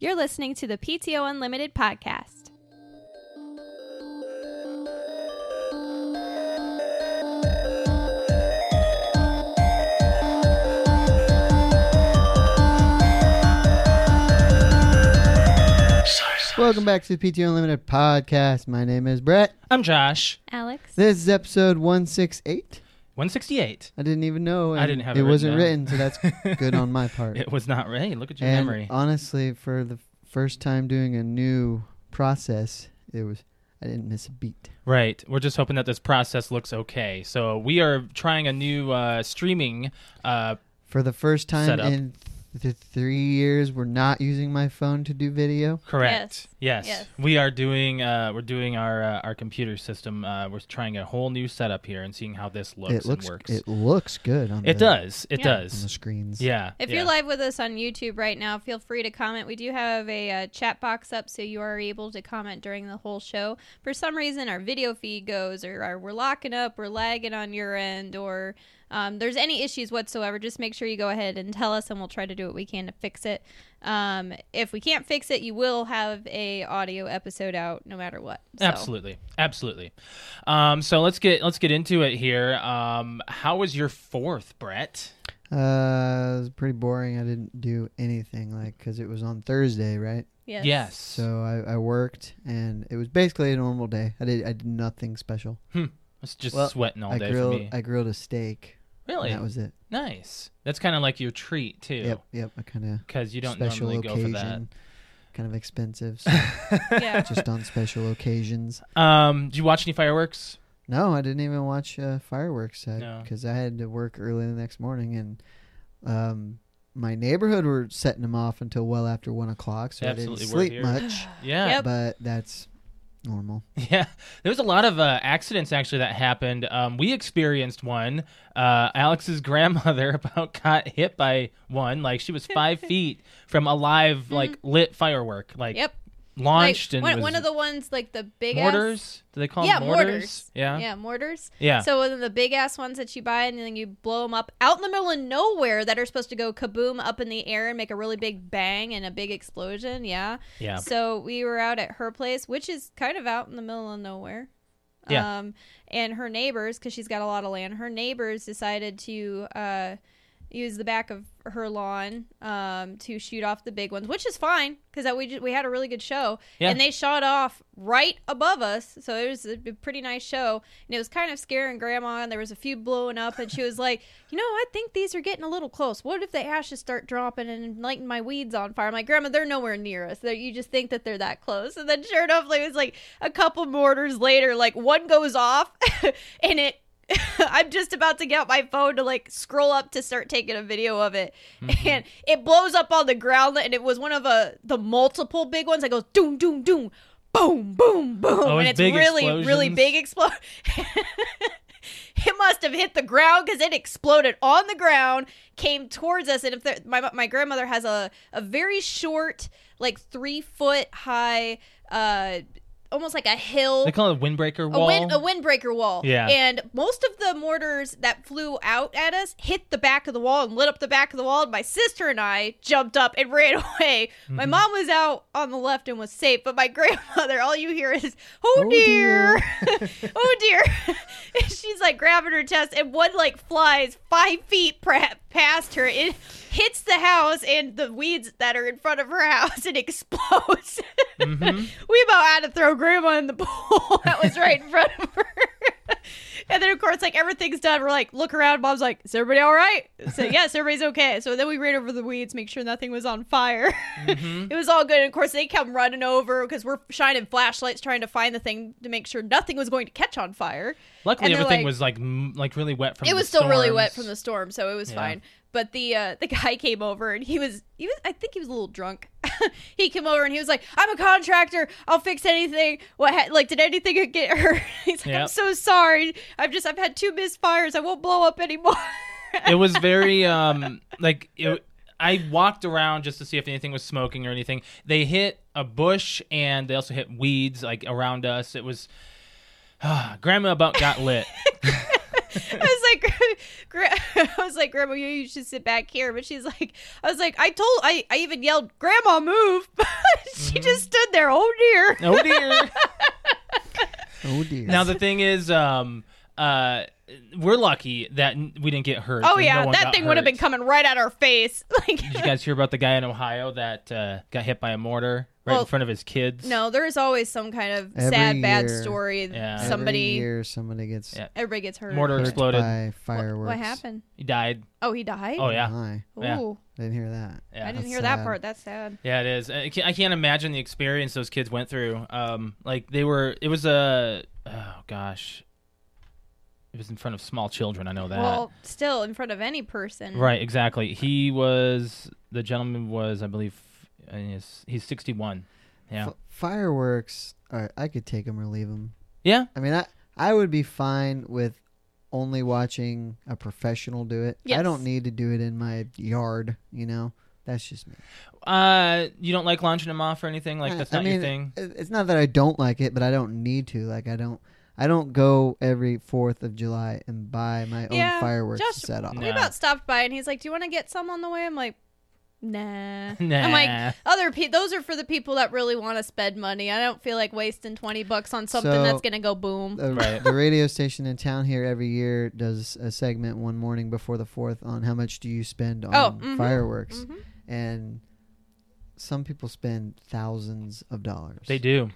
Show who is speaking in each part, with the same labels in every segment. Speaker 1: You're listening to the PTO Unlimited podcast.
Speaker 2: Welcome back to the PTO Unlimited podcast. My name is Brett.
Speaker 3: I'm Josh.
Speaker 1: Alex,
Speaker 2: This is episode 168.
Speaker 3: 168.
Speaker 2: I didn't even know.
Speaker 3: I
Speaker 2: and
Speaker 3: didn't have
Speaker 2: it.
Speaker 3: it
Speaker 2: wasn't
Speaker 3: written
Speaker 2: written,
Speaker 3: down.
Speaker 2: so that's good on my part.
Speaker 3: It was not right. Look at your
Speaker 2: and uh,
Speaker 3: memory.
Speaker 2: honestly, for the first time doing a new process, it was I didn't miss a beat.
Speaker 3: Right. We're just hoping that this process looks okay. So we are trying a new uh, streaming. Uh,
Speaker 2: For the first time
Speaker 3: Set up.
Speaker 2: in th- three years, we're not using my phone to do video.
Speaker 3: correct. Yes.
Speaker 1: Yes.
Speaker 3: We are doing. Uh, we're doing our uh, our computer system. Uh, we're trying a whole new setup here and seeing how this looks,
Speaker 2: it looks
Speaker 3: and works.
Speaker 2: it looks good on
Speaker 3: It
Speaker 2: the,
Speaker 3: does. It
Speaker 1: Yeah.
Speaker 2: on the
Speaker 3: does.
Speaker 2: screens.
Speaker 3: Yeah.
Speaker 1: if
Speaker 3: yeah.
Speaker 1: you're live with us on YouTube right now, feel free to comment. We do have a uh, chat box up so you are able to comment during the whole show. For some reason, our video feed goes, or, or we're locking up, we're lagging on your end, or um, there's any issues whatsoever, just make sure you go ahead and tell us, and we'll try to do what we can to fix it. Um, if we can't fix it, you will have a audio episode out no matter what. So.
Speaker 3: Absolutely, absolutely. Um, so let's get let's get into it here. Um, how was your fourth, Brett?
Speaker 2: Uh, it was pretty boring. I didn't do anything like because it was on Thursday, right?
Speaker 1: Yes.
Speaker 2: So I, I worked, and it was basically a normal day. I did I did nothing special.
Speaker 3: It's just
Speaker 2: Well,
Speaker 3: sweating all
Speaker 2: I
Speaker 3: day
Speaker 2: grilled
Speaker 3: for me.
Speaker 2: I grilled a steak.
Speaker 3: really?
Speaker 2: And that was it.
Speaker 3: nice. That's kind of like your treat too,
Speaker 2: Yep, yep. I kind of
Speaker 3: because you don't
Speaker 2: special
Speaker 3: normally
Speaker 2: occasion,
Speaker 3: go for
Speaker 2: kind of expensive, so
Speaker 3: that.
Speaker 1: Yeah.
Speaker 2: just on special occasions.
Speaker 3: Um, did you watch any fireworks?
Speaker 2: No, I didn't even watch uh, fireworks
Speaker 3: No.
Speaker 2: because I had to work early the next morning, and um, my neighborhood were setting them off until well after one o'clock, so
Speaker 3: Absolutely, we're
Speaker 2: I
Speaker 3: here.
Speaker 2: didn't sleep much.
Speaker 3: Yeah,
Speaker 2: But that's normal.
Speaker 3: yeah. There was a lot of uh, accidents actually that happened. Um, we experienced one. Uh, Alex's grandmother about got hit by one. Like she was five feet from a live, like lit firework, like
Speaker 1: Hmm. Yep. Like,
Speaker 3: launched and
Speaker 1: one,
Speaker 3: was
Speaker 1: one of the ones like the big
Speaker 3: mortars. Do they call
Speaker 1: Ass, yeah,
Speaker 3: them
Speaker 1: mortars.
Speaker 3: Yeah,
Speaker 1: yeah, mortars.
Speaker 3: yeah.
Speaker 1: So one of the big ass ones that you buy, and then you blow them up out in the middle of nowhere that are supposed to go kaboom up in the air and make a really big bang and a big explosion. Yeah.
Speaker 3: yeah.
Speaker 1: So we were out at her place, which is kind of out in the middle of nowhere.
Speaker 3: Yeah.
Speaker 1: Um, and her neighbors, because she's got a lot of land, her neighbors decided to uh, use the back of her lawn um, to shoot off the big ones, which is fine because we ju- we had a really good show.
Speaker 3: Yeah.
Speaker 1: And they shot off right above us, so it was a b- pretty nice show. And it was kind of scaring Grandma. And there was a few blowing up, and she was like, "You know, I think these are getting a little close. What if the ashes start dropping and lighting my weeds on fire?" I'm like, "Grandma, they're nowhere near us. That you just think that they're that close." And then sure enough, like, it was like a couple mortars later, like one goes off, and it I'm just about to get out my phone to like scroll up to start taking a video of it,
Speaker 3: Mm-hmm.
Speaker 1: and it blows up on the ground. And it was one of uh, the multiple big ones. that goes doom, doom, doom, boom, boom, boom,
Speaker 3: Oh,
Speaker 1: and
Speaker 3: it's
Speaker 1: it's
Speaker 3: big
Speaker 1: really, really
Speaker 3: explosions?
Speaker 1: big explosion. it must have hit the ground because it exploded on the ground, came towards us, and if there- my my grandmother has a a very short, like three foot high, uh, almost like a hill
Speaker 3: They call it a windbreaker
Speaker 1: a,
Speaker 3: wall.
Speaker 1: wind, a windbreaker wall.
Speaker 3: Yeah.
Speaker 1: And most of the mortars that flew out at us hit the back of the wall and lit up the back of the wall. And my sister and I jumped up and ran away. My mom was out on the left and was safe, but my grandmother, all you hear is, "Oh,
Speaker 2: Oh,
Speaker 1: dear, oh dear." and she's like grabbing her chest, and one like flies five feet pra- past her. It hits the house and the weeds that are in front of her house and explodes.
Speaker 3: Mhm.
Speaker 1: We about had to throw grandma in the pool that was right in front of her. and then of course like everything's done. We're like, look around, mom's like, Is everybody all right? So yes, everybody's okay. So then we ran over the weeds, make sure nothing was on fire. it was all good. And of course they come running over because we're shining flashlights trying to find the thing to make sure nothing was going to catch on fire.
Speaker 3: Luckily,
Speaker 1: and they're
Speaker 3: everything
Speaker 1: like-
Speaker 3: was like m- like really wet from.
Speaker 1: it
Speaker 3: the
Speaker 1: was still really
Speaker 3: storms.
Speaker 1: wet from the storm, so it was
Speaker 3: Yeah.
Speaker 1: fine. But the uh, the guy came over and he was he was I think he was a little drunk. he came over and he was like, "I'm a contractor. I'll fix anything. What ha- like did anything get hurt?" He's like, "I'm
Speaker 3: Yep.
Speaker 1: so sorry. I've just I've had two misfires. I won't blow up anymore."
Speaker 3: it was very um like it, I walked around just to see if anything was smoking or anything. They hit a bush and they also ah, hit weeds like around us. It was grandma about got lit.
Speaker 1: I was like, gra- I was like, Grandma, you, you should sit back here. But she's like, I was like, I told, I, I even yelled, Grandma, move. she
Speaker 3: Mm-hmm.
Speaker 1: just stood there. Oh dear.
Speaker 3: oh dear.
Speaker 2: Oh dear.
Speaker 3: Now the thing is, um, uh, we're lucky that n- we didn't get hurt.
Speaker 1: Oh
Speaker 3: that
Speaker 1: yeah,
Speaker 3: no one
Speaker 1: that
Speaker 3: got
Speaker 1: thing would have
Speaker 3: hurt.
Speaker 1: been coming right at our face. Like,
Speaker 3: Did you guys hear about the guy in Ohio that uh, got hit by a mortar right
Speaker 1: Well,
Speaker 3: in front of his kids?
Speaker 1: no, there is always some kind of
Speaker 2: Every
Speaker 1: sad, bad
Speaker 2: year.
Speaker 1: story.
Speaker 3: Yeah.
Speaker 2: Every
Speaker 1: Somebody,
Speaker 2: year somebody gets
Speaker 3: Yeah.
Speaker 1: everybody gets hurt.
Speaker 3: Mortar
Speaker 2: hurt
Speaker 3: exploded.
Speaker 2: by
Speaker 1: What-
Speaker 2: fireworks.
Speaker 1: What happened?
Speaker 3: He died.
Speaker 1: Oh, he died.
Speaker 3: Oh yeah,
Speaker 2: My,
Speaker 1: Ooh,
Speaker 3: yeah.
Speaker 2: didn't hear that.
Speaker 3: Yeah.
Speaker 1: I didn't
Speaker 2: That's
Speaker 1: hear that
Speaker 2: sad.
Speaker 1: part. That's sad.
Speaker 3: Yeah, it is. I can't, I can't imagine the experience those kids went through. Um, like they were, it was a, oh gosh, it was in front of small children. I know that.
Speaker 1: Well, still in front of any person.
Speaker 3: right, exactly. He was the gentleman was, I believe, in his, he's sixty one. Yeah,
Speaker 2: F- fireworks. Are, I could take them or leave them.
Speaker 3: yeah,
Speaker 2: I mean, I I would be fine with only watching a professional do it. I
Speaker 1: Yes.
Speaker 2: don't need to do it in my yard. You know, that's just me.
Speaker 3: Uh, you don't like launching them off or anything? Like
Speaker 2: Uh,
Speaker 3: that's
Speaker 2: I
Speaker 3: not your
Speaker 2: mean,
Speaker 3: thing.
Speaker 2: it- It's not that I don't like it, but I don't need to. Like I don't. I don't go every Fourth of July and buy my
Speaker 1: Yeah,
Speaker 2: own fireworks
Speaker 1: Josh-
Speaker 2: to set off.
Speaker 3: No.
Speaker 1: We about stopped by and he's like, "Do you want to get some on the way?" I'm like, "Nah."
Speaker 3: Nah.
Speaker 1: I'm like, "Other pe- those are for the people that really want to spend money. I don't feel like wasting 20 bucks on something
Speaker 2: So- uh,
Speaker 1: that's going to go boom."
Speaker 2: The,
Speaker 3: Right.
Speaker 2: the radio station in town here every year does a segment one morning before the fourth on how much do you spend on
Speaker 1: Oh, mhm.
Speaker 2: fireworks,
Speaker 1: Mhm.
Speaker 2: and some people spend thousands of dollars.
Speaker 3: they do.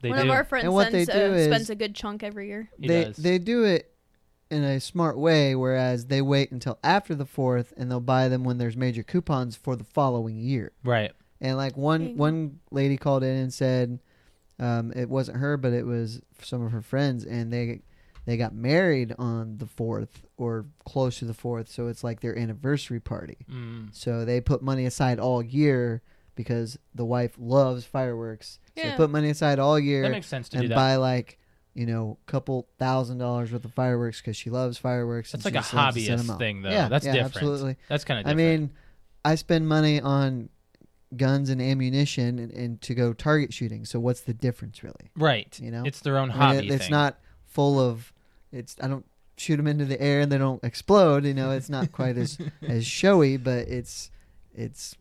Speaker 3: They
Speaker 1: One
Speaker 3: do.
Speaker 1: of our friends
Speaker 2: And what they
Speaker 1: sends, uh,
Speaker 2: do is-
Speaker 1: spends a good chunk every year.
Speaker 3: He
Speaker 2: they
Speaker 3: does.
Speaker 2: they do it in a smart way, whereas they wait until after the fourth and they'll buy them when there's major coupons for the following year.
Speaker 3: right.
Speaker 2: And like one
Speaker 1: Dang.
Speaker 2: one lady called in and said, um, it wasn't her, but it was some of her friends, and they they got married on the fourth or close to the fourth, so it's like their anniversary party.
Speaker 3: Mm.
Speaker 2: So they put money aside all year because the wife loves fireworks. So
Speaker 1: Yeah.
Speaker 2: they put money aside all year
Speaker 3: That makes sense to do
Speaker 2: and
Speaker 3: that.
Speaker 2: buy like you know couple thousand dollars worth of fireworks because she loves fireworks.
Speaker 3: that's
Speaker 2: and
Speaker 3: like a
Speaker 2: she just loves to set 'em
Speaker 3: hobbyist
Speaker 2: off.
Speaker 3: thing, though.
Speaker 2: Yeah,
Speaker 3: that's
Speaker 2: yeah,
Speaker 3: different.
Speaker 2: Absolutely.
Speaker 3: That's kind of.
Speaker 2: I mean, I spend money on guns and ammunition and, and to go target shooting. So what's the difference really?
Speaker 3: right?
Speaker 2: you know,
Speaker 3: it's their own
Speaker 2: I mean,
Speaker 3: hobby.
Speaker 2: it- it's
Speaker 3: thing.
Speaker 2: not full of. It's I don't shoot them into the air and they don't explode. You know, it's not quite as as showy, but it's it's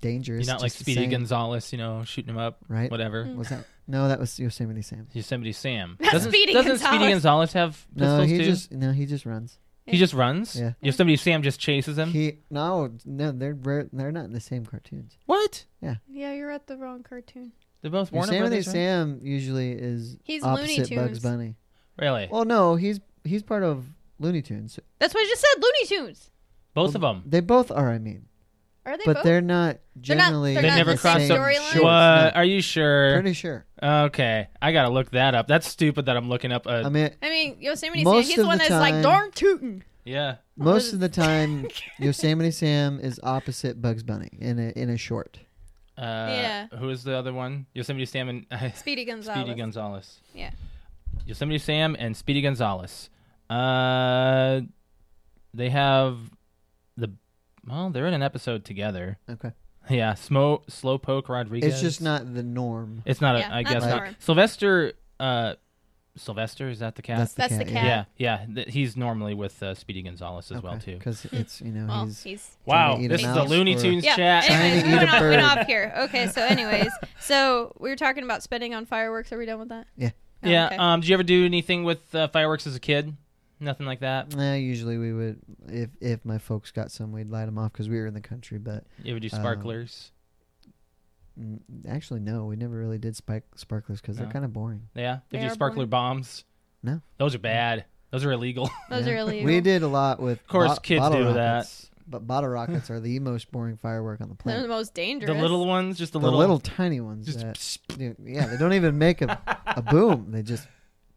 Speaker 2: dangerous.
Speaker 3: You're not like
Speaker 2: just the
Speaker 3: Speedy
Speaker 2: same,
Speaker 3: Gonzalez, you know, shooting him up,
Speaker 2: right?
Speaker 3: whatever.
Speaker 1: Mm.
Speaker 2: Was that no? That was Yosemite Sam.
Speaker 3: Yosemite Sam.
Speaker 1: Not
Speaker 3: doesn't
Speaker 1: Speedy
Speaker 3: doesn't Speedy
Speaker 1: Gonzalez.
Speaker 3: Gonzalez have pistols
Speaker 2: No, he
Speaker 3: too?
Speaker 2: just no, he just runs.
Speaker 3: he just runs.
Speaker 2: Yeah.
Speaker 3: Yosemite Sam just chases him.
Speaker 2: He no no they're rare, they're not in the same cartoons.
Speaker 3: what?
Speaker 1: Yeah, you're at the wrong cartoon.
Speaker 3: They're both Warner
Speaker 2: Yosemite
Speaker 3: Brothers. right?
Speaker 2: Sam usually is
Speaker 1: He's Looney
Speaker 2: opposite Bugs
Speaker 1: Tunes.
Speaker 2: Bunny.
Speaker 3: Really?
Speaker 2: Well, no, he's he's part of Looney Tunes.
Speaker 1: That's what I just said. Looney Tunes.
Speaker 3: both of them.
Speaker 2: They both are. I mean,
Speaker 1: Are they
Speaker 2: but
Speaker 1: both?
Speaker 2: they're not
Speaker 1: They're not-
Speaker 2: generally.
Speaker 1: they're
Speaker 3: They
Speaker 1: not
Speaker 3: never
Speaker 1: the same
Speaker 3: crossed over.
Speaker 1: storyline?
Speaker 2: Sure,
Speaker 3: What?
Speaker 2: it's not.
Speaker 3: Are you sure?
Speaker 2: Pretty sure.
Speaker 3: Okay, I gotta look that up. That's stupid that I'm looking up a.
Speaker 2: I mean,
Speaker 1: I mean, Yosemite Sam.
Speaker 2: Most
Speaker 1: He's
Speaker 2: of
Speaker 1: the one
Speaker 2: the
Speaker 1: that's like
Speaker 2: time-
Speaker 1: darn tootin'.
Speaker 3: yeah,
Speaker 2: most of the time, Yosemite Sam is opposite Bugs Bunny in a in a short.
Speaker 3: uh,
Speaker 1: Yeah.
Speaker 3: Who is the other one? Yosemite Sam and
Speaker 1: Speedy Gonzalez.
Speaker 3: Speedy Gonzalez.
Speaker 1: Yeah.
Speaker 3: Yosemite Sam and Speedy Gonzalez. Uh, they have the well, they're in an episode together.
Speaker 2: Okay,
Speaker 3: Yeah, Smo Slowpoke Rodriguez.
Speaker 2: it's just not the norm.
Speaker 3: It's not.
Speaker 1: Yeah,
Speaker 3: a, I
Speaker 1: not
Speaker 3: guess not.
Speaker 1: norm.
Speaker 3: Sylvester. Uh, Sylvester is that the cat?
Speaker 2: That's the
Speaker 1: That's
Speaker 2: cat.
Speaker 1: the
Speaker 2: yeah.
Speaker 1: cat
Speaker 3: yeah, yeah. Th- he's normally with uh, Speedy Gonzalez as well too.
Speaker 2: because it's you know
Speaker 1: Well,
Speaker 2: he's
Speaker 1: he's
Speaker 3: Wow,
Speaker 2: Trying to eat a
Speaker 3: this is the
Speaker 2: mouse
Speaker 3: Looney
Speaker 2: or-
Speaker 3: Tunes
Speaker 1: Yeah.
Speaker 3: chat.
Speaker 2: Trying
Speaker 1: Anyways,
Speaker 2: to
Speaker 1: we
Speaker 2: eat a
Speaker 1: went, off, we went
Speaker 2: bird.
Speaker 1: off here. Okay, so anyways, so we were talking about spending on fireworks. Are we done with that?
Speaker 2: Yeah.
Speaker 1: Oh,
Speaker 3: yeah.
Speaker 1: okay.
Speaker 3: Um. Did you ever do anything with uh, fireworks as a kid? Nothing like that.
Speaker 2: Nah, eh, usually we would, if if my folks got some, we'd light them off because we were in the country. But
Speaker 3: You ever do
Speaker 2: Uh,
Speaker 3: sparklers?
Speaker 2: mm, actually, no, we never really did spike sparklers because
Speaker 3: No.
Speaker 2: they're kind of boring.
Speaker 3: yeah.
Speaker 1: they
Speaker 3: Did you
Speaker 1: are
Speaker 3: do sparkler bombs?
Speaker 2: No.
Speaker 3: Those are bad. Those are illegal.
Speaker 1: Those
Speaker 2: Yeah.
Speaker 1: are illegal.
Speaker 2: We did a lot with, of
Speaker 3: course kids
Speaker 2: bottle
Speaker 3: do that.
Speaker 2: rockets, but bottle rockets are the most boring firework on the
Speaker 1: They're the
Speaker 2: planet.
Speaker 1: most dangerous.
Speaker 3: the little ones, just the,
Speaker 2: The
Speaker 3: little,
Speaker 2: little, tiny ones.
Speaker 3: just
Speaker 2: that, dude, yeah, they don't even make a, a boom. They just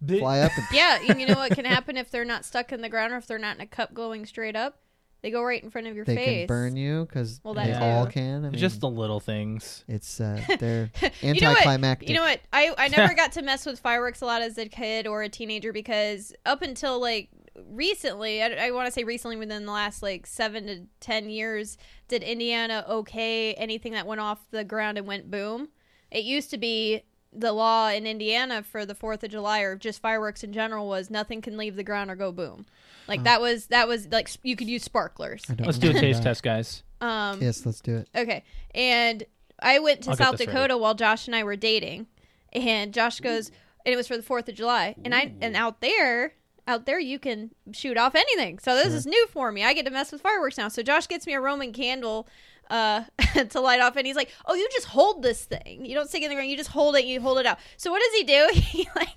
Speaker 3: They-
Speaker 2: fly up and
Speaker 1: Yeah, and you know what can happen if they're not stuck in the ground or if they're not in a cup going straight up? They go right in front of your
Speaker 2: they
Speaker 1: face.
Speaker 2: can burn you because
Speaker 1: Well,
Speaker 2: they
Speaker 3: that
Speaker 2: all
Speaker 1: too.
Speaker 2: can. I mean,
Speaker 3: just the little things.
Speaker 2: it's uh, they're
Speaker 1: You know what?
Speaker 2: anticlimactic.
Speaker 1: You know what? I, I never got to mess with fireworks a lot as a kid or a teenager because up until like recently, I, I want to say recently within the last like seven to ten years, did Indiana okay anything that went off the ground and went boom? It used to be the law in Indiana for the Fourth of July or just fireworks in general was nothing can leave the ground or go boom. Like that was that was like s- you could use sparklers.
Speaker 2: I don't
Speaker 3: Let's do a
Speaker 2: remember
Speaker 3: taste
Speaker 2: that.
Speaker 3: test, guys.
Speaker 1: Um,
Speaker 2: Yes, let's do it.
Speaker 1: Okay. And I went to
Speaker 3: I'll get
Speaker 1: South
Speaker 3: this ready.
Speaker 1: Dakota while Josh and I were dating. And Josh goes, and it was for the 4th of July. And I and out there, out there you can shoot off anything. So this is new for me. I get to mess with fireworks now. So Josh gets me a Roman candle uh to light off and he's like, "Oh, you just hold this thing. You don't stick it in the ground. You just hold it. You hold it out." So what does he do? He like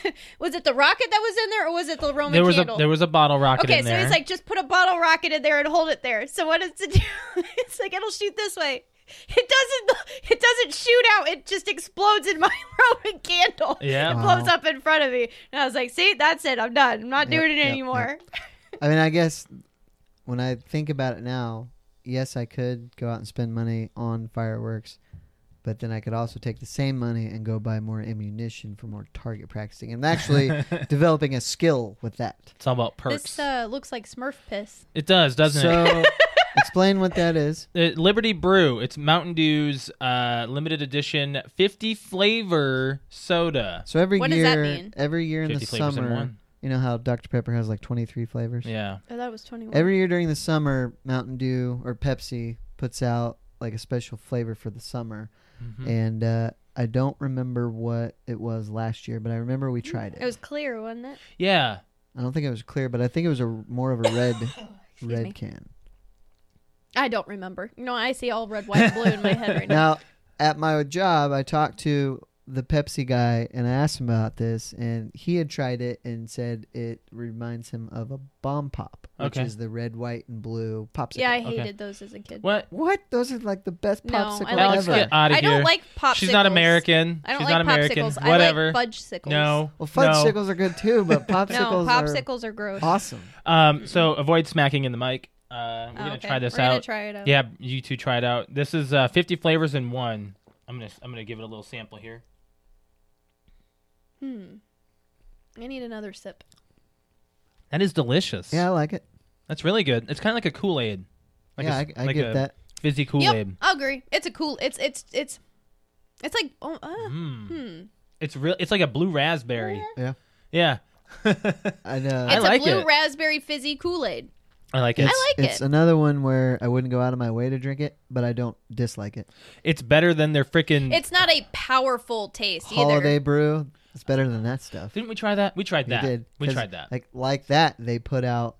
Speaker 1: was it the rocket that was in there or was it the Roman
Speaker 3: There was
Speaker 1: candle?
Speaker 3: a there was a bottle rocket
Speaker 1: Okay,
Speaker 3: in
Speaker 1: so
Speaker 3: there.
Speaker 1: he's like, just put a bottle rocket in there and hold it there. So what does it do? It's like it'll shoot this way. It doesn't. It doesn't shoot out. It just explodes in my Roman candle.
Speaker 3: Yeah.
Speaker 1: it
Speaker 2: Wow.
Speaker 1: blows up in front of me. And I was like, see, that's it. I'm done. I'm not
Speaker 2: Yep,
Speaker 1: doing it
Speaker 2: yep,
Speaker 1: anymore.
Speaker 2: I mean, I guess when I think about it now, yes, I could go out and spend money on fireworks, but then I could also take the same money and go buy more ammunition for more target practicing and actually developing a skill with that.
Speaker 3: it's all about perks.
Speaker 1: This uh, looks like Smurf piss.
Speaker 3: it does, doesn't it?
Speaker 2: so, explain what that is.
Speaker 3: Uh, Liberty Brew. It's Mountain Dew's uh, limited edition 50 flavor soda.
Speaker 2: So every
Speaker 1: What does
Speaker 2: year,
Speaker 1: that mean?
Speaker 2: every year in the
Speaker 3: 50 flavors in
Speaker 2: summer,
Speaker 3: one.
Speaker 2: you know how Dr Pepper has like twenty three flavors.
Speaker 3: Yeah.
Speaker 1: Oh, that was 21.
Speaker 2: Every year during the summer, Mountain Dew or Pepsi puts out like a special flavor for the summer.
Speaker 3: Mhm.
Speaker 2: and uh, I don't remember what it was last year, but I remember we tried it.
Speaker 1: it was clear, wasn't it?
Speaker 3: Yeah.
Speaker 2: I don't think it was clear, but I think it was a more of a red
Speaker 1: Excuse
Speaker 2: red
Speaker 1: me.
Speaker 2: can.
Speaker 1: I don't remember. You know, I see all red, white, and blue in my head right now.
Speaker 2: Now, at my job, I talked to the Pepsi guy and I asked him about this, and he had tried it and said it reminds him of a bomb pop, which
Speaker 3: Okay.
Speaker 2: is the red, white, and blue popsicle.
Speaker 1: Yeah, I
Speaker 3: Okay.
Speaker 1: hated those as a kid.
Speaker 3: What?
Speaker 2: what? Those are like the best
Speaker 1: No, I
Speaker 2: popsicle
Speaker 1: like
Speaker 3: Alex,
Speaker 2: ever.
Speaker 1: that.
Speaker 3: get out of
Speaker 1: I
Speaker 3: here.
Speaker 1: don't like popsicles.
Speaker 3: She's not American.
Speaker 1: I don't
Speaker 3: She's
Speaker 1: like
Speaker 3: not American.
Speaker 1: popsicles.
Speaker 3: Whatever.
Speaker 1: I like fudge sickles.
Speaker 3: no.
Speaker 2: Well,
Speaker 3: no.
Speaker 2: fudgesicles are good too, but popsicles,
Speaker 1: no, popsicles are, gross.
Speaker 2: are awesome.
Speaker 3: Um, so avoid smacking in the mic. Uh, we're
Speaker 1: Oh,
Speaker 3: gonna
Speaker 1: okay.
Speaker 3: try this
Speaker 1: We're Gonna
Speaker 3: out.
Speaker 1: try it out.
Speaker 3: Yeah, you two try it out. This is uh, 50 flavors in one. I'm gonna I'm gonna give it a little sample here.
Speaker 1: Hmm. I need another sip.
Speaker 3: That is delicious.
Speaker 2: Yeah, I like it.
Speaker 3: that's really good. It's kind of like a Kool Aid. Like
Speaker 2: yeah,
Speaker 3: a,
Speaker 2: I
Speaker 3: s-
Speaker 2: I
Speaker 3: like
Speaker 2: get
Speaker 3: a
Speaker 2: that.
Speaker 3: fizzy Kool
Speaker 1: yep,
Speaker 3: Aid.
Speaker 1: I agree. It's a cool. It's it's it's it's like oh, uh,
Speaker 3: Mm.
Speaker 1: hmm.
Speaker 3: It's real. It's like a blue raspberry.
Speaker 2: Yeah.
Speaker 3: Yeah,
Speaker 2: I know.
Speaker 1: It's
Speaker 3: like
Speaker 1: a blue
Speaker 3: it.
Speaker 1: raspberry fizzy Kool Aid.
Speaker 3: I like it.
Speaker 2: It's,
Speaker 3: It's,
Speaker 1: like
Speaker 2: it's
Speaker 1: it.
Speaker 2: another one where I wouldn't go out of my way to drink it, but I don't dislike it.
Speaker 3: better than their freaking.
Speaker 1: It's not a powerful taste
Speaker 2: Holiday
Speaker 1: either.
Speaker 2: brew, it's better than that stuff.
Speaker 3: Didn't we try that? We tried that.
Speaker 2: We did.
Speaker 3: We
Speaker 2: 'Cause
Speaker 3: tried that.
Speaker 2: Like like that, they put out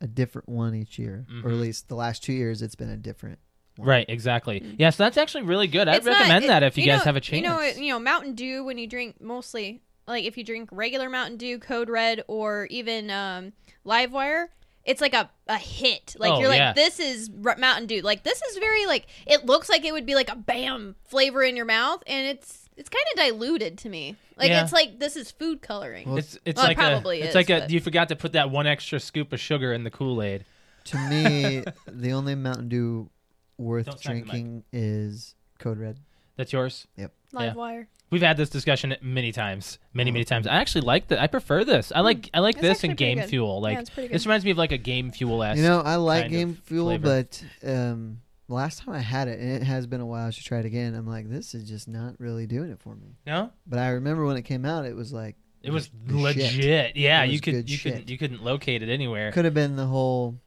Speaker 2: a different one each year, or at
Speaker 3: Mhm.
Speaker 2: least the last two years, it's been a different.
Speaker 3: Right. Exactly. Yeah. So that's actually really good. I'd
Speaker 1: It's not-
Speaker 3: recommend
Speaker 1: it-
Speaker 3: that if you, guys
Speaker 1: know-
Speaker 3: have a chance.
Speaker 1: You know, it- you know, Mountain Dew when you drink mostly like if you drink regular Mountain Dew, Code Red, or even um, Livewire. It's like a, a hit. Like
Speaker 3: Oh,
Speaker 1: you're like
Speaker 3: yeah.
Speaker 1: this is R- Mountain Dew. Like this is very like it looks like it would be like a bam flavor in your mouth, and it's it's kind of diluted to me. Like
Speaker 3: Yeah.
Speaker 1: it's like this is food coloring.
Speaker 2: Well,
Speaker 3: it's it's
Speaker 1: Well, it
Speaker 3: like
Speaker 1: probably
Speaker 3: a,
Speaker 1: is,
Speaker 3: it's like a,
Speaker 1: but-
Speaker 3: you forgot to put that one extra scoop of sugar in the Kool Aid.
Speaker 2: To me, the only Mountain Dew worth
Speaker 3: Don't smack the mic.
Speaker 2: drinking is Code Red.
Speaker 3: That's yours. yeah.
Speaker 1: Livewire.
Speaker 3: We've had this discussion many times, many many times. I actually like that. I prefer this. I like I like
Speaker 1: Mm. It's
Speaker 3: this and
Speaker 1: actually pretty
Speaker 3: Game
Speaker 1: good.
Speaker 3: Fuel. Like
Speaker 1: yeah, it's pretty good.
Speaker 3: this reminds me of like a Game Fuel esque.
Speaker 2: You know, I like
Speaker 3: kind of
Speaker 2: Game Fuel,
Speaker 3: flavor.
Speaker 2: but um, last time I had it, and it has been a while. I should try it again. I'm like, this is just not really doing it for me.
Speaker 3: no,
Speaker 2: But I remember when it came out, it was like
Speaker 3: it was
Speaker 2: It was
Speaker 3: legit.
Speaker 2: shit.
Speaker 3: Yeah,
Speaker 2: It was
Speaker 3: you could
Speaker 2: good
Speaker 3: you
Speaker 2: shit.
Speaker 3: couldn't you couldn't locate it anywhere.
Speaker 2: could have been the whole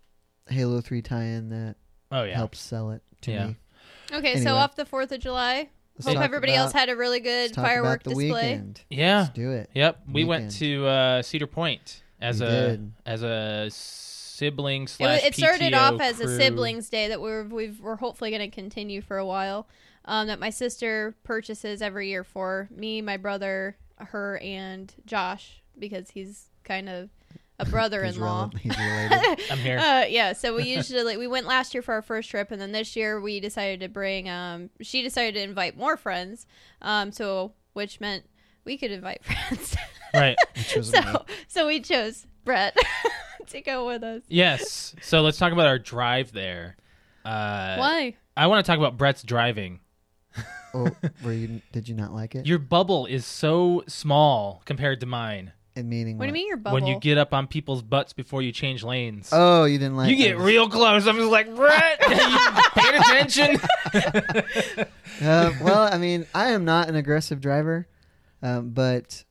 Speaker 2: Halo Three tie-in that
Speaker 3: oh yeah,
Speaker 2: helped sell it to
Speaker 3: Yeah.
Speaker 2: me.
Speaker 1: okay,
Speaker 2: anyway.
Speaker 1: so off the Fourth of July.
Speaker 2: Let's
Speaker 1: Hope
Speaker 2: talk
Speaker 1: everybody
Speaker 2: about-
Speaker 1: else had a really good
Speaker 2: let's talk
Speaker 1: firework
Speaker 2: about the
Speaker 1: display.
Speaker 2: Weekend.
Speaker 3: yeah,
Speaker 2: Let's do it.
Speaker 3: yep. We went
Speaker 2: Weekend.
Speaker 3: to uh, Cedar Point as
Speaker 2: We
Speaker 3: a
Speaker 2: did.
Speaker 3: as a sibling
Speaker 1: It, wa-
Speaker 3: slash.
Speaker 1: it started
Speaker 3: PTO
Speaker 1: off as a
Speaker 3: crew.
Speaker 1: siblings day that we're we've, we're hopefully going to continue for a while. Um, that my sister purchases every year for me, my brother, her, and Josh because he's kind of a
Speaker 2: He's
Speaker 1: brother-in-law.
Speaker 2: relevant. He's related.
Speaker 3: I'm here.
Speaker 1: Uh, yeah, so we usually we went last year for our first trip, and then this year we decided to bring. Um, she decided to invite more friends, um, so which meant we could invite friends.
Speaker 3: right.
Speaker 2: Which was me.
Speaker 1: so so we chose Brett to go with us.
Speaker 3: Yes. So let's talk about our drive there. Uh,
Speaker 1: Why?
Speaker 3: I want to talk about Brett's driving.
Speaker 2: oh, were you? Did you not like it?
Speaker 3: Your bubble is so small compared to mine.
Speaker 2: and meaning
Speaker 1: What do you mean your bubble?
Speaker 3: When you get up on people's butts before you change lanes,
Speaker 2: Oh, you didn't like.
Speaker 3: you get
Speaker 2: it.
Speaker 3: real close. I'm just like, Brett, you paying attention.
Speaker 2: Uh, well, I mean, I am not an aggressive driver, Um, but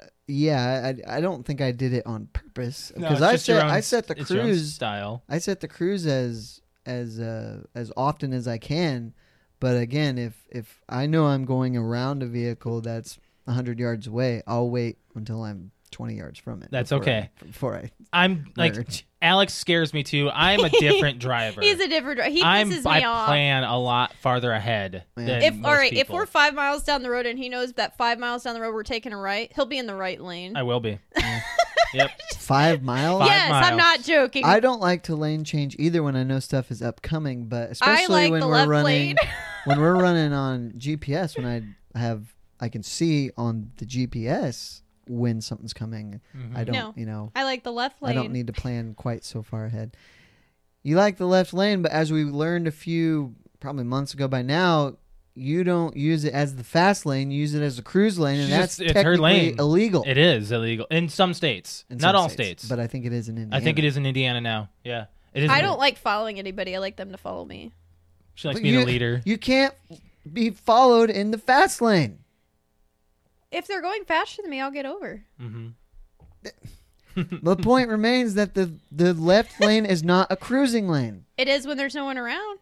Speaker 2: uh, yeah, I, I don't think I did it on purpose
Speaker 3: No,
Speaker 2: because
Speaker 3: it's
Speaker 2: I
Speaker 3: just your
Speaker 2: set
Speaker 3: own-
Speaker 2: I set the
Speaker 3: it's your own
Speaker 2: cruise
Speaker 3: style.
Speaker 2: I set the cruise as as uh, as often as I can. But again, if if I know I'm going around a vehicle that's 100 yards away, I'll wait until I'm 20 yards from it.
Speaker 3: That's
Speaker 2: before
Speaker 3: okay.
Speaker 2: I, before I
Speaker 3: I'm like
Speaker 2: merge.
Speaker 3: Alex scares me too. I'm a different driver.
Speaker 1: He's a different driver. He
Speaker 3: I'm
Speaker 1: pisses
Speaker 3: I
Speaker 1: me off.
Speaker 3: plan a lot farther ahead.
Speaker 2: Yeah.
Speaker 3: Than
Speaker 1: if
Speaker 3: most
Speaker 1: all right, if
Speaker 3: people.
Speaker 1: we're five miles down the road and he knows that five miles down the road we're taking a right, he'll be in the right lane.
Speaker 3: I will be. yep.
Speaker 2: five miles.
Speaker 3: Five
Speaker 1: yes, I'm
Speaker 3: miles.
Speaker 1: not joking.
Speaker 2: I don't like to lane change either when I know stuff is upcoming, but especially
Speaker 1: like
Speaker 2: when
Speaker 1: the
Speaker 2: we're
Speaker 1: left
Speaker 2: running
Speaker 1: lane.
Speaker 2: when we're running on GPS when I have I can see on the GPS when something's coming.
Speaker 3: Mm-hmm.
Speaker 2: I don't,
Speaker 1: No.
Speaker 2: you know.
Speaker 1: I like the left lane.
Speaker 2: I don't need to plan quite so far ahead. You like the left lane, but as we learned a few probably months ago by now, you don't use it as the fast lane. You use it as the cruise lane, and
Speaker 3: She's
Speaker 2: that's
Speaker 3: just- it's her
Speaker 2: technically
Speaker 3: lane.
Speaker 2: illegal.
Speaker 3: It is illegal in some states,
Speaker 2: in
Speaker 3: not
Speaker 2: some
Speaker 3: all states.
Speaker 2: but I think it is in Indiana.
Speaker 3: I think it is in Indiana now. Yeah, it is.
Speaker 1: I
Speaker 3: in-
Speaker 1: don't like following anybody. I like them to follow me.
Speaker 3: She likes
Speaker 2: But
Speaker 3: being
Speaker 2: you,
Speaker 3: a leader.
Speaker 2: You can't be followed in the fast lane.
Speaker 1: If they're going faster than me, I'll get over.
Speaker 3: hmm
Speaker 2: the point remains that the the left lane is not a cruising lane.
Speaker 1: It is when there's no one around.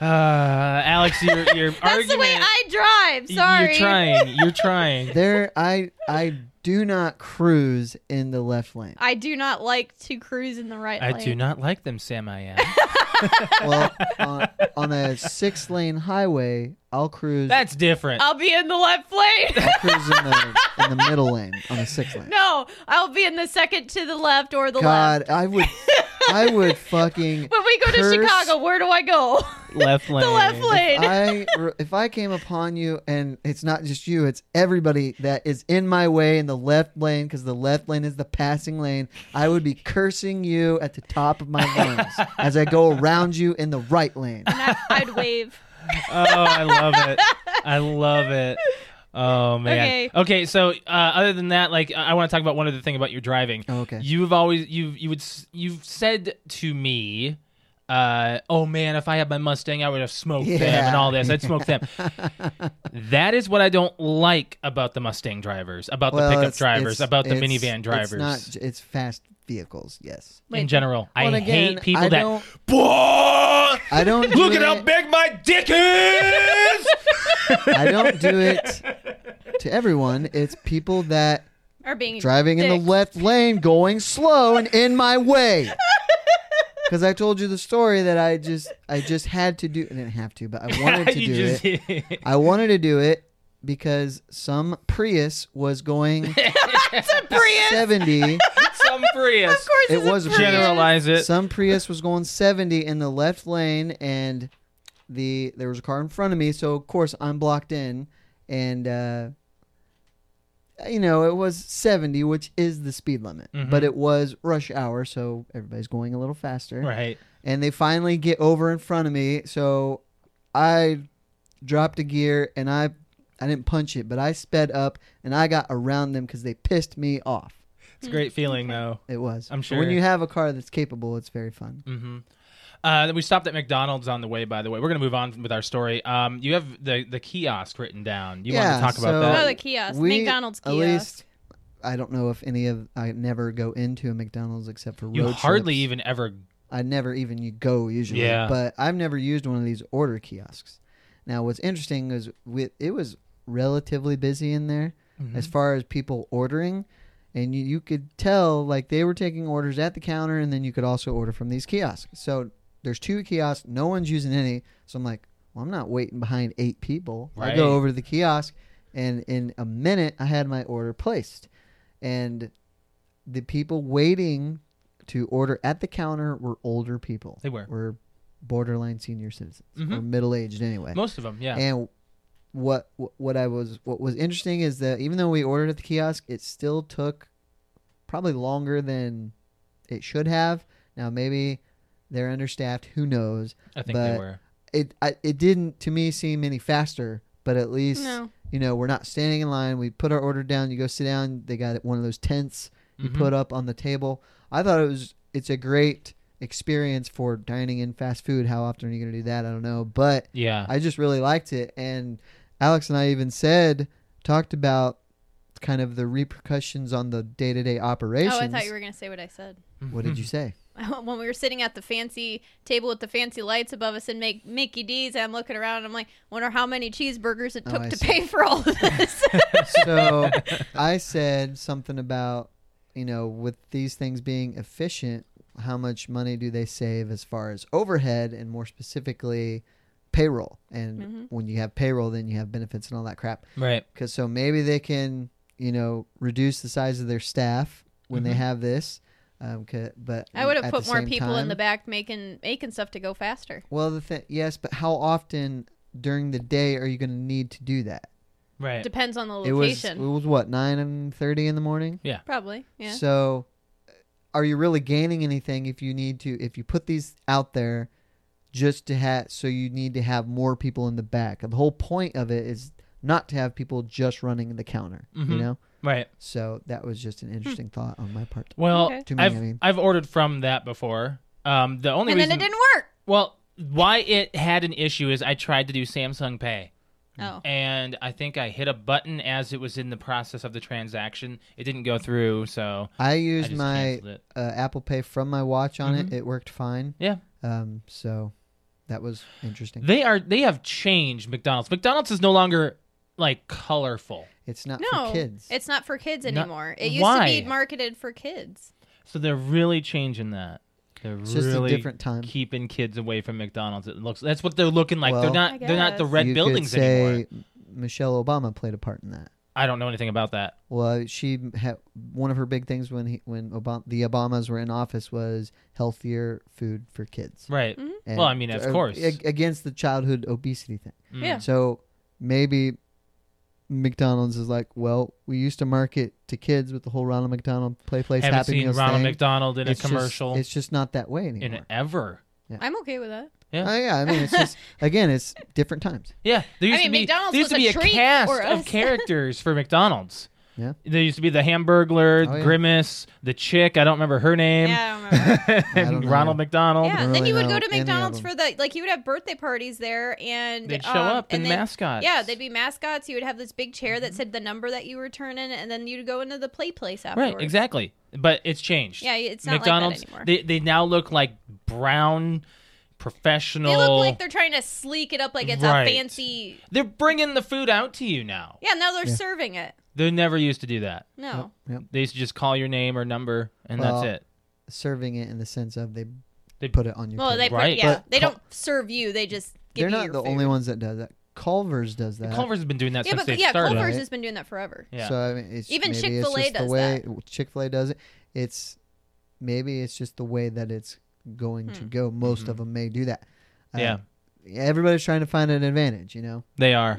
Speaker 3: Uh, Alex, your your
Speaker 1: That's
Speaker 3: argument.
Speaker 1: the way I drive. Sorry.
Speaker 3: You're trying. You're trying.
Speaker 2: There, I I do not cruise in the left lane.
Speaker 1: I do not like to cruise in the right
Speaker 3: I
Speaker 1: lane.
Speaker 3: do not like them, Sam. I am.
Speaker 2: Well, on, on a six lane highway, I'll cruise.
Speaker 3: That's different.
Speaker 1: I'll be in the left lane.
Speaker 2: I'll cruise in the, in the middle lane on a six lane.
Speaker 1: no, I'll be in the second to the left or the left.
Speaker 2: God, I would, I would fucking.
Speaker 1: When we go to
Speaker 2: curse-
Speaker 1: Chicago, where do I go?
Speaker 3: left lane.
Speaker 1: the left lane.
Speaker 2: I if I came upon you and it's not just you, it's everybody that is in my way in the left lane because the left lane is the passing lane. I would be cursing you at the top of my lungs as I go around you in the right lane.
Speaker 1: I, I'd wave.
Speaker 3: Oh, I love it. I love it. Oh man.
Speaker 1: Okay.
Speaker 3: Okay. so uh, other than that, like I want to talk about one other thing about your driving.
Speaker 2: Oh, okay.
Speaker 3: You've always you've you would s- you've said to me, uh, "Oh man, if I had my Mustang, I would have smoked them
Speaker 2: Yeah.
Speaker 3: and all this. I'd smoke them." that is what I don't like about the Mustang drivers, about
Speaker 2: Well,
Speaker 3: the pickup
Speaker 2: it's-
Speaker 3: drivers,
Speaker 2: it's-
Speaker 3: about the
Speaker 2: it's-
Speaker 3: minivan drivers.
Speaker 2: It's not. It's fast vehicles. Yes.
Speaker 3: in
Speaker 1: Wait.
Speaker 3: general, I
Speaker 2: Well, again,
Speaker 3: hate people
Speaker 2: I
Speaker 3: that.
Speaker 2: don't-
Speaker 3: Boy,
Speaker 2: I don't. do
Speaker 3: look at
Speaker 2: it-
Speaker 3: how big my dick is.
Speaker 2: I don't do it to everyone. It's people that
Speaker 1: Or being
Speaker 2: driving in
Speaker 1: dicks.
Speaker 2: the left lane, going slow and in my way. Because I told you the story that I just I just had to do. I didn't have to, but I wanted to
Speaker 3: You
Speaker 2: do
Speaker 3: just-
Speaker 2: it. I wanted to do it because some Prius was going
Speaker 1: Prius.
Speaker 2: seventy.
Speaker 3: some Prius.
Speaker 1: Of course,
Speaker 2: It
Speaker 1: it's a
Speaker 2: was a
Speaker 1: Prius.
Speaker 3: Generalize it.
Speaker 2: Some Prius was going 70 in the left lane, and the there was a car in front of me, so of course I'm blocked in, and uh, you know it was 70, which is the speed limit,
Speaker 3: Mhm.
Speaker 2: but it was rush hour, so everybody's going a little faster,
Speaker 3: right.
Speaker 2: and they finally get over in front of me, so I dropped a gear and I I didn't punch it, but I sped up and I got around them because they pissed me off.
Speaker 3: It's a great feeling though.
Speaker 2: It was.
Speaker 3: I'm
Speaker 2: But when
Speaker 3: sure.
Speaker 2: you have a car that's capable, it's very fun.
Speaker 3: Mm-hmm. Uh, we stopped at McDonald's on the way. By the way, we're gonna move on with our story. Um, you have the the kiosk written down. You want
Speaker 2: Yeah,
Speaker 3: to talk about
Speaker 2: so-
Speaker 1: Oh,
Speaker 3: that?
Speaker 1: the kiosk. McDonald's
Speaker 2: at
Speaker 1: kiosk.
Speaker 2: least, I don't know if any of I never go into a McDonald's except for road
Speaker 3: You hardly
Speaker 2: trips.
Speaker 3: even ever.
Speaker 2: I never even you go usually.
Speaker 3: Yeah.
Speaker 2: But I've never used one of these order kiosks. Now, what's interesting is we, it was relatively busy in there
Speaker 3: Mm-hmm.
Speaker 2: as far as people ordering, and you, you could tell like they were taking orders at the counter, and then you could also order from these kiosks. So there's two kiosks, no one's using any. So I'm like, well, I'm not waiting behind eight people. I
Speaker 3: Right.
Speaker 2: go over to the kiosk, and in a minute, I had my order placed, and the people waiting to order at the counter were older people.
Speaker 3: They were.
Speaker 2: were borderline senior citizens or
Speaker 3: Mhm.
Speaker 2: middle aged anyway.
Speaker 3: Most of them, yeah.
Speaker 2: And what what I was what was interesting is that even though we ordered at the kiosk, it still took probably longer than it should have. Now maybe they're understaffed. Who knows?
Speaker 3: I think they
Speaker 2: but-
Speaker 3: were.
Speaker 2: It I, it didn't to me seem any faster, but at least
Speaker 1: No.
Speaker 2: you know we're not standing in line. We put our order down. You go sit down. They got one of those tents you
Speaker 3: Mhm.
Speaker 2: put up on the table. I thought it was it's a great experience for dining in fast food. How often are you going to do that? I don't know, but
Speaker 3: Yeah.
Speaker 2: I just really liked it. And Alex and I even said talked about kind of the repercussions on the day to day operations.
Speaker 1: Oh, I thought you were going to say what I said.
Speaker 3: Mm-hmm.
Speaker 2: What did you say?
Speaker 1: when we were sitting at the fancy table with the fancy lights above us and make Mickey D's, I'm looking around and I'm like, wonder how many cheeseburgers it
Speaker 2: Oh,
Speaker 1: took
Speaker 2: I
Speaker 1: to
Speaker 2: see.
Speaker 1: pay for all of this.
Speaker 2: so I said something about, you know, with these things being efficient, how much money do they save as far as overhead and more specifically payroll? And
Speaker 1: Mhm.
Speaker 2: when you have payroll, then you have benefits and all that crap.
Speaker 3: Right.
Speaker 2: Because so maybe they can, you know, reduce the size of their staff when
Speaker 3: Mhm.
Speaker 2: they have this. Um, 'ca- but
Speaker 1: Mm-hmm. I would have
Speaker 2: at
Speaker 1: put
Speaker 2: the
Speaker 1: more
Speaker 2: same
Speaker 1: people in
Speaker 2: time-
Speaker 1: the back making making stuff to go faster.
Speaker 2: Well, the thing, yes, but how often during the day are you going to need to do that?
Speaker 3: Right.
Speaker 1: Depends on the
Speaker 2: It was it
Speaker 1: location,
Speaker 2: was what nine and thirty in the morning.
Speaker 1: probably. Yeah.
Speaker 2: So, uh, are you really gaining anything if you need to if you put these out there just to have so you need to have more people in the back? The whole point of it is not to have people just running the counter,
Speaker 3: Mhm.
Speaker 2: you know?
Speaker 3: Right.
Speaker 2: So that was just an
Speaker 1: Hmm.
Speaker 2: interesting thought on my part.
Speaker 3: Well,
Speaker 1: Okay.
Speaker 2: To me,
Speaker 3: I've
Speaker 2: I mean.
Speaker 3: I've ordered from that before. Um, the only
Speaker 1: And then
Speaker 3: reason
Speaker 1: it didn't work.
Speaker 3: well why it had an issue is I tried to do Samsung Pay. Mm.
Speaker 1: Oh.
Speaker 3: and I think I hit a button as it was in the process of the transaction. It didn't go through, so
Speaker 2: I
Speaker 3: I
Speaker 2: used
Speaker 3: just
Speaker 2: my
Speaker 3: canceled it. Mm-hmm.
Speaker 2: uh, Apple Pay from my watch on it. It worked fine.
Speaker 3: Yeah.
Speaker 2: Um. So that was interesting.
Speaker 3: They are they have changed McDonald's. McDonald's is no longer like colorful.
Speaker 2: It's not
Speaker 1: No,
Speaker 2: for kids.
Speaker 1: it's not for kids
Speaker 3: Not-
Speaker 1: anymore. it used
Speaker 3: Why?
Speaker 1: to be marketed for kids.
Speaker 3: So they're really changing that. They're
Speaker 2: It's just
Speaker 3: really
Speaker 2: a different time.
Speaker 3: keeping kids away from McDonald's. It looks that's what they're looking like. they're
Speaker 2: Well-
Speaker 3: not
Speaker 1: I
Speaker 3: they're not the
Speaker 1: guess.
Speaker 3: red
Speaker 2: you
Speaker 3: buildings
Speaker 2: could say
Speaker 3: anymore.
Speaker 2: Michelle Obama played a part in that.
Speaker 3: I don't know anything about that.
Speaker 2: Well, she had one of her big things when he, when Obama, the Obamas were in office was healthier food for kids.
Speaker 3: Right.
Speaker 2: And-
Speaker 3: Mm, Well, I mean, of
Speaker 2: uh,
Speaker 3: course.
Speaker 2: ag- against the childhood obesity thing.
Speaker 3: Mm.
Speaker 1: Yeah.
Speaker 2: So maybe McDonald's is like, well, we used to market to kids with the whole Ronald McDonald play place
Speaker 3: Haven't
Speaker 2: happy
Speaker 3: seen
Speaker 2: meals
Speaker 3: Ronald
Speaker 2: thing.
Speaker 3: McDonald in
Speaker 2: it's
Speaker 3: a commercial
Speaker 2: Just, it's just not that way anymore.
Speaker 3: in ever.
Speaker 1: I'm okay with that.
Speaker 3: Yeah.
Speaker 2: Oh, yeah, I mean, it's just again, it's different times.
Speaker 3: Yeah, there
Speaker 1: I
Speaker 3: used
Speaker 1: mean,
Speaker 3: to be
Speaker 1: McDonald's
Speaker 3: there used
Speaker 1: was
Speaker 3: to be
Speaker 1: a
Speaker 3: a,
Speaker 1: treat
Speaker 3: cast
Speaker 1: for
Speaker 3: of
Speaker 1: us.
Speaker 3: characters for McDonald's.
Speaker 2: Yeah.
Speaker 3: There used to be the Hamburglar,
Speaker 2: Oh, yeah.
Speaker 3: Grimace, the chick. I don't remember her name.
Speaker 1: Yeah, I don't remember.
Speaker 2: I don't know.
Speaker 3: Ronald McDonald.
Speaker 1: yeah.
Speaker 2: don't
Speaker 1: Then
Speaker 2: really
Speaker 1: you would
Speaker 2: know
Speaker 1: go to
Speaker 2: any of
Speaker 1: McDonald's
Speaker 2: them.
Speaker 1: for the like you would have birthday parties there, and
Speaker 3: They'd show
Speaker 1: um,
Speaker 3: up in
Speaker 1: and then-
Speaker 3: mascots.
Speaker 1: Yeah, they'd be mascots. You would have this big chair
Speaker 2: Mm-hmm.
Speaker 1: that said the number that you were turning, and then you'd go into the play place afterwards.
Speaker 3: right, exactly. But it's changed.
Speaker 1: Yeah, it's not like that
Speaker 3: McDonald's,
Speaker 1: anymore.
Speaker 3: They they now look like brown professional.
Speaker 1: They look like they're trying to sleek it up, like it's
Speaker 3: Right.
Speaker 1: a fancy.
Speaker 3: They're bringing the food out to you now.
Speaker 1: Yeah, now they're
Speaker 2: Yeah.
Speaker 1: serving it.
Speaker 3: They never used to do that.
Speaker 1: No,
Speaker 2: Yep.
Speaker 3: They used to just call your name or number, and
Speaker 2: Well,
Speaker 3: that's it.
Speaker 2: Serving it in the sense of they,
Speaker 3: They-
Speaker 2: put it on your.
Speaker 1: well,
Speaker 2: plate.
Speaker 1: they put-
Speaker 3: Right.
Speaker 1: yeah,
Speaker 2: But
Speaker 1: they
Speaker 2: Cul-
Speaker 1: don't serve you. They just give
Speaker 2: They're
Speaker 1: you
Speaker 2: not
Speaker 1: your
Speaker 2: the
Speaker 1: food.
Speaker 2: only ones that does that. Culver's does that.
Speaker 3: Culver's has been doing that
Speaker 1: Yeah,
Speaker 3: since
Speaker 1: but
Speaker 3: they
Speaker 1: yeah,
Speaker 3: started.
Speaker 1: Culver's
Speaker 2: Right.
Speaker 1: has been doing that forever.
Speaker 3: Yeah.
Speaker 2: So I mean, it's,
Speaker 1: Even
Speaker 2: maybe
Speaker 1: Chick-fil-A
Speaker 2: it's just
Speaker 1: does
Speaker 2: the way Chick Fil A does it. It's maybe it's just the way that it's going
Speaker 1: Hmm.
Speaker 2: to go. Most of them may do that. Uh,
Speaker 3: Mm-hmm. Yeah.
Speaker 2: Everybody's trying to find an advantage, you know.
Speaker 3: They are.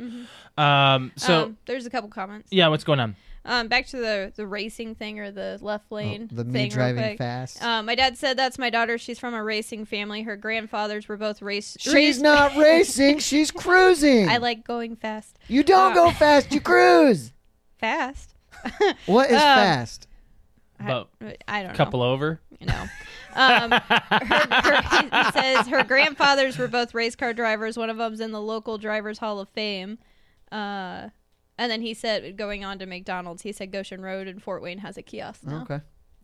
Speaker 3: Um,
Speaker 1: Mm-hmm.
Speaker 3: so
Speaker 1: um, there's a couple comments.
Speaker 3: yeah, what's going on?
Speaker 1: Um, back to the the racing thing or the left
Speaker 2: Oh,
Speaker 1: lane.
Speaker 2: the
Speaker 1: thing
Speaker 2: me
Speaker 1: real
Speaker 2: driving
Speaker 1: quick.
Speaker 2: fast.
Speaker 1: Um, my dad said that's my daughter. She's from a racing family. Her grandfathers were both race.
Speaker 2: she's
Speaker 1: race-
Speaker 2: not racing. She's cruising.
Speaker 1: I like going fast.
Speaker 2: you don't
Speaker 1: uh,
Speaker 2: go fast. You cruise.
Speaker 1: Fast.
Speaker 2: What is
Speaker 1: Um,
Speaker 2: fast?
Speaker 3: About
Speaker 1: I, I don't
Speaker 3: a couple over.
Speaker 1: know. No. Um, her, her, he says her grandfathers were both race car drivers. One of them's in the local drivers hall of fame. Uh, and then he said, going on to McDonald's, he said Goshen Road in Fort Wayne has a kiosk now.
Speaker 2: Okay.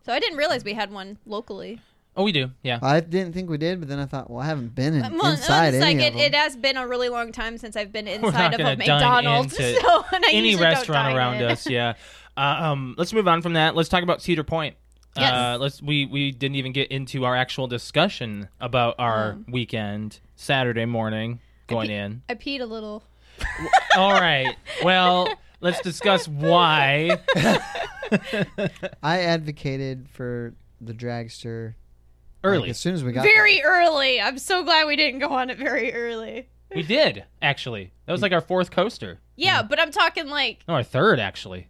Speaker 1: So I didn't realize we had one locally.
Speaker 3: Oh, we do. Yeah.
Speaker 2: I didn't think we did, but then I thought, well, I haven't been in,
Speaker 1: Uh, Well,
Speaker 2: inside
Speaker 1: it's
Speaker 2: any
Speaker 1: like
Speaker 2: of
Speaker 1: it,
Speaker 2: them.
Speaker 1: it has been a really long time since I've been
Speaker 3: We're
Speaker 1: inside
Speaker 3: not
Speaker 1: of
Speaker 3: gonna
Speaker 1: a
Speaker 3: dine
Speaker 1: McDonald's.
Speaker 3: into
Speaker 1: So, and I
Speaker 3: Any
Speaker 1: usually don't
Speaker 3: restaurant
Speaker 1: dine
Speaker 3: around
Speaker 1: in.
Speaker 3: us. Yeah. Uh, um, let's move on from that. Let's talk about Cedar Point.
Speaker 1: Yes.
Speaker 3: Uh, let's. We we didn't even get into our actual discussion about our
Speaker 1: Um.
Speaker 3: weekend Saturday morning going
Speaker 1: pe-
Speaker 3: in.
Speaker 1: I peed a little.
Speaker 3: All right. Well, let's discuss why.
Speaker 2: I advocated for the dragster like,
Speaker 3: Early.
Speaker 2: as soon as we got
Speaker 1: Very early. I'm so glad we didn't go on it very early.
Speaker 3: we did actually. That
Speaker 1: Mm.
Speaker 3: was like our fourth coaster.
Speaker 1: Yeah, but I'm talking like
Speaker 3: No, our third actually.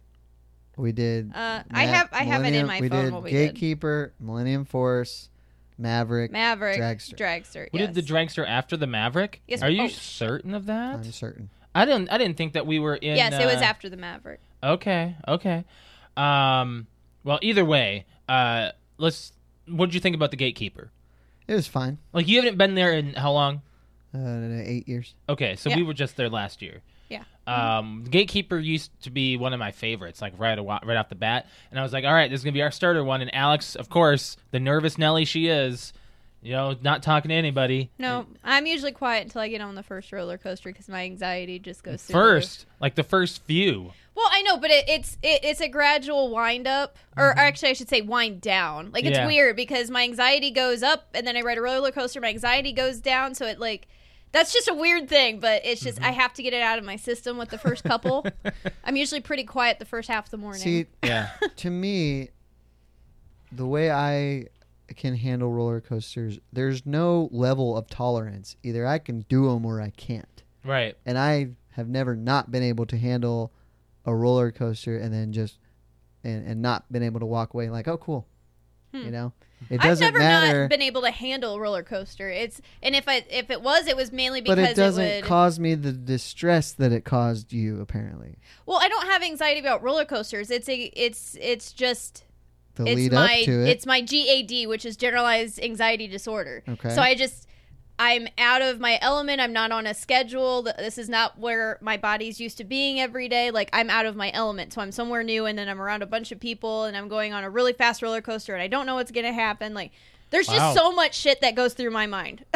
Speaker 2: there. we did.
Speaker 1: Uh, I
Speaker 2: Ma-
Speaker 1: have- I have it in
Speaker 2: Millennium-
Speaker 1: my
Speaker 2: we
Speaker 1: phone
Speaker 2: Did
Speaker 1: what we did.
Speaker 2: Gatekeeper, Millennium Force, Maverick.
Speaker 1: Maverick
Speaker 2: Dragster.
Speaker 1: Dragster.
Speaker 3: We
Speaker 1: yes.
Speaker 3: did the dragster after the Maverick.
Speaker 1: Yes,
Speaker 3: Are you
Speaker 1: oh.
Speaker 3: certain of that?
Speaker 2: I'm certain.
Speaker 3: I didn't. I didn't think that we were in.
Speaker 1: yes, it was
Speaker 3: uh,
Speaker 1: after the Maverick.
Speaker 3: Okay, okay. Um, well, either way, uh, let's. What did you think about the gatekeeper?
Speaker 2: It was fine.
Speaker 3: Like, you haven't been there in how long?
Speaker 2: Uh, eight years.
Speaker 3: Okay, so
Speaker 1: Yeah.
Speaker 3: we were just there last year.
Speaker 1: Yeah.
Speaker 3: Um, Gatekeeper used to be one of my favorites, like right awa- right off the bat, and I was like, all right, this is gonna be our starter one. And Alex, of course, the nervous Nelly she is, you know, not talking to anybody.
Speaker 1: No, I'm usually quiet until I get on the first roller coaster because my anxiety just goes through the roof.
Speaker 3: First, like the first few.
Speaker 1: Well, I know, but it, it's it, it's a gradual wind up, or
Speaker 2: Mm-hmm.
Speaker 1: actually, I should say wind down. Like it's
Speaker 3: Yeah.
Speaker 1: weird because my anxiety goes up, and then I ride a roller coaster, my anxiety goes down. So it like that's just a weird thing, but it's just I
Speaker 2: Mm-hmm.
Speaker 1: have to get it out of my system with the first couple. I'm usually pretty quiet the first half of the morning.
Speaker 2: See,
Speaker 3: Yeah.
Speaker 2: to me, the way I can handle roller coasters, there's no level of tolerance. Either I can do them or I can't.
Speaker 3: right.
Speaker 2: And I have never not been able to handle a roller coaster and then just and, and not been able to walk away like, oh, cool. You know, it
Speaker 1: Hmm. I've
Speaker 2: doesn't
Speaker 1: never
Speaker 2: matter,
Speaker 1: not been able to handle a roller coaster. It's and if I if it was, it was mainly because
Speaker 2: but it doesn't
Speaker 1: would,
Speaker 2: cause me the distress that it caused you. Apparently,
Speaker 1: Well, I don't have anxiety about roller coasters. It's a it's it's just
Speaker 2: the
Speaker 1: it's
Speaker 2: lead
Speaker 1: my
Speaker 2: up to it.
Speaker 1: it's my GAD, which is generalized anxiety disorder.
Speaker 2: Okay.
Speaker 1: So I just I'm out of my element. I'm not on a schedule. Th- This is not where my body's used to being every day. Like I'm out of my element. So I'm somewhere new and then I'm around a bunch of people and I'm going on a really fast roller coaster and I don't know what's going to happen. Like there's
Speaker 3: Wow.
Speaker 1: just so much shit that goes through my mind.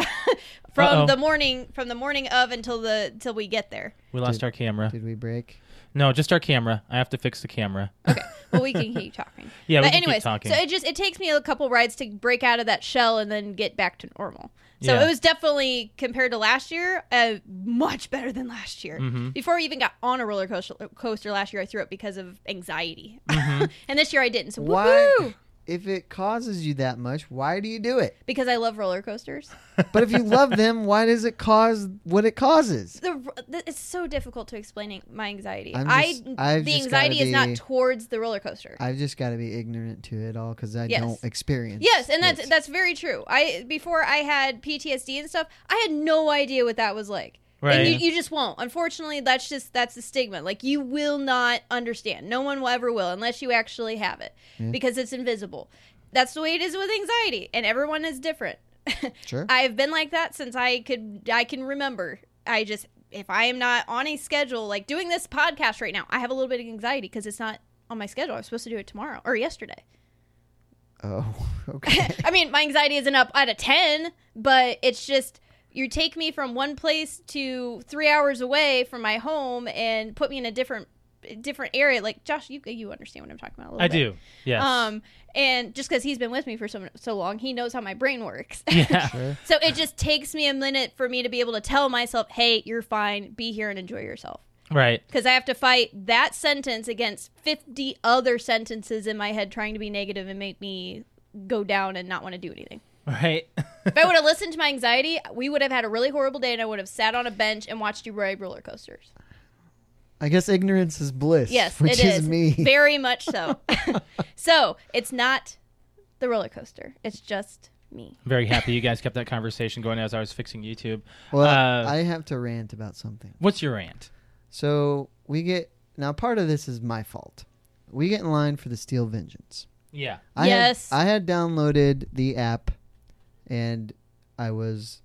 Speaker 1: from
Speaker 3: Uh-oh.
Speaker 1: the morning from the morning of until the till we get there.
Speaker 3: We lost our camera.
Speaker 2: Did we break?
Speaker 3: No, just our camera. I have to fix the camera.
Speaker 1: Okay. Well, we can keep talking.
Speaker 3: Yeah, we
Speaker 1: but
Speaker 3: can keep
Speaker 1: anyways,
Speaker 3: talking.
Speaker 1: so it just it takes me a couple rides to break out of that shell and then get back to normal. So
Speaker 3: Yeah.
Speaker 1: it was definitely compared to last year, uh, much better than last year.
Speaker 3: Mm-hmm.
Speaker 1: Before I even got on a roller coaster, coaster last year, I threw up because of anxiety,
Speaker 3: Mm-hmm.
Speaker 1: and this year I didn't. So
Speaker 2: Why?
Speaker 1: woo
Speaker 2: If it causes you that much, why do you do it?
Speaker 1: Because I love roller coasters.
Speaker 2: But if you love them, why does it cause what it causes?
Speaker 1: The, the, it's so difficult to explain my anxiety.
Speaker 2: I'm
Speaker 1: I
Speaker 2: just- I've
Speaker 1: the
Speaker 2: just
Speaker 1: anxiety
Speaker 2: gotta
Speaker 1: is not
Speaker 2: be-
Speaker 1: towards the roller coaster.
Speaker 2: I've just got to be ignorant to it all because I
Speaker 1: Yes.
Speaker 2: don't experience.
Speaker 1: Yes, and that's
Speaker 2: it.
Speaker 1: that's very true. I before I had PTSD and stuff, I had no idea what that was like. And
Speaker 3: Right.
Speaker 1: you, you just won't. Unfortunately, that's just that's the stigma. Like you will not understand. No one will ever will unless you actually have it
Speaker 2: Yeah.
Speaker 1: because it's invisible. That's the way it is with anxiety, and everyone is different.
Speaker 2: sure.
Speaker 1: I've been like that since I could I can remember. I just if I am not on a schedule, like doing this podcast right now, I have a little bit of anxiety because it's not on my schedule. I was supposed to do it tomorrow or yesterday.
Speaker 2: oh, okay.
Speaker 1: I mean, my anxiety isn't up out of 10, but it's just you take me from one place to three hours away from my home and put me in a different different area. Like Josh, you you understand what I'm talking about a little
Speaker 3: I
Speaker 1: bit.
Speaker 3: do. Yes.
Speaker 1: Um, and just because he's been with me for so so long, he knows how my brain works.
Speaker 3: yeah.
Speaker 2: sure.
Speaker 1: so it just takes me a minute for me to be able to tell myself, "Hey, you're fine. Be here and enjoy yourself."
Speaker 3: Right.
Speaker 1: Because I have to fight that sentence against 50 other sentences in my head trying to be negative and make me go down and not want to do anything.
Speaker 3: Right.
Speaker 1: If I would have listened to my anxiety, we would have had a really horrible day, and I would have sat on a bench and watched you ride roller coasters.
Speaker 2: I guess ignorance is bliss.
Speaker 1: Yes,
Speaker 2: which
Speaker 1: it is,
Speaker 2: me.
Speaker 1: very much so. so it's not the roller coaster; it's just me.
Speaker 3: Very happy you guys kept that conversation going as I was fixing YouTube.
Speaker 2: well,
Speaker 3: uh,
Speaker 2: I have to rant about something.
Speaker 3: What's your rant?
Speaker 2: So we get now. Part of this is my fault. We get in line for the Steel Vengeance.
Speaker 3: Yeah.
Speaker 2: I
Speaker 1: Yes.
Speaker 2: Had, I had downloaded the app, and I was.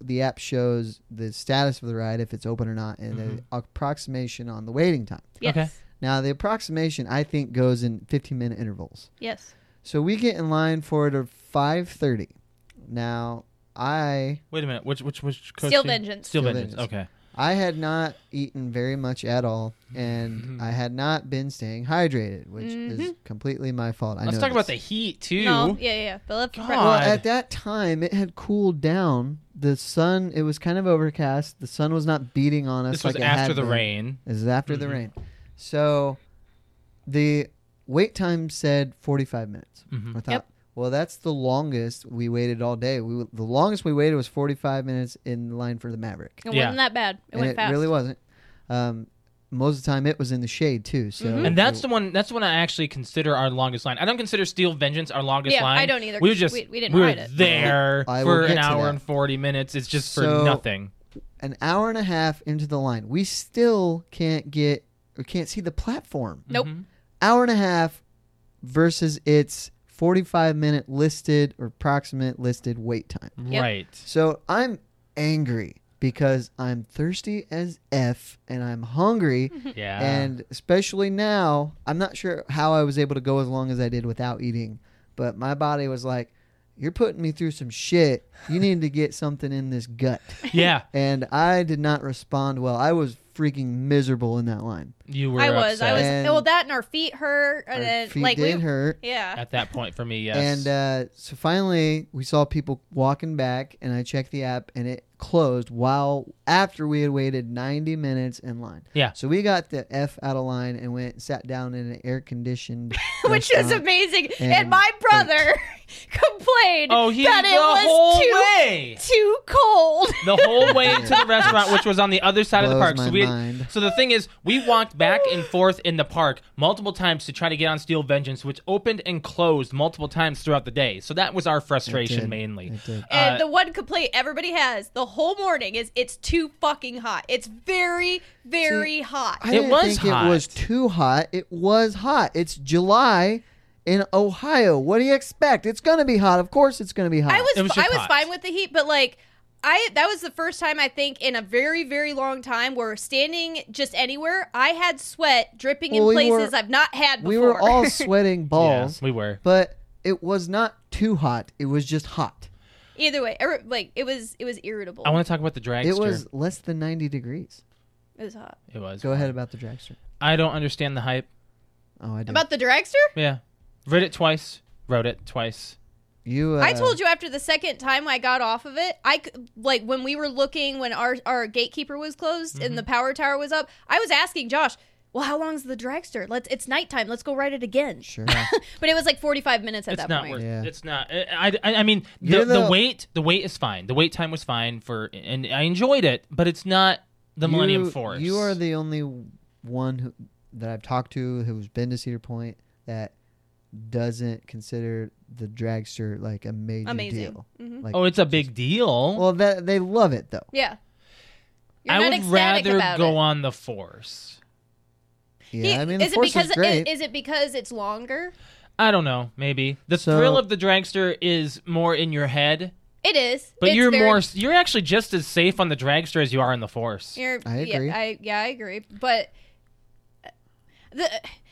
Speaker 2: The app shows the status of the ride, if it's open or not, and the
Speaker 3: Mm-hmm.
Speaker 2: approximation on the waiting time.
Speaker 1: Yes,
Speaker 3: Okay.
Speaker 2: Now, the approximation I think goes in 15 minute intervals.
Speaker 1: yes.
Speaker 2: So we get in line for it at 5:30. Now, I
Speaker 3: Wait a minute. Which which which coach?
Speaker 1: Steel
Speaker 3: you-
Speaker 1: Vengeance.
Speaker 3: Steel
Speaker 2: Steel
Speaker 3: Vengeance.
Speaker 2: Vengeance.
Speaker 3: Okay.
Speaker 2: I had not eaten very much at all, and I had not been staying hydrated, which is completely my fault. I
Speaker 3: Let's
Speaker 2: know
Speaker 3: talk about the
Speaker 2: this.
Speaker 3: heat too.
Speaker 1: No, yeah, yeah, yeah. But let's-
Speaker 3: God.
Speaker 2: Well, at that time, it had cooled down. The sun, it was kind of overcast. The sun was not beating on us.
Speaker 3: This
Speaker 2: like
Speaker 3: was
Speaker 2: it
Speaker 3: after
Speaker 2: had
Speaker 3: the
Speaker 2: been.
Speaker 3: rain. Mm-hmm.
Speaker 2: This is after the rain. So the wait time said 45 minutes.
Speaker 3: Mm-hmm.
Speaker 2: I thought,
Speaker 1: Yep.
Speaker 2: well, that's the longest we waited all day. We The longest we waited was 45 minutes in line for the Maverick.
Speaker 1: It
Speaker 3: Yeah.
Speaker 1: wasn't that bad. It
Speaker 2: and
Speaker 1: went
Speaker 2: it
Speaker 1: fast.
Speaker 2: really wasn't. Um, most of the time, it was in the shade, too. So
Speaker 1: Mhm.
Speaker 3: And that's the one. That's the one I actually consider our longest line. I don't consider Steel Vengeance our longest
Speaker 1: Yeah, I
Speaker 3: line.
Speaker 1: don't either,
Speaker 3: We were
Speaker 1: 'cause
Speaker 3: just
Speaker 1: we- we didn't
Speaker 3: were
Speaker 1: ride it.
Speaker 3: there
Speaker 2: I will
Speaker 3: for
Speaker 2: get
Speaker 3: an
Speaker 2: to
Speaker 3: hour
Speaker 2: that.
Speaker 3: and forty minutes. It's just for
Speaker 2: So-
Speaker 3: nothing.
Speaker 2: an hour and a half into the line. We still can't get or can't see the platform.
Speaker 1: nope.
Speaker 2: hour and a half versus its 45 minute listed or approximate listed wait time.
Speaker 1: Yep.
Speaker 3: Right.
Speaker 2: So I'm angry. because I'm thirsty as F and I'm hungry.
Speaker 3: Yeah.
Speaker 2: And especially now, I'm not sure how I was able to go as long as I did without eating, but my body was like, You're putting me through some shit. You need to get something in this gut.
Speaker 3: yeah,
Speaker 2: And I did not respond well. I was freaking miserable in that line.
Speaker 3: you were
Speaker 1: I was. I was.
Speaker 3: upset
Speaker 2: And-
Speaker 1: well, that and our feet hurt, and
Speaker 2: Our
Speaker 1: then
Speaker 2: feet
Speaker 1: like
Speaker 2: did
Speaker 1: we,
Speaker 2: hurt.
Speaker 1: yeah,
Speaker 3: at that point for me. Yes.
Speaker 2: And uh, so finally, we saw people walking back, and I checked the app, and it closed while after we had waited 90 minutes in line.
Speaker 3: Yeah.
Speaker 2: So we got the F out of line and went and sat down in an air conditioned.
Speaker 1: which was amazing. And,
Speaker 2: and
Speaker 1: my brother complained
Speaker 3: oh, he
Speaker 1: that
Speaker 3: the
Speaker 1: it was
Speaker 3: whole
Speaker 1: too
Speaker 3: way.
Speaker 1: too cold.
Speaker 3: The whole way to the restaurant, which was on the other side of the
Speaker 2: Blows
Speaker 3: park.
Speaker 2: my
Speaker 3: So we,
Speaker 2: mind.
Speaker 3: so the thing is, we walked back and forth in the park multiple times to try to get on Steel Vengeance, which opened and closed multiple times throughout the day. So that was our frustration
Speaker 2: did.
Speaker 3: mainly.
Speaker 2: It did.
Speaker 1: And
Speaker 3: Uh,
Speaker 1: the one complaint everybody has the whole morning is it's too fucking hot. It's very, very hot.
Speaker 2: I
Speaker 3: It
Speaker 2: didn't
Speaker 3: was
Speaker 2: think
Speaker 3: hot.
Speaker 2: it was too hot. It was hot. It's July in Ohio. What do you expect? It's going to be hot. Of course, it's going to be hot.
Speaker 1: I was,
Speaker 3: It was
Speaker 1: I
Speaker 3: just
Speaker 1: was
Speaker 3: hot.
Speaker 1: fine with the heat, but like I that was the first time I think in a very, very long time where standing just anywhere, I had sweat dripping in
Speaker 2: Well, we
Speaker 1: places
Speaker 2: were-
Speaker 1: I've not had before.
Speaker 2: we were all sweating balls,
Speaker 3: yeah, we were.
Speaker 2: but it was not too hot. It was just hot.
Speaker 1: either way. er, like it was it was irritable.
Speaker 3: I want to talk about the dragster.
Speaker 2: It was less than 90 degrees.
Speaker 1: it was hot.
Speaker 3: It was.
Speaker 2: Go ahead about the dragster.
Speaker 3: I don't understand the hype.
Speaker 2: Oh, I did.
Speaker 1: About the dragster?
Speaker 3: Yeah. Read it twice. Wrote it twice.
Speaker 2: you, uh,
Speaker 1: I told you after the second time I got off of it, I c- like when we were looking when our our gatekeeper was closed and the power tower was up. I was asking Josh, "Well, how long's the dragster? Let's it's nighttime. Let's go ride it again."
Speaker 2: Sure.
Speaker 1: But it was like forty five minutes at
Speaker 3: It's
Speaker 1: that
Speaker 3: not
Speaker 1: point.
Speaker 3: worth.
Speaker 2: Yeah.
Speaker 3: it. It's not. eh, I, I, I mean, the,
Speaker 2: You're
Speaker 3: the
Speaker 2: the-
Speaker 3: wait the wait is fine. The wait time was fine for, and I enjoyed it, but it's not the Millennium
Speaker 2: You-
Speaker 3: Force.
Speaker 2: You are the only one who, that I've talked to who's been to Cedar Point that doesn't consider the dragster like a major
Speaker 1: Amazing.
Speaker 2: deal.
Speaker 1: Mhm.
Speaker 2: Like,
Speaker 3: Oh, it's a big deal.
Speaker 2: well, that they love it though.
Speaker 1: Yeah, you're
Speaker 3: I
Speaker 1: not
Speaker 3: would
Speaker 1: ecstatic
Speaker 3: rather
Speaker 1: about
Speaker 3: go
Speaker 1: it.
Speaker 3: on the Force.
Speaker 2: Yeah,
Speaker 1: He-
Speaker 2: I mean, the
Speaker 1: is it
Speaker 2: force
Speaker 1: because
Speaker 2: is great.
Speaker 1: Is, it because it's longer?
Speaker 3: I don't know. Maybe the
Speaker 2: So-
Speaker 3: thrill of the dragster is more in your head,
Speaker 1: It is,
Speaker 3: but
Speaker 1: It's
Speaker 3: you're
Speaker 1: very-
Speaker 3: more. You're actually just as safe on the dragster as you are on the Force.
Speaker 1: You're,
Speaker 2: I agree.
Speaker 1: Yeah, I, yeah, I agree. But uh, the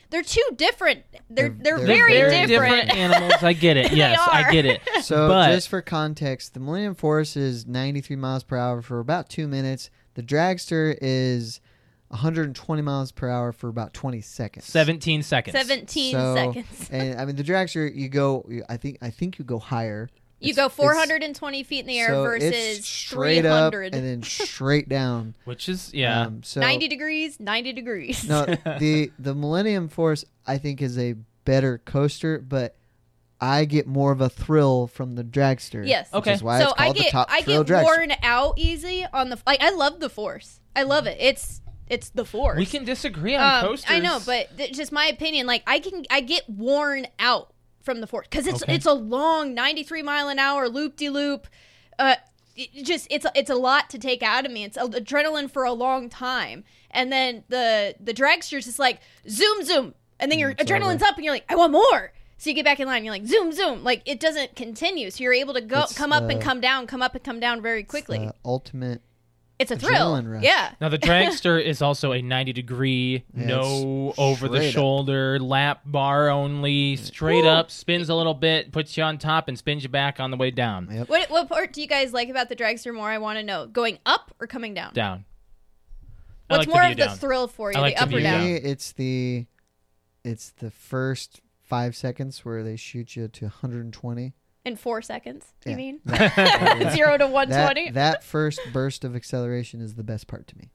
Speaker 1: they're two different. They're they're,
Speaker 2: They're- they're
Speaker 1: very,
Speaker 2: very
Speaker 1: different.
Speaker 3: animals. I get it.
Speaker 1: They
Speaker 3: Yes, I
Speaker 1: are.
Speaker 3: get it.
Speaker 2: so,
Speaker 3: but-
Speaker 2: just for context, the Millennium Force is 93 miles per hour for about two minutes. The dragster is 120 miles per hour for about 20 seconds.
Speaker 3: Seventeen seconds.
Speaker 1: Seventeen
Speaker 2: So-
Speaker 1: seconds.
Speaker 2: and I mean the dragster, you go. you- I think I think you go higher.
Speaker 1: You
Speaker 2: It's-
Speaker 1: go
Speaker 2: it's-
Speaker 1: 420 feet in the air
Speaker 2: so
Speaker 1: versus
Speaker 2: it's straight up and
Speaker 1: 300.
Speaker 2: then straight down.
Speaker 3: Which is yeah.
Speaker 2: Um, so
Speaker 1: 90 degrees, 90 degrees.
Speaker 2: no, the the Millennium Force I think is a better coaster, but I get more of a thrill from the dragster.
Speaker 1: Yes.
Speaker 2: which
Speaker 3: Okay.
Speaker 2: is why
Speaker 1: so
Speaker 2: it's
Speaker 1: I
Speaker 2: called the
Speaker 1: get
Speaker 2: top
Speaker 1: I
Speaker 2: thrill
Speaker 1: get
Speaker 2: dragster.
Speaker 1: worn out easy on the like I love the force. I love it. It's it's the force.
Speaker 3: we can disagree on
Speaker 1: um,
Speaker 3: coasters.
Speaker 1: I know, but th- just my opinion like I can I get worn out from the force cuz it's
Speaker 3: Okay.
Speaker 1: it's a long 93 mile an hour loop de loop uh it just it's it's a lot to take out of me. It's adrenaline for a long time. And then the the dragster's just like zoom zoom and then your
Speaker 2: it's over.
Speaker 1: adrenaline's up and you're like I want more. So you get back in line, you're like zoom zoom, like it doesn't continue. So you're able to go
Speaker 2: It's
Speaker 1: come up and
Speaker 2: the-
Speaker 1: come down, come up and come down very
Speaker 2: It's the
Speaker 1: quickly.
Speaker 2: ultimate.
Speaker 1: It's, a thrill.
Speaker 2: adrenaline rush.
Speaker 1: Yeah.
Speaker 3: Now the dragster is also a 90 degree,
Speaker 2: Yeah,
Speaker 3: no
Speaker 2: it's
Speaker 3: over the
Speaker 2: straight up.
Speaker 3: shoulder, lap bar only, straight up, spins a little bit, puts you on top and spins you back on the way down.
Speaker 2: Yep.
Speaker 1: What what part do you guys like about the dragster more? I want to know. Going up or coming down?
Speaker 3: Down. I
Speaker 1: What's
Speaker 3: like
Speaker 1: more
Speaker 3: the view
Speaker 1: of the
Speaker 3: down.
Speaker 1: thrill for you,
Speaker 3: I like
Speaker 1: the
Speaker 3: the
Speaker 1: up
Speaker 3: view
Speaker 1: or
Speaker 2: For
Speaker 1: down?
Speaker 2: me, it's the it's the first five seconds where they shoot you to 120.
Speaker 1: In four seconds,
Speaker 2: Yeah.
Speaker 1: you mean?
Speaker 2: That-
Speaker 1: Zero to one
Speaker 2: that,
Speaker 1: twenty.
Speaker 2: that first burst of acceleration is the best part to me.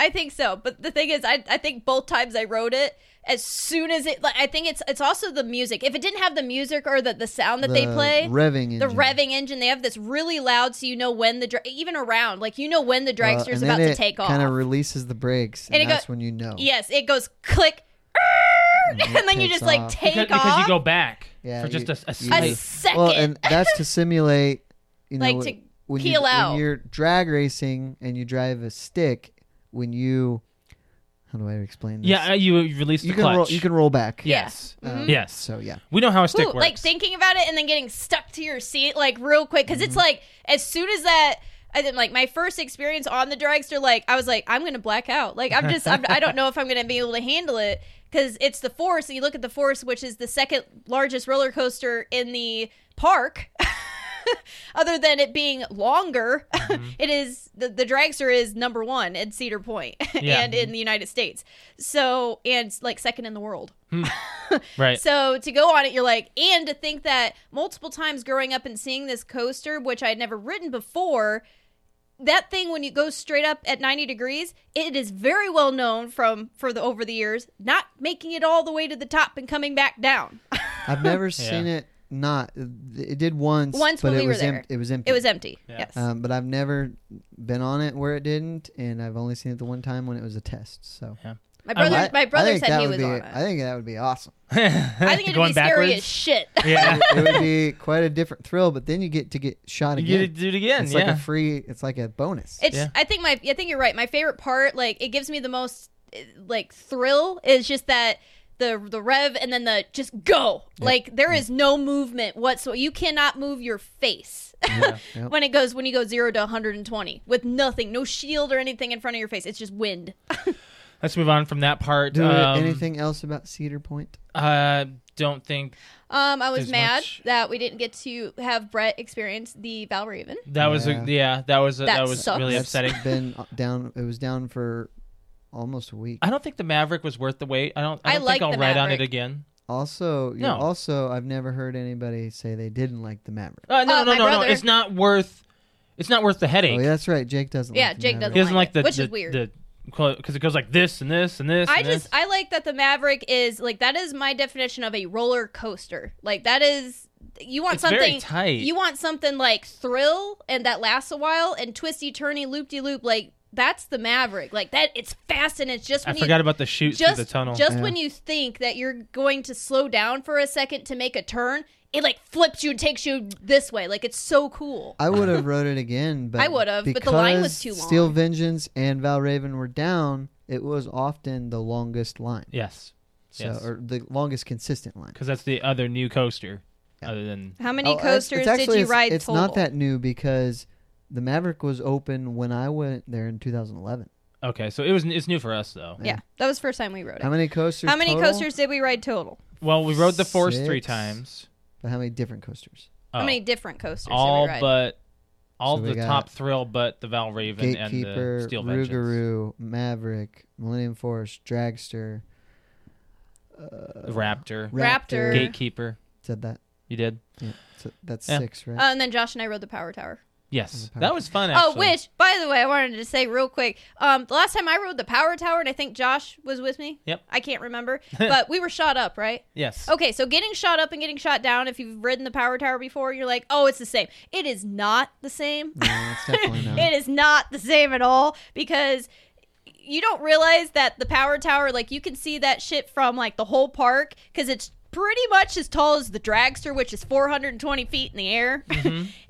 Speaker 1: I think so. But the thing is, I, I think both times I wrote it, as soon as it, like, I think it's it's also the music. If it didn't have the music or the, the sound that they
Speaker 2: The
Speaker 1: play,
Speaker 2: revving engine.
Speaker 1: the revving engine, they have this really loud, so you know when the dra- even around, like you know when the dragster's about to take off.
Speaker 2: Kind of releases the brakes, and,
Speaker 1: And it go-
Speaker 2: that's when you know.
Speaker 1: yes, it goes click, and then you
Speaker 2: takes
Speaker 1: just like
Speaker 2: off.
Speaker 1: take
Speaker 3: Because,
Speaker 1: off.
Speaker 3: because you go back
Speaker 2: Yeah,
Speaker 3: for just
Speaker 2: you-
Speaker 3: a, a
Speaker 2: you-
Speaker 1: a
Speaker 3: slight-
Speaker 1: second.
Speaker 2: Well, and that's to simulate, you know,
Speaker 1: Like, to
Speaker 2: when
Speaker 1: peel
Speaker 2: you,
Speaker 1: out.
Speaker 2: When you're drag racing and you drive a stick, when you, how do I explain this?
Speaker 3: Yeah, uh, you you release the
Speaker 2: you can
Speaker 3: clutch.
Speaker 2: roll. You can roll back.
Speaker 3: Yes.
Speaker 2: Um,
Speaker 3: Yes.
Speaker 2: So yeah,
Speaker 3: we know how a
Speaker 1: Mm-hmm. Ooh,
Speaker 3: stick works. Mm-hmm.
Speaker 1: like thinking about it and then getting stuck to your seat like real quick because it's like as soon as that I didn't like my first experience on the dragster. Like I was like, I'm gonna black out. Like I'm just, I'm, I don't know if I'm gonna be able to handle it because it's the force. And you look at the force, which is the second largest roller coaster in the park. Other than it being longer,
Speaker 3: Mm-hmm.
Speaker 1: it is the, the dragster is number one in Cedar Point
Speaker 3: Yeah.
Speaker 1: and in the United States. So and like second in the world.
Speaker 3: Right.
Speaker 1: So to go on it, you're like, and to think that multiple times growing up and seeing this coaster, which I had never ridden before, that thing when you go straight up at 90 degrees, it is very well known from for the over the years not making it all the way to the top and coming back down.
Speaker 2: I've never seen it not. It did once.
Speaker 1: Once
Speaker 2: but
Speaker 1: when
Speaker 2: it
Speaker 1: we were
Speaker 2: was
Speaker 1: there.
Speaker 2: it was empty.
Speaker 1: It was empty.
Speaker 3: Yeah.
Speaker 1: Yes.
Speaker 2: Um, but I've never been on it where it didn't, and I've only seen it the one time when it was a test. So
Speaker 1: my
Speaker 3: I-
Speaker 1: brother
Speaker 2: I-
Speaker 1: my
Speaker 2: I
Speaker 1: brother
Speaker 2: think
Speaker 1: said
Speaker 2: that
Speaker 1: he
Speaker 2: would
Speaker 1: was
Speaker 2: be,
Speaker 1: on it.
Speaker 2: I think that would be awesome.
Speaker 1: I think it'd
Speaker 3: Going
Speaker 1: be scary as
Speaker 3: backwards.
Speaker 1: shit.
Speaker 3: yeah.
Speaker 2: it would be quite a different thrill. But then you get to get shot
Speaker 3: You
Speaker 2: again.
Speaker 3: get to do it again.
Speaker 2: it's
Speaker 3: yeah.
Speaker 2: like a free. It's like a bonus.
Speaker 1: It's.
Speaker 3: Yeah.
Speaker 1: I think my. I think you're right. My favorite part, like it gives me the most, eh, like thrill, is just that the the rev and then the just go. Like there is no movement whatsoever. You cannot move your face
Speaker 3: Yeah.
Speaker 2: Yep.
Speaker 1: when it goes when you go zero to 120 with nothing, no shield or anything in front of your face. It's just wind.
Speaker 3: Let's move on from that part.
Speaker 2: Do we-
Speaker 3: Um,
Speaker 2: anything else about Cedar Point?
Speaker 3: Uh, don't think
Speaker 1: Um, I was
Speaker 3: There's
Speaker 1: mad
Speaker 3: much-
Speaker 1: that we didn't get to have Brett experience the Valraven.
Speaker 3: that was a,
Speaker 2: Yeah.
Speaker 3: yeah that was a, that,
Speaker 1: That
Speaker 3: was
Speaker 1: sucks.
Speaker 3: really
Speaker 2: That's
Speaker 3: upsetting.
Speaker 2: Been uh, down. It was down for almost a week.
Speaker 3: I don't think the Maverick was worth the wait. I don't. I
Speaker 1: I
Speaker 3: don't
Speaker 1: like
Speaker 3: think I'll
Speaker 1: the
Speaker 3: ride on it
Speaker 1: Maverick.
Speaker 3: again.
Speaker 2: Also, you
Speaker 3: No.
Speaker 2: also I've never heard anybody say they didn't like the Maverick.
Speaker 3: Uh, no,
Speaker 1: Uh,
Speaker 3: no,
Speaker 1: my
Speaker 3: no, no.
Speaker 1: brother-
Speaker 3: It's not worth. It's not worth the headache.
Speaker 2: Oh, yeah, that's right. Jake doesn't.
Speaker 1: Yeah,
Speaker 2: like the
Speaker 1: Jake
Speaker 2: Maverick.
Speaker 3: He
Speaker 1: doesn't
Speaker 3: doesn't
Speaker 1: like
Speaker 3: like the
Speaker 1: it, which
Speaker 3: the,
Speaker 1: is weird.
Speaker 3: the because it goes like this and this and this.
Speaker 1: I
Speaker 3: and
Speaker 1: just
Speaker 3: this.
Speaker 1: I like that the Maverick is like that is my definition of a roller coaster. Like that is you want
Speaker 3: It's very
Speaker 1: something
Speaker 3: tight.
Speaker 1: You want something like thrill and that lasts a while and twisty turny loop de loop like that's the Maverick. Like that it's fast and it's just
Speaker 3: I
Speaker 1: when
Speaker 3: forgot
Speaker 1: you
Speaker 3: about the chute
Speaker 1: just
Speaker 3: through the tunnel.
Speaker 1: just
Speaker 2: Yeah.
Speaker 1: when you think that you're going to slow down for a second to make a turn, it like flips you and takes you this way. Like it's so cool.
Speaker 2: I would have wrote it again, but
Speaker 1: I would've, but the line was
Speaker 2: because
Speaker 1: too long.
Speaker 2: Steel Vengeance and Valraven were down. It was often the longest line,
Speaker 3: yes,
Speaker 2: so
Speaker 3: Yes.
Speaker 2: or the longest consistent line.
Speaker 3: because that's the other new coaster. Other than
Speaker 1: How many
Speaker 2: Oh, it's-
Speaker 1: coasters
Speaker 2: it's actually-
Speaker 1: did you
Speaker 2: it's-
Speaker 1: ride
Speaker 2: It's
Speaker 1: total?
Speaker 2: not that new because the Maverick was open when I went there in 2011.
Speaker 3: okay, so it was it's new for us though.
Speaker 1: yeah, that was the first time we rode it.
Speaker 2: How many coasters?
Speaker 1: How many
Speaker 2: total?
Speaker 1: coasters did we ride total?
Speaker 3: Well, we rode the force three
Speaker 2: Six.
Speaker 3: times.
Speaker 2: But how many different coasters?
Speaker 1: How
Speaker 3: Oh.
Speaker 1: many different coasters
Speaker 3: all
Speaker 1: did we ride?
Speaker 3: but all
Speaker 2: So we
Speaker 3: the
Speaker 2: got
Speaker 3: top thrill, but the Valraven and the
Speaker 2: Gatekeeper,
Speaker 3: Steel Vengeance.
Speaker 2: Rougarou, Maverick, Millennium Force, Dragster,
Speaker 3: The Raptor,
Speaker 1: Raptor. Gate-
Speaker 3: Gatekeeper.
Speaker 2: Said that.
Speaker 3: You did?
Speaker 2: Yeah. So that's
Speaker 3: Yeah.
Speaker 2: six, right?
Speaker 1: Uh, and then Josh and I rode the Power Tower.
Speaker 3: Yes,
Speaker 2: the
Speaker 3: that
Speaker 2: Power
Speaker 3: was fun. Actually.
Speaker 1: Oh, which, by the way, I wanted to say real quick. Um, the last time I rode the Power Tower, and I think Josh was with me.
Speaker 3: Yep.
Speaker 1: I can't remember, but we were shot up, right?
Speaker 3: Yes.
Speaker 1: Okay, so getting shot up and getting shot down. If you've ridden the Power Tower before, you're like, oh, it's the same. It is not the same.
Speaker 2: No, it's definitely not.
Speaker 1: it is not the same at all because you don't realize that the power tower like you can see that shit from like the whole park because it's pretty much as tall as the dragster which is 420 feet in the air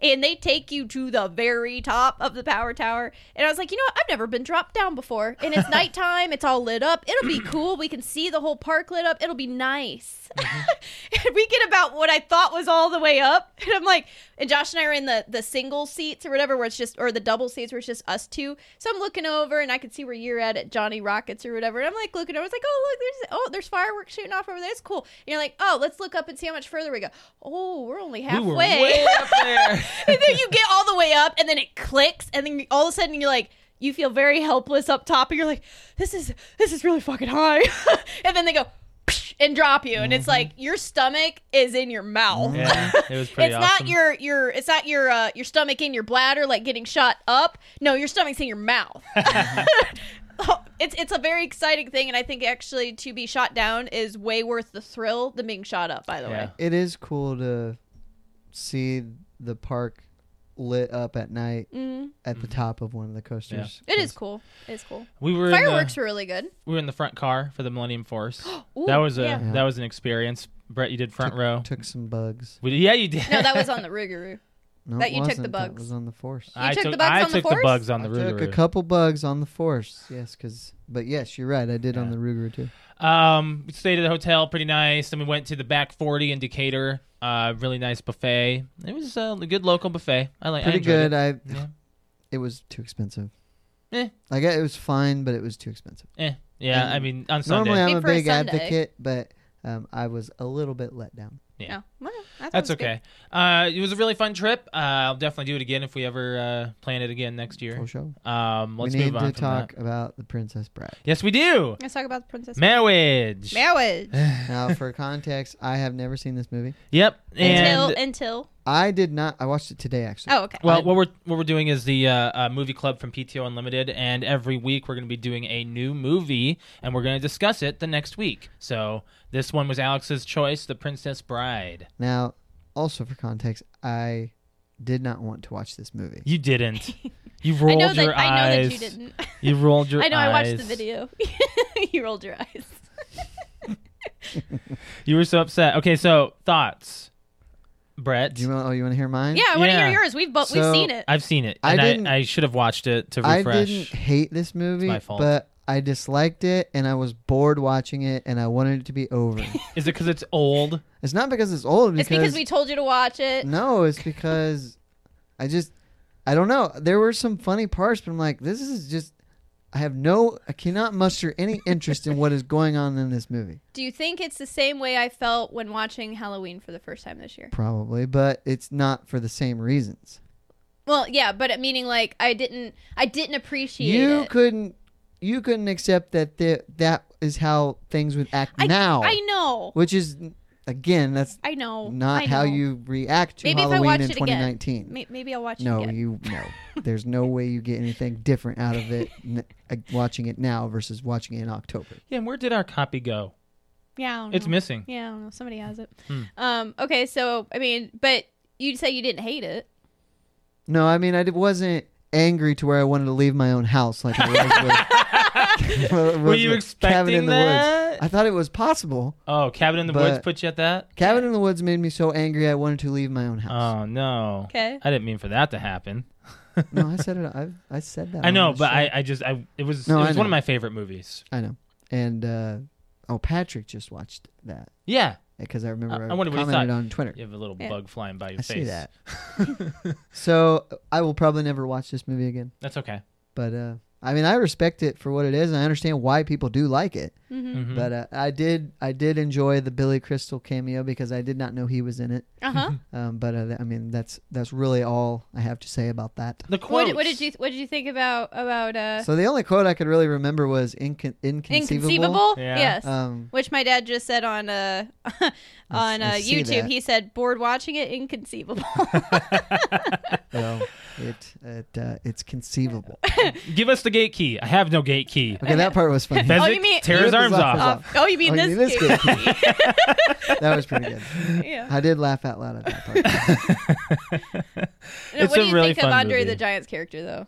Speaker 1: and they take you to the very top of the power tower and i was like you know what? i've never been dropped down before and it's nighttime it's all lit up it'll be cool we can see the whole park lit up it'll be nice and we get about what I thought was all the way up, and I'm like, and Josh and I are in the the single seats or whatever, where it's just or the double seats where it's just us two. So I'm looking over, and I can see where you're at at Johnny Rockets or whatever. And I'm like looking over, it's like, oh look, there's oh there's fireworks shooting off over there. It's cool. And you're like, oh, let's look up and see how much further we go. Oh, we're only
Speaker 3: we
Speaker 1: halfway.
Speaker 3: were way up there.
Speaker 1: and then you get all the way up, and then it clicks, and then all of a sudden you're like. You feel very helpless up top, and you're like, "This is this is really fucking high," and then they go and drop you, and it's like your stomach is in your mouth.
Speaker 3: Mm-hmm. yeah, it was
Speaker 1: It's
Speaker 3: pretty awesome.
Speaker 1: not your your it's not your uh, your stomach in your bladder like getting shot up. No, your stomach's in your mouth. it's it's a very exciting thing, and I think actually to be shot down is way worth the thrill than being shot up. By the
Speaker 3: Yeah.
Speaker 1: way,
Speaker 2: it is cool to see the park lit up at night
Speaker 3: Mm.
Speaker 1: Mhm.
Speaker 2: at the top of one of the coasters.
Speaker 1: it is cool. It's cool.
Speaker 3: We were
Speaker 1: Fireworks
Speaker 3: In
Speaker 1: were really good.
Speaker 3: the, we were in the front car for the Millennium Force.
Speaker 1: Ooh,
Speaker 3: that was a
Speaker 1: yeah.
Speaker 3: that was an experience. Brett, you did front
Speaker 2: Took-
Speaker 3: row.
Speaker 2: Took some bugs.
Speaker 3: We did- yeah, you did.
Speaker 1: no. That was on the Rougarou.
Speaker 2: No,
Speaker 1: That
Speaker 2: it
Speaker 1: you took the
Speaker 2: wasn't. That
Speaker 1: bugs.
Speaker 2: was on the force.
Speaker 3: I
Speaker 1: took
Speaker 3: took
Speaker 1: the bugs
Speaker 3: I
Speaker 1: on the
Speaker 3: took
Speaker 1: force?
Speaker 3: bugs Ah, on
Speaker 2: I
Speaker 3: the
Speaker 2: took a
Speaker 3: Rougarou.
Speaker 2: couple bugs on the force. Yes, because. But yes, you're right. I did on
Speaker 3: Yeah.
Speaker 2: the Ruger too.
Speaker 3: Um, we stayed at a hotel, pretty nice. Then we went to the back forty in Decatur. Uh, really nice buffet. It was a good local buffet. I like. I
Speaker 2: Pretty
Speaker 3: enjoyed
Speaker 2: good.
Speaker 3: It.
Speaker 2: I
Speaker 3: Yeah.
Speaker 2: it was too expensive.
Speaker 3: Eh.
Speaker 2: Like it was fine, but it was too expensive.
Speaker 3: Eh, yeah,
Speaker 2: And
Speaker 3: I mean, on Sunday.
Speaker 2: Normally, I'm
Speaker 1: Good
Speaker 2: a
Speaker 1: for a
Speaker 2: big
Speaker 1: Sunday.
Speaker 2: advocate, but um, I was a little bit let down.
Speaker 3: Yeah.
Speaker 1: No. Well, that
Speaker 3: That's
Speaker 1: sounds good.
Speaker 3: okay. Uh, it was a really fun trip. Uh, I'll definitely do it again if we ever uh, plan it again next year.
Speaker 2: Full show.
Speaker 3: Um, let's
Speaker 2: we need
Speaker 3: move on
Speaker 2: to
Speaker 3: from that.
Speaker 2: talk about the Princess Bride.
Speaker 3: Yes, we do.
Speaker 1: Let's talk about the princess.
Speaker 3: Marriage.
Speaker 1: Marriage.
Speaker 2: Now, for context, I have never seen this movie.
Speaker 3: Yep.
Speaker 1: until
Speaker 3: And
Speaker 1: until.
Speaker 2: I did not. I watched it today, actually.
Speaker 1: Oh, okay.
Speaker 3: well,
Speaker 2: I-
Speaker 3: what we're what we're doing is the uh, uh, movie club from PTO Unlimited, and every week we're going to be doing a new movie, and we're going to discuss it the next week. So this one was Alex's choice, The Princess Bride.
Speaker 2: Now, also for context, I did not want to watch this movie.
Speaker 3: You didn't. You
Speaker 1: I
Speaker 3: rolled
Speaker 1: know that
Speaker 3: your
Speaker 1: I know
Speaker 3: eyes.
Speaker 1: that you didn't.
Speaker 3: You rolled your.
Speaker 1: I know. I watched the
Speaker 3: eyes.
Speaker 1: video. you rolled your eyes.
Speaker 3: You were so upset. Okay, so thoughts, Brett.
Speaker 2: Do you want? Oh, you want to hear mine?
Speaker 1: Yeah, I want to
Speaker 3: Yeah.
Speaker 1: hear yours. We've both
Speaker 2: So,
Speaker 1: we've seen it.
Speaker 3: I've seen it,
Speaker 2: I
Speaker 3: and
Speaker 2: didn't-
Speaker 3: I, I, should have watched it to
Speaker 2: I
Speaker 3: refresh.
Speaker 2: didn't hate this movie,
Speaker 3: my fault.
Speaker 2: but I disliked it, and I was bored watching it, and I wanted it to be over.
Speaker 3: Is it because it's old?
Speaker 2: it's not because it's old.
Speaker 1: it's because we told you to watch it.
Speaker 3: Mm.
Speaker 2: No, it's because I just I don't know. There were some funny parts, but I'm like, this is just I have no I cannot muster any interest in what is going on in this movie.
Speaker 1: Do you think it's the same way I felt when watching Halloween for the first time this year?
Speaker 2: Probably, but it's not for the same reasons.
Speaker 1: Well, yeah, but it- meaning like I didn't I didn't appreciate
Speaker 2: you
Speaker 1: it.
Speaker 2: couldn't you couldn't accept that the, that is how things would act
Speaker 1: I,
Speaker 2: now.
Speaker 1: I know.
Speaker 2: Which is again, that's
Speaker 1: I know.
Speaker 2: not
Speaker 1: I
Speaker 2: how
Speaker 1: know.
Speaker 2: you react to
Speaker 1: Maybe if I
Speaker 2: Halloween
Speaker 1: watched
Speaker 2: in
Speaker 1: it again.
Speaker 2: 2019.
Speaker 1: May- maybe I'll watch
Speaker 2: No,
Speaker 1: it again.
Speaker 2: you no. There's no way you get anything different out of it n- uh, watching it now versus watching it in October.
Speaker 3: Yeah, and where did our copy go?
Speaker 1: yeah, I don't
Speaker 3: It's
Speaker 1: know.
Speaker 3: missing.
Speaker 1: Yeah, I don't know. Somebody has it.
Speaker 3: Hmm.
Speaker 1: Um. Okay. So I mean, but you say you didn't hate it.
Speaker 2: No, I mean I d- wasn't angry to where I wanted to leave my own house like I was with, well, it
Speaker 3: Were
Speaker 2: was
Speaker 3: you
Speaker 2: with
Speaker 3: expecting
Speaker 2: Cabin in the
Speaker 3: that?
Speaker 2: Woods. I thought it was possible.
Speaker 3: Oh, Cabin in the Woods
Speaker 2: But-
Speaker 3: put you at that?
Speaker 2: Cabin in the Woods made me so angry I wanted to leave my own house.
Speaker 3: Oh no.
Speaker 1: Okay.
Speaker 3: I didn't mean for that to happen.
Speaker 2: no, I said it. I, I said that.
Speaker 3: Oh. I
Speaker 2: on
Speaker 3: know,
Speaker 2: the
Speaker 3: but
Speaker 2: show.
Speaker 3: I, I just I it was
Speaker 2: No,
Speaker 3: it
Speaker 2: I
Speaker 3: was one
Speaker 2: know.
Speaker 3: of my favorite movies.
Speaker 2: I know. And uh, oh, Patrick just watched that
Speaker 3: Yeah.
Speaker 2: because I remember
Speaker 3: I-
Speaker 2: I,
Speaker 3: I wonder what he
Speaker 2: commented
Speaker 3: thought.
Speaker 2: on Twitter.
Speaker 3: You have a little
Speaker 1: Yeah.
Speaker 3: bug flying by your
Speaker 2: I
Speaker 3: face.
Speaker 2: see that. so I will probably never watch this movie again.
Speaker 3: That's okay.
Speaker 2: But uh, I mean, I respect it for what it is, and I understand why people do like it.
Speaker 1: Mm-hmm.
Speaker 3: Mhm.
Speaker 2: But uh, I did, I did enjoy the Billy Crystal cameo because I did not know he was in it.
Speaker 1: Uh huh.
Speaker 2: Um, but uh, th- I mean, that's that's really all I have to say about that.
Speaker 3: the
Speaker 1: What,
Speaker 3: quotes.
Speaker 1: what did you What did you think about about uh,
Speaker 2: So the only quote I could really remember was incon- inconceivable.
Speaker 1: inconceivable?
Speaker 3: Yeah.
Speaker 1: Yes.
Speaker 2: Um,
Speaker 1: Which my dad just said on uh, on
Speaker 2: I
Speaker 1: uh,
Speaker 2: see
Speaker 1: YouTube.
Speaker 2: that.
Speaker 1: He said, "Bored watching it, inconceivable."
Speaker 2: well, it it uh, it's conceivable.
Speaker 3: Give us the gate key. I have no gate key.
Speaker 2: Okay, that part was funny.
Speaker 3: Fezzik
Speaker 1: Oh, you mean-
Speaker 3: tear his
Speaker 2: Rip his
Speaker 3: arms
Speaker 2: off.
Speaker 3: off.
Speaker 1: Uh, oh, you mean
Speaker 2: Oh, you
Speaker 1: this?
Speaker 2: mean this
Speaker 1: kid.
Speaker 2: that was pretty good.
Speaker 1: yeah.
Speaker 2: I did laugh out loud at that part.
Speaker 1: Now,
Speaker 3: It's
Speaker 1: what do
Speaker 3: a
Speaker 1: you
Speaker 3: really
Speaker 1: think of
Speaker 3: fun
Speaker 1: Andre
Speaker 3: movie.
Speaker 1: the Giant's character, though?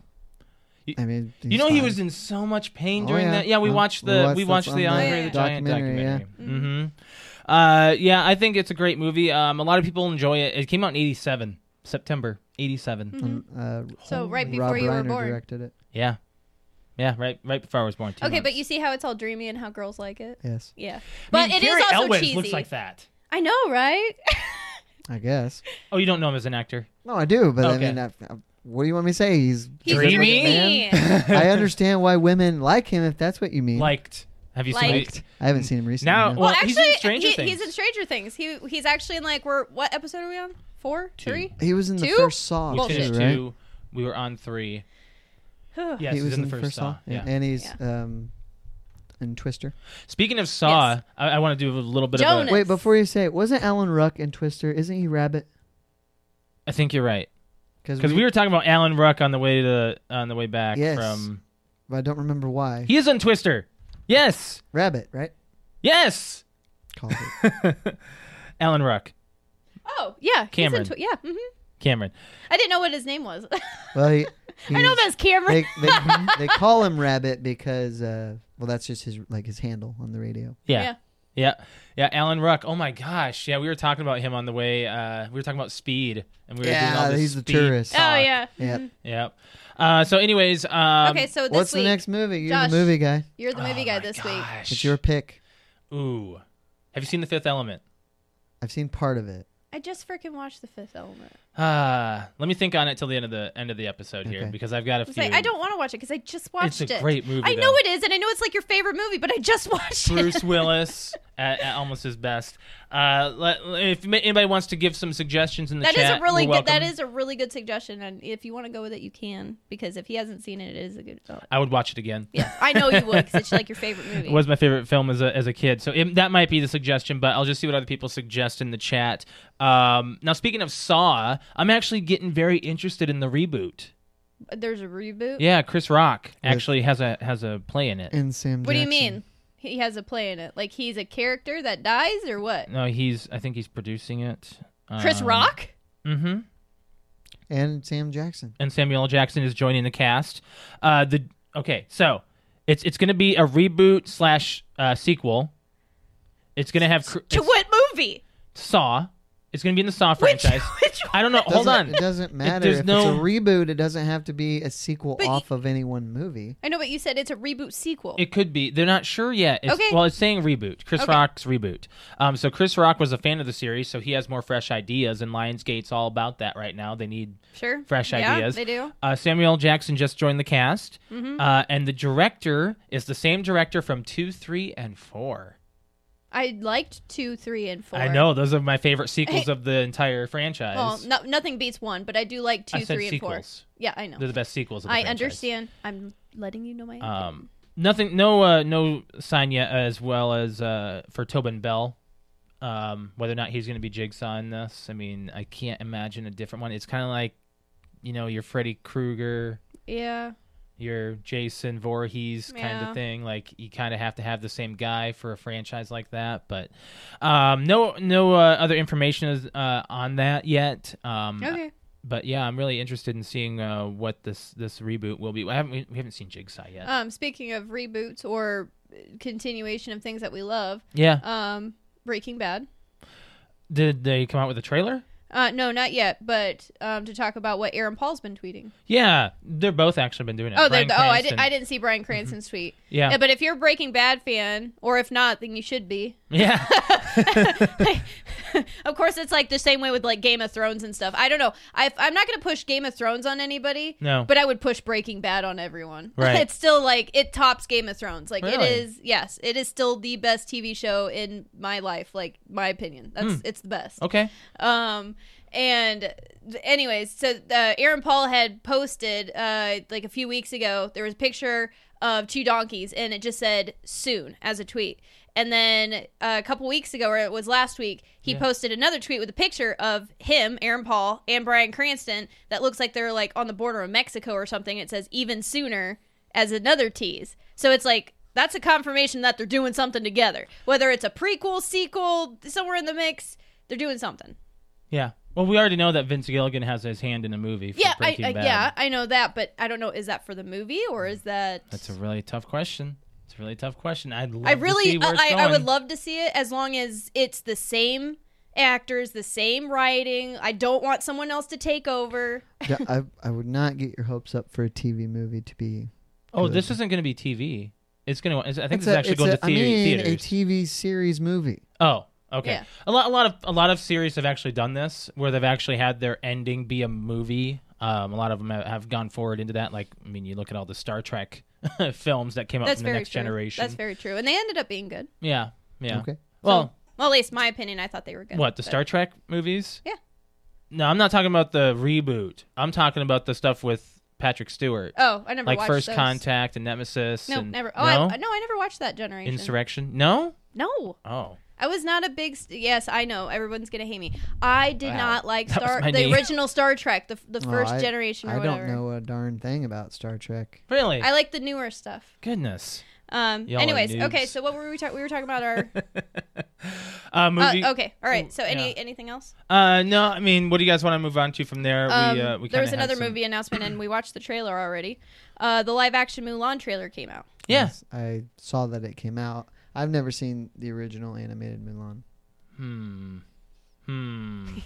Speaker 2: I mean,
Speaker 3: you know he
Speaker 2: fine.
Speaker 3: was in so much pain
Speaker 2: Oh,
Speaker 3: during
Speaker 2: yeah.
Speaker 3: that. Yeah, we
Speaker 2: Huh.
Speaker 3: watched
Speaker 2: We
Speaker 3: the
Speaker 2: watched
Speaker 3: we
Speaker 2: the-
Speaker 3: watched the
Speaker 2: on
Speaker 1: the
Speaker 3: Andre the Giant
Speaker 2: documentary,
Speaker 3: documentary.
Speaker 2: yeah.
Speaker 3: Mm-hmm. Uh, yeah, I think it's a great movie. Um, a lot of people enjoy it. It came out in '87, September '87.
Speaker 1: Mm.
Speaker 2: Um, uh,
Speaker 1: Mm-hmm. So right
Speaker 2: Rob
Speaker 1: before you were
Speaker 2: Reiner
Speaker 1: born.
Speaker 2: directed it.
Speaker 3: Yeah, yeah, right, right before I was born. two
Speaker 1: Okay, but
Speaker 3: months.
Speaker 1: you see how it's all dreamy and how girls like it.
Speaker 2: Yes,
Speaker 1: Yeah,
Speaker 3: I
Speaker 1: but
Speaker 3: mean,
Speaker 1: it is
Speaker 3: Gary
Speaker 1: also
Speaker 3: Elwes
Speaker 1: cheesy.
Speaker 3: looks like that.
Speaker 1: I know, right?
Speaker 2: I guess.
Speaker 3: Oh, you don't know him as an actor.
Speaker 2: No, I do, but
Speaker 3: Okay.
Speaker 2: I mean, I, I, what do you want me to say? He's
Speaker 1: He's
Speaker 3: Dreamy?
Speaker 1: dreamy.
Speaker 2: I understand why women like him if that's what you mean.
Speaker 3: Liked. Have you
Speaker 1: Liked.
Speaker 3: seen?
Speaker 2: I haven't seen him recently.
Speaker 3: Now-
Speaker 2: no.
Speaker 1: Well,
Speaker 3: Well,
Speaker 1: actually,
Speaker 3: he's in Stranger
Speaker 1: he-
Speaker 3: Things.
Speaker 1: he's in Stranger Things. He he's actually in like we're what episode are we on? Four,
Speaker 3: Two.
Speaker 1: three.
Speaker 2: he was in the
Speaker 1: Two?
Speaker 2: first Saw,
Speaker 3: We
Speaker 1: Bullshit.
Speaker 2: too,
Speaker 3: finished
Speaker 2: right?
Speaker 3: two. We were on three.
Speaker 1: yeah.
Speaker 3: Yes,
Speaker 2: he was in the first, Saw.
Speaker 3: Yeah.
Speaker 2: and he's um, in Twister.
Speaker 3: Speaking of Saw, I, I want to do a little bit
Speaker 1: Jonas.
Speaker 3: of. A,
Speaker 2: Wait, before you say it, wasn't Alan Ruck in Twister? Isn't he Rabbit?
Speaker 3: I think you're right because we were talking about Alan Ruck on the way to on the way back
Speaker 2: Yes.
Speaker 3: from.
Speaker 2: I don't remember why.
Speaker 3: He is on Twister. Yes.
Speaker 2: Rabbit, right?
Speaker 3: Yes.
Speaker 2: Called it.
Speaker 3: Alan Ruck.
Speaker 1: Oh yeah, he's
Speaker 3: Cameron.
Speaker 1: into- yeah, hmm
Speaker 3: Cameron.
Speaker 1: I didn't know what his name was.
Speaker 2: Well, he,
Speaker 1: I know
Speaker 2: he's-
Speaker 1: that's Cameron.
Speaker 2: They, they, they call him Rabbit because uh, well, that's just his like his handle on the radio.
Speaker 3: Yeah. Uh,
Speaker 1: Yeah.
Speaker 3: yeah. Yeah, Alan Ruck. Oh my gosh, yeah, we were talking about him on the way. Uh, we were talking about speed, and we were doing all
Speaker 2: Yeah,
Speaker 3: this
Speaker 2: he's the
Speaker 3: speed
Speaker 2: tourist.
Speaker 1: oh
Speaker 3: talk.
Speaker 1: yeah.
Speaker 2: Yeah.
Speaker 1: Mhm.
Speaker 3: Yep. Uh, so, anyways, um,
Speaker 1: okay, so this
Speaker 2: What's
Speaker 1: week
Speaker 2: the next movie? You're
Speaker 1: Josh.
Speaker 2: the movie guy.
Speaker 1: you're the movie
Speaker 3: oh
Speaker 1: guy
Speaker 3: my
Speaker 1: this week.
Speaker 3: gosh.
Speaker 2: It's your pick.
Speaker 3: Ooh, have you seen The Fifth Element?
Speaker 2: I've seen part of it.
Speaker 1: I just freaking watched The Fifth Element.
Speaker 3: Ah, let me think on it till the end of the end of the episode here
Speaker 2: Okay.
Speaker 3: because I've got a
Speaker 1: I was
Speaker 3: few.
Speaker 1: like, I don't want to watch it because I just watched
Speaker 3: It's a
Speaker 1: it.
Speaker 3: great movie.
Speaker 1: I know
Speaker 3: though.
Speaker 1: it is, and I know it's like your favorite movie, but I just watched
Speaker 3: Bruce
Speaker 1: it.
Speaker 3: Willis at, at almost his best. Uh, let, if ma- anybody wants to give some suggestions in the
Speaker 1: That is
Speaker 3: chat,
Speaker 1: a really
Speaker 3: we're
Speaker 1: good. That
Speaker 3: welcome.
Speaker 1: is a really good suggestion, and if you want to go with it, you can because if he hasn't seen it, it is a good. Oh,
Speaker 3: I would watch it again.
Speaker 1: yeah, I know you would because it's like your favorite movie.
Speaker 3: It was my favorite film as a, as a kid. So it, that might be the suggestion, but I'll just see what other people suggest in the chat. Um, now, speaking of Saw, I'm actually getting very interested in the reboot.
Speaker 1: There's a reboot.
Speaker 3: Yeah, Chris Rock actually has a has a play in it.
Speaker 2: And Sam.
Speaker 1: What do you
Speaker 2: Jackson.
Speaker 1: mean? He has a play in it. Like he's a character that dies or what?
Speaker 3: No, he's I think he's producing it.
Speaker 1: Chris
Speaker 3: Um,
Speaker 1: Rock?
Speaker 3: Mm-hmm.
Speaker 2: And Sam Jackson.
Speaker 3: and Samuel L. Jackson is joining the cast. Uh, the okay, so it's it's going to be a reboot slash uh, sequel. It's going to have cr-
Speaker 1: To
Speaker 3: it's
Speaker 1: what movie?
Speaker 3: Saw. It's going to be in the Saw
Speaker 1: Which,
Speaker 3: franchise.
Speaker 1: which
Speaker 3: I don't know. Hold
Speaker 2: Doesn't-
Speaker 3: on.
Speaker 2: It doesn't matter.
Speaker 3: there's
Speaker 2: if it's
Speaker 3: no-
Speaker 2: a reboot, it doesn't have to be a sequel
Speaker 1: But y-
Speaker 2: off of any one movie.
Speaker 1: I know, but you said it's a reboot sequel.
Speaker 3: It could be. They're not sure yet. It's,
Speaker 1: Okay.
Speaker 3: Well, it's saying reboot. Chris
Speaker 1: Okay.
Speaker 3: Rock's reboot. Um, so Chris Rock was a fan of the series, so he has more fresh ideas, and Lionsgate's all about that right now. They need
Speaker 1: sure.
Speaker 3: fresh
Speaker 1: yeah,
Speaker 3: ideas.
Speaker 1: They do. Mm-hmm.
Speaker 3: Uh, Samuel L. Jackson just joined the cast, uh, and the director is the same director from two, three, and four.
Speaker 1: I liked two, three, and four.
Speaker 3: I know those are my favorite sequels of the entire franchise.
Speaker 1: Well, no, nothing beats one, but I do like two,
Speaker 3: I said
Speaker 1: three, and four.
Speaker 3: sequels.
Speaker 1: Yeah, I know.
Speaker 3: They're the best sequels. Of the
Speaker 1: I
Speaker 3: franchise.
Speaker 1: understand. I'm letting you know my.
Speaker 3: Um, nothing, no, uh, no sign yet, as well as uh, for Tobin Bell. Um, whether or not he's going to be Jigsaw in this, I mean, I can't imagine a different one. It's kind of like, you know, your Freddy Krueger,
Speaker 1: yeah.
Speaker 3: your Jason Voorhees kind
Speaker 1: Yeah.
Speaker 3: of thing. Like you kind of have to have the same guy for a franchise like that. But um, no, no uh, other information is uh, on that yet. Um,
Speaker 1: Okay.
Speaker 3: but yeah, I'm really interested in seeing uh, what this this reboot will be. I haven't we, we haven't seen Jigsaw yet.
Speaker 1: Um, speaking of reboots or continuation of things that we love,
Speaker 3: yeah,
Speaker 1: um, Breaking Bad.
Speaker 3: did they come out with a trailer?
Speaker 1: Uh, no, not yet. But um, to talk about what Aaron Paul's been tweeting.
Speaker 3: Yeah, they're both actually been doing it.
Speaker 1: Oh, they're
Speaker 3: Bryan
Speaker 1: the, oh, I
Speaker 3: Cranston. Mm-hmm.
Speaker 1: didn't. I didn't see Brian Cranston's tweet.
Speaker 3: Yeah,
Speaker 1: Yeah, but if you're a Breaking Bad fan, or if not, then you should be.
Speaker 3: yeah.
Speaker 1: of course, it's like the same way with like Game of Thrones and stuff. I don't know. I, I'm not going to push Game of Thrones on anybody.
Speaker 3: No.
Speaker 1: but I would push Breaking Bad on everyone.
Speaker 3: Right.
Speaker 1: it's still like it tops Game of Thrones. Like
Speaker 3: Really?
Speaker 1: it is. Yes, it is still the best TV show in my life. Like my opinion. That's
Speaker 3: Hmm.
Speaker 1: it's the best.
Speaker 3: okay.
Speaker 1: Um, and th- anyways, so uh, Aaron Paul had posted uh, like a few weeks ago. There was a picture of two donkeys, and it just said "soon" as a tweet. And then uh, a couple weeks ago, or it was last week, he
Speaker 3: Yeah.
Speaker 1: posted another tweet with a picture of him, Aaron Paul, and Brian Cranston that looks like they're like on the border of Mexico or something. It says "even sooner" as another tease. So it's like that's a confirmation that they're doing something together. Whether it's a prequel, sequel, somewhere in the mix, they're doing something.
Speaker 3: Yeah. Well, we already know that Vince Gilligan has his hand in a movie. For
Speaker 1: Yeah, I,
Speaker 3: Breaking
Speaker 1: I,
Speaker 3: Bad.
Speaker 1: yeah, I know that, but I don't know. Is that for the movie or is that?
Speaker 3: That's a really tough question. It's a really tough question. I'd love
Speaker 1: I
Speaker 3: to
Speaker 1: really,
Speaker 3: see where it's
Speaker 1: I, I would
Speaker 3: going.
Speaker 1: love to see it as long as it's the same actors, the same writing. I don't want someone else to take over.
Speaker 2: Yeah, I, I would not get your hopes up for a TV movie to be.
Speaker 3: Oh, this isn't going to be TV. It's going to. I think
Speaker 2: It's
Speaker 3: this is
Speaker 2: a-
Speaker 3: actually
Speaker 2: it's
Speaker 3: going
Speaker 2: a-
Speaker 3: to the-
Speaker 2: I mean, a
Speaker 3: theaters.
Speaker 2: TV series movie.
Speaker 3: oh, okay.
Speaker 1: Yeah.
Speaker 3: A lot, a lot of, a lot of series have actually done this, where they've actually had their ending be a movie. Um, a lot of them have, have gone forward into that. Like, I mean, you look at all the Star Trek films that came out
Speaker 1: That's
Speaker 3: from the
Speaker 1: very
Speaker 3: next
Speaker 1: true.
Speaker 3: generation.
Speaker 1: That's very true, and they ended up being good.
Speaker 3: yeah, yeah.
Speaker 2: Okay.
Speaker 3: Well,
Speaker 1: Well, at least my opinion, I thought they were good.
Speaker 3: what the
Speaker 1: but-
Speaker 3: Star Trek movies?
Speaker 1: Yeah.
Speaker 3: No, I'm not talking about the reboot. I'm talking about the stuff with Patrick Stewart,
Speaker 1: Oh, I never
Speaker 3: like
Speaker 1: watched
Speaker 3: First
Speaker 1: those.
Speaker 3: Contact and Nemesis.
Speaker 1: No,
Speaker 3: and-
Speaker 1: never. Oh,
Speaker 3: no?
Speaker 1: I, no, I never watched that generation.
Speaker 3: Insurrection. No.
Speaker 1: no,
Speaker 3: Oh.
Speaker 1: I was not a big. St- yes, I know everyone's gonna hate me. I did
Speaker 3: Wow.
Speaker 1: not like
Speaker 3: That was
Speaker 1: Star,
Speaker 3: my
Speaker 1: the
Speaker 3: knee.
Speaker 1: original Star Trek, the the
Speaker 2: Oh,
Speaker 1: first
Speaker 2: I-
Speaker 1: generation or
Speaker 2: I
Speaker 1: whatever.
Speaker 2: don't know a darn thing about Star Trek.
Speaker 3: Really?
Speaker 1: I like the newer stuff.
Speaker 3: Goodness.
Speaker 1: Um.
Speaker 3: Y'all are
Speaker 1: anyways,
Speaker 3: noobs.
Speaker 1: okay. So what were we talking? We were talking about our.
Speaker 3: Uh, movie.
Speaker 1: uh, okay. All right. So any
Speaker 3: Yeah.
Speaker 1: anything else?
Speaker 3: Uh, no, I mean, what do you guys want to move on to from there?
Speaker 1: Um,
Speaker 3: we, uh, we
Speaker 1: there was
Speaker 3: kinda had
Speaker 1: another
Speaker 3: some-
Speaker 1: movie announcement, and we watched the trailer already. Uh, the live action Mulan trailer came out.
Speaker 3: Yeah.
Speaker 2: Yes, I saw that it came out. I've never seen the original animated Mulan.
Speaker 3: Hmm. Hmm.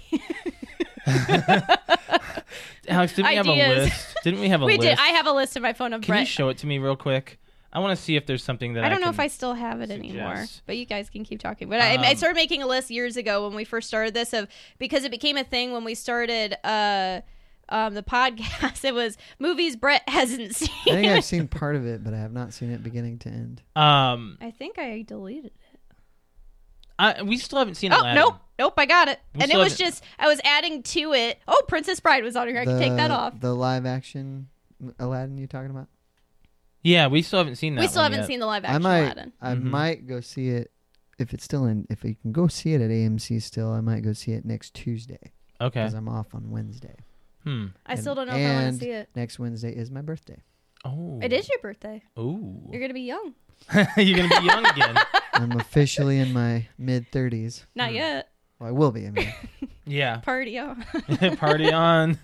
Speaker 3: Alex, didn't we have a
Speaker 1: Ideas.
Speaker 3: list? Didn't we have a
Speaker 1: we
Speaker 3: list?
Speaker 1: did. I have a list in my phone of
Speaker 3: Can you
Speaker 1: Brett.
Speaker 3: show it to me real quick? I want to see if there's something that
Speaker 1: I don't know if
Speaker 3: can-
Speaker 1: I still have it anymore,
Speaker 3: suggest.
Speaker 1: but you guys can keep talking. But I, I
Speaker 3: Um,
Speaker 1: started making a list years ago when we first started this of because it became a thing when we started uh, um, the podcast. It was movies Brett hasn't seen.
Speaker 2: I think I've seen part of it, but I have not seen it beginning to end.
Speaker 3: Um,
Speaker 1: I think I deleted it.
Speaker 3: I, we still haven't seen
Speaker 1: Oh
Speaker 3: Aladdin.
Speaker 1: nope, nope, I got it.
Speaker 3: We
Speaker 1: and it
Speaker 3: still
Speaker 1: was
Speaker 3: haven't-
Speaker 1: just I was adding to it. Oh, Princess Bride was on here. I can take that off.
Speaker 2: The live action Aladdin you talking about?
Speaker 3: Yeah, we still haven't seen that.
Speaker 1: We still
Speaker 3: one
Speaker 1: haven't
Speaker 3: yet.
Speaker 1: seen the live action
Speaker 2: I might
Speaker 1: Aladdin.
Speaker 2: I
Speaker 3: Mhm.
Speaker 2: might go see it if it's still in if you can go see it at AMC still, I might go see it next Tuesday
Speaker 3: Okay.
Speaker 2: because I'm off on Wednesday.
Speaker 3: Hmm.
Speaker 1: I
Speaker 2: and-
Speaker 1: still don't know if I want
Speaker 2: and-
Speaker 1: to see it.
Speaker 2: Next Wednesday is my birthday.
Speaker 3: Oh.
Speaker 1: It is your birthday.
Speaker 3: Ooh.
Speaker 1: You're gonna be young.
Speaker 3: You're gonna be young again.
Speaker 2: I'm officially in my mid 30s.
Speaker 1: Not
Speaker 3: Hmm.
Speaker 1: yet.
Speaker 2: Well, I will be. I mean,
Speaker 3: Yeah.
Speaker 1: Party on.
Speaker 3: Party on.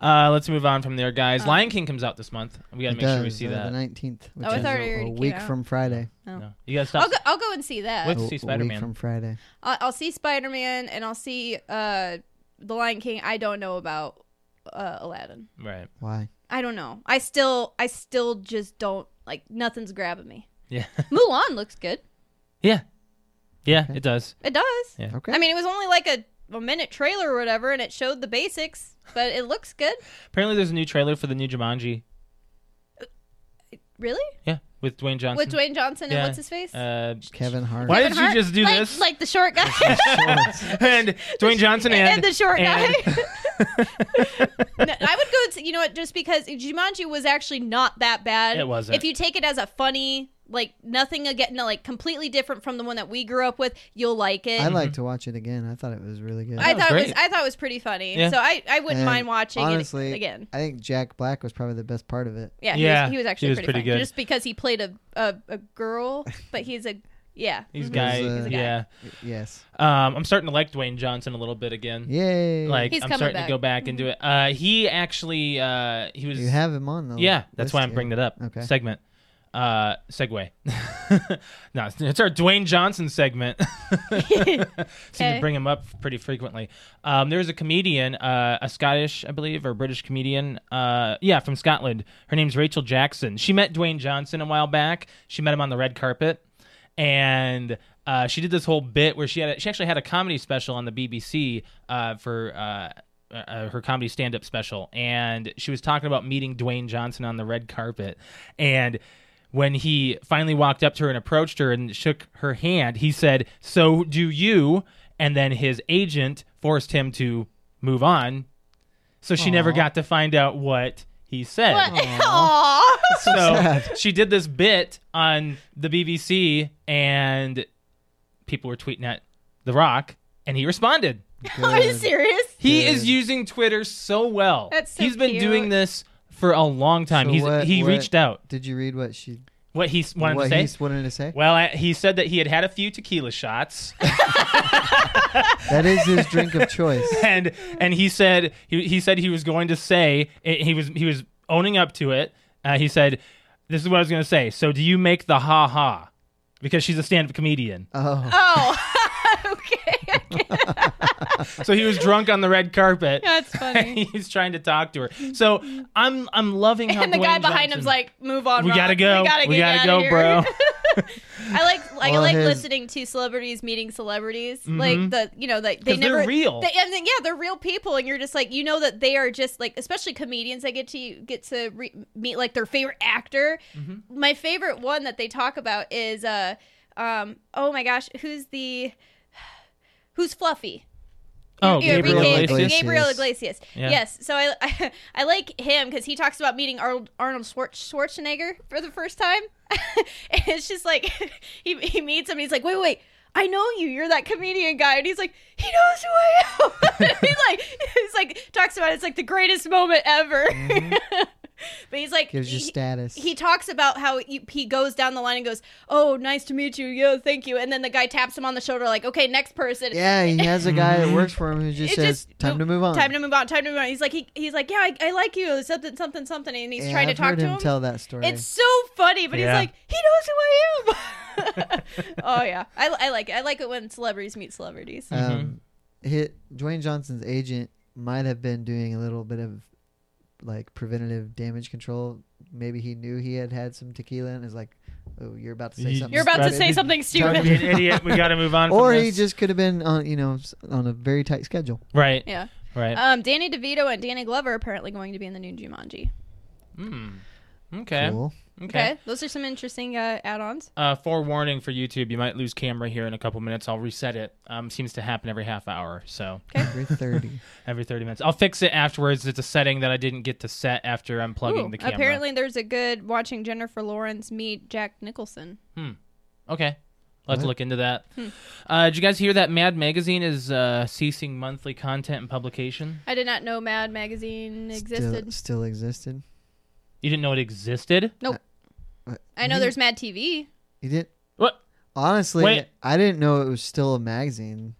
Speaker 3: uh, let's move on from there, guys.
Speaker 1: Um,
Speaker 3: Lion King comes out this month. We gotta
Speaker 2: it
Speaker 3: make sure we
Speaker 2: does,
Speaker 3: see
Speaker 2: uh,
Speaker 3: that.
Speaker 2: the 19th, which
Speaker 1: Oh, I
Speaker 2: is
Speaker 1: thought it
Speaker 2: a,
Speaker 1: already
Speaker 2: a
Speaker 1: came
Speaker 2: week
Speaker 1: out.
Speaker 2: from Friday.
Speaker 1: No.
Speaker 3: No. You gotta stop.
Speaker 1: I'll go. I'll go and see that.
Speaker 3: Let's
Speaker 2: A-
Speaker 3: see
Speaker 2: a
Speaker 3: Spider-Man.
Speaker 2: week from Friday.
Speaker 1: I'll, I'll see Spider Man and I'll see uh, The Lion King. I don't know about uh, Aladdin.
Speaker 3: right.
Speaker 2: Why?
Speaker 1: I don't know. I still, I still just don't like. Nothing's grabbing me.
Speaker 3: Yeah.
Speaker 1: Mulan looks good.
Speaker 3: yeah. Yeah.
Speaker 2: Okay.
Speaker 3: It does.
Speaker 1: It does.
Speaker 3: Yeah.
Speaker 2: Okay.
Speaker 1: I mean, it was only like a, a minute trailer or whatever, and it showed the basics, but it looks good.
Speaker 3: Apparently, there's a new trailer for the new Jumanji.
Speaker 1: Really,
Speaker 3: Yeah, with Dwayne Johnson.
Speaker 1: with Dwayne Johnson and
Speaker 3: Yeah.
Speaker 1: what's his face?
Speaker 3: Uh,
Speaker 2: Kevin Hart.
Speaker 3: Why
Speaker 1: Kevin
Speaker 3: did you
Speaker 1: Hart?
Speaker 3: just do
Speaker 1: like,
Speaker 3: this?
Speaker 1: Like the short guy.
Speaker 3: and Dwayne Johnson and,
Speaker 1: and the short
Speaker 3: and-
Speaker 1: guy. No, I would go to you know what just because Jumanji was actually not that bad.
Speaker 3: It wasn't.
Speaker 1: If you take it as a funny, like nothing again, no, like completely different from the one that we grew up with, you'll like it.
Speaker 2: I'd like to watch it again. I thought it was really good.
Speaker 1: I
Speaker 3: That was
Speaker 1: thought it was
Speaker 3: great.
Speaker 1: I thought it was pretty funny.
Speaker 3: Yeah.
Speaker 1: So I, I wouldn't
Speaker 2: And
Speaker 1: mind watching
Speaker 2: honestly,
Speaker 1: it again.
Speaker 2: I think Jack Black was probably the best part of it.
Speaker 1: Yeah, He,
Speaker 3: Yeah,
Speaker 1: was, he was
Speaker 3: he
Speaker 1: actually
Speaker 3: was
Speaker 1: pretty,
Speaker 3: pretty
Speaker 1: funny.
Speaker 3: good.
Speaker 1: Just because he played a a, a girl, but he's a yeah.
Speaker 3: He's
Speaker 1: Mhm.
Speaker 3: guy.
Speaker 2: He's a-
Speaker 1: He's a guy.
Speaker 3: yeah.
Speaker 2: Y- Yes.
Speaker 3: Um, I'm starting to like Dwayne Johnson a little bit again.
Speaker 2: Yay.
Speaker 3: Like
Speaker 1: He's
Speaker 3: I'm
Speaker 1: coming
Speaker 3: starting
Speaker 1: back. Mm-hmm.
Speaker 3: to go back into it. Uh, he actually uh, he was
Speaker 2: you have him on though.
Speaker 3: yeah. That's why I'm bringing it up.
Speaker 2: Okay.
Speaker 3: Segment. Uh, segue. no, it's- it's our Dwayne Johnson segment. Seem
Speaker 1: Okay.
Speaker 3: to bring him up pretty frequently. Um, there was a comedian, uh, a Scottish, I believe, or British comedian. Uh, yeah, from Scotland. Her name's Rachel Jackson. She met Dwayne Johnson a while back. She met him on the red carpet, and uh, she did this whole bit where she had a, she actually had a comedy special on the BBC uh, for. Uh, uh, her comedy stand-up special and she was talking about meeting Dwayne Johnson on the red carpet and when he finally walked up to her and approached her and shook her hand, he said, So do you? And then his agent forced him to move on. So she never
Speaker 2: Aw.
Speaker 3: got to find out what he said.
Speaker 1: But, aw.
Speaker 3: So
Speaker 2: sad.
Speaker 3: she did this bit on the BBC, and people were tweeting at The Rock, and he responded.
Speaker 1: Are you serious?
Speaker 3: He
Speaker 2: Good.
Speaker 3: is using Twitter so well.
Speaker 1: That's so
Speaker 3: He's been
Speaker 1: cute.
Speaker 3: doing this for a long time.
Speaker 2: So
Speaker 3: He's
Speaker 2: what-
Speaker 3: he
Speaker 2: what-
Speaker 3: reached out.
Speaker 2: Did you read what she
Speaker 3: What he s- wanted
Speaker 2: what
Speaker 3: to say.
Speaker 2: he s- wanted to say?
Speaker 3: Well, I, he said that he had had a few tequila shots,
Speaker 2: That is his drink of choice.
Speaker 3: and and he said he, he said he was going to say he was he was owning up to it. Uh, he said, "This is what I was going to say." So, do you make the ha ha? Because she's a stand-up comedian.
Speaker 2: Oh.
Speaker 1: Uh, Oh, okay.
Speaker 3: So he was drunk on the red carpet.
Speaker 1: That's funny.
Speaker 3: And he's trying to talk to her. So I'm I'm loving how
Speaker 1: and the guy
Speaker 3: Dwayne
Speaker 1: behind him's
Speaker 3: Johnson-
Speaker 1: like, "Move on,
Speaker 3: "We
Speaker 1: Rob.
Speaker 3: gotta go.
Speaker 1: we gotta,
Speaker 3: We
Speaker 1: get
Speaker 3: gotta
Speaker 1: outta
Speaker 3: go,
Speaker 1: here."
Speaker 3: bro."
Speaker 1: I like, like I
Speaker 2: Well,
Speaker 1: like
Speaker 2: his-
Speaker 1: listening to celebrities meeting celebrities, like the you know, like they
Speaker 3: 'Cause Mm-hmm. they're
Speaker 1: never
Speaker 3: real.
Speaker 1: They, and then, yeah, they're real people, and you're just like, you know, that they are just like, especially comedians that get to get to re- meet like their favorite actor.
Speaker 3: Mm-hmm.
Speaker 1: My favorite one that they talk about is, uh, um, oh my gosh, who's the who's Fluffy?
Speaker 3: oh,
Speaker 1: Yeah,
Speaker 3: Gabriel
Speaker 1: Enrique-
Speaker 3: Iglesias.
Speaker 1: Gabriel Iglesias.
Speaker 3: Yeah.
Speaker 1: Yes. So I, I like him because he talks about meeting Arnold, Arnold Schwar- Schwarzenegger for the first time, and it's just like he he meets him. And he's like, wait, wait. I know you. You're that comedian guy, and he's like, he knows who I am. he's like, he's like, talks about it's like the greatest moment ever. but he's like,
Speaker 2: Mm-hmm. Gives you
Speaker 1: he-
Speaker 2: status.
Speaker 1: he talks about how he, he goes down the line and goes, "Oh, nice to meet you. Yo, thank you." And then the guy taps him on the shoulder, like, "Okay, next person."
Speaker 2: yeah, he has a guy that works for him who just
Speaker 1: It
Speaker 2: says, "Time to move on."
Speaker 1: Time to move on. Time to move on." He's like, he, he's like, "Yeah, I, I like you." Something, something, something, and he's
Speaker 2: Yeah,
Speaker 1: trying
Speaker 2: I've
Speaker 1: to talk
Speaker 2: heard
Speaker 1: to
Speaker 2: him
Speaker 1: him.
Speaker 2: tell that story.
Speaker 1: it's so funny, but
Speaker 3: Yeah.
Speaker 1: he's like, he knows who I am. oh yeah, I, I like it. I like it when celebrities meet celebrities.
Speaker 2: Um,
Speaker 3: Mm-hmm.
Speaker 2: hit Dwayne Johnson's agent might have been doing a little bit of like preventative damage control maybe he knew he had had some tequila and is like, "Oh, you're about to say
Speaker 3: You-
Speaker 2: something."
Speaker 3: You're
Speaker 1: You're about to
Speaker 2: stupid."
Speaker 1: say something
Speaker 3: Don't be
Speaker 1: stupid.
Speaker 3: an idiot. We got to move on.
Speaker 2: Or
Speaker 3: from
Speaker 2: he
Speaker 3: this.
Speaker 2: just could have been on, you know, s- on a very tight schedule.
Speaker 3: right,
Speaker 1: Yeah.
Speaker 3: right.
Speaker 1: Um, Danny DeVito and Danny Glover are apparently going to be in the new Jumanji.
Speaker 3: Hmm. Okay.
Speaker 2: Cool.
Speaker 1: Okay.
Speaker 3: Okay.
Speaker 1: Those are some interesting uh, add-ons.
Speaker 3: Uh, forewarning for YouTube, you might lose camera here in a couple minutes. I'll reset it. Um, seems to happen every half hour, so
Speaker 2: Every thirty.
Speaker 3: every thirty minutes. I'll fix it afterwards. It's a setting that I didn't get to set after unplugging
Speaker 1: Ooh,
Speaker 3: the camera.
Speaker 1: Apparently, there's a good watching Jennifer Lawrence meet Jack Nicholson.
Speaker 3: Okay. Let's
Speaker 2: What?
Speaker 3: look into that.
Speaker 1: Hmm.
Speaker 3: Uh, did you guys hear that Mad Magazine is uh, ceasing monthly content and publication?
Speaker 1: I did not know Mad Magazine
Speaker 2: Still,
Speaker 1: existed.
Speaker 2: still existed.
Speaker 3: You didn't know it existed?
Speaker 1: I know
Speaker 2: You-
Speaker 1: there's Mad TV.
Speaker 2: You didn't.
Speaker 3: What?
Speaker 2: Honestly,
Speaker 3: Wait.
Speaker 2: I didn't know it was still a magazine.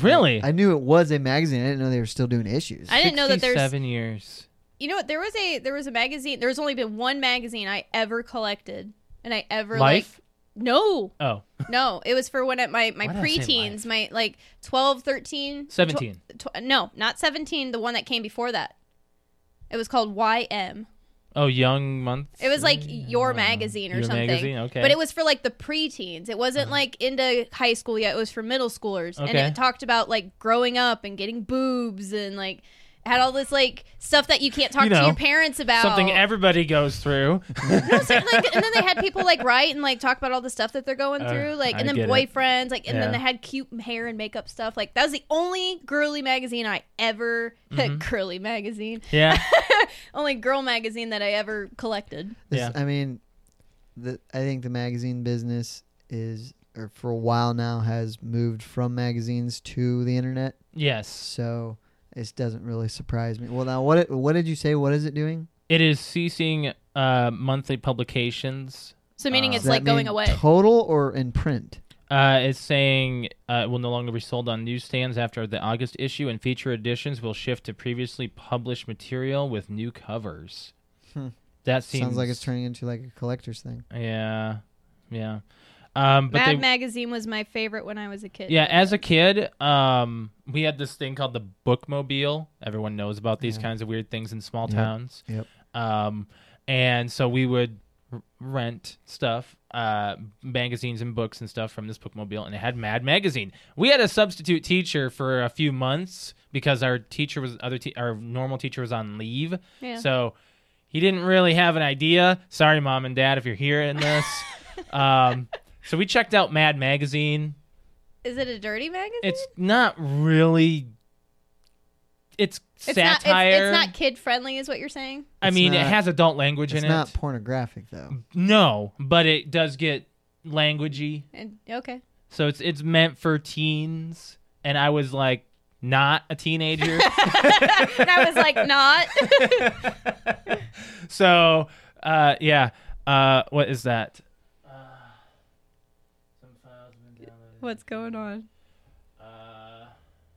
Speaker 3: Really?
Speaker 2: I knew it was a magazine. I didn't know they were still doing issues.
Speaker 1: I didn't know that there's-
Speaker 3: seven years.
Speaker 1: You know what? There was a there was a magazine. There's only been one magazine I ever collected, and I ever
Speaker 3: Life?
Speaker 1: Like, no,
Speaker 3: Oh,
Speaker 1: no. It was for when at my my
Speaker 3: Why did I say
Speaker 1: preteens, my like 12, 13,
Speaker 3: 17.
Speaker 1: tw- tw- no, not seventeen. The one that came before that. It was called YM.
Speaker 3: Oh, Young Month. Mm,
Speaker 1: It was like
Speaker 3: Yeah.
Speaker 1: your magazine or
Speaker 3: Your
Speaker 1: something.
Speaker 3: Magazine, okay. Uh-huh.
Speaker 1: But it was for like the preteens. It wasn't like into high school yet. It was for middle schoolers, and
Speaker 3: Okay.
Speaker 1: it talked about like growing up and getting boobs and like had all this like stuff that you can't talk
Speaker 3: You
Speaker 1: to
Speaker 3: know,
Speaker 1: your parents about.
Speaker 3: something everybody goes through.
Speaker 1: No, so, like, and then they had people like write and like talk about all the stuff that they're going
Speaker 3: Uh,
Speaker 1: through, like, and
Speaker 3: I
Speaker 1: then
Speaker 3: get it.
Speaker 1: boyfriends, like, and then they
Speaker 3: Yeah.
Speaker 1: had cute hair and makeup stuff. Like that was the only girly magazine I ever
Speaker 3: Mm-hmm.
Speaker 1: girly magazine,
Speaker 3: yeah.
Speaker 1: only girl magazine that I ever collected.
Speaker 2: This-
Speaker 3: Yeah.
Speaker 2: I mean, the, I think the magazine business is, or for a while now, has moved from magazines to the internet.
Speaker 3: Yes.
Speaker 2: So it doesn't really surprise me. Well, now what? It, what did you say? What is it doing?
Speaker 3: It is ceasing uh, monthly publications.
Speaker 1: So meaning
Speaker 3: Uh,
Speaker 1: it's
Speaker 2: Does that
Speaker 1: like going
Speaker 2: mean
Speaker 1: away.
Speaker 2: Total or in print?
Speaker 3: Uh, it's saying uh, it will no longer be sold on newsstands after the August issue, and feature editions will shift to previously published material with new covers.
Speaker 2: Hmm.
Speaker 3: That seems
Speaker 2: Sounds like it's turning into like a collector's thing.
Speaker 3: Yeah, yeah. Um, but
Speaker 1: Mad
Speaker 3: they,
Speaker 1: Magazine was my favorite when I was a kid.
Speaker 3: yeah, as a kid, um, we had this thing called the bookmobile. Everyone knows about these
Speaker 2: Yeah.
Speaker 3: kinds of weird things in small
Speaker 2: Yep.
Speaker 3: towns.
Speaker 2: Yep.
Speaker 3: Um, and so we would r- rent stuff, uh, magazines and books and stuff from this bookmobile, and it had Mad Magazine. We had a substitute teacher for a few months because our teacher was other te- our normal teacher was on leave,
Speaker 1: Yeah.
Speaker 3: so he didn't really have an idea. Sorry, mom and dad, if you're hearing this. um, so we checked out Mad Magazine.
Speaker 1: Is it a dirty magazine?
Speaker 3: It's not really. It's
Speaker 1: It's
Speaker 3: satire.
Speaker 1: Not, it's, it's not kid friendly, is what you're saying.
Speaker 3: I
Speaker 2: It's
Speaker 3: mean, it
Speaker 2: not-
Speaker 3: has adult language
Speaker 2: It's
Speaker 3: in
Speaker 2: not
Speaker 3: it.
Speaker 2: pornographic though.
Speaker 3: Mm. No, but it does get languagey.
Speaker 1: And okay,
Speaker 3: So it's it's meant for teens, and I was like not a teenager.
Speaker 1: and I was like, not.
Speaker 3: so uh, yeah, uh, what is that?
Speaker 1: What's going on?
Speaker 3: Uh,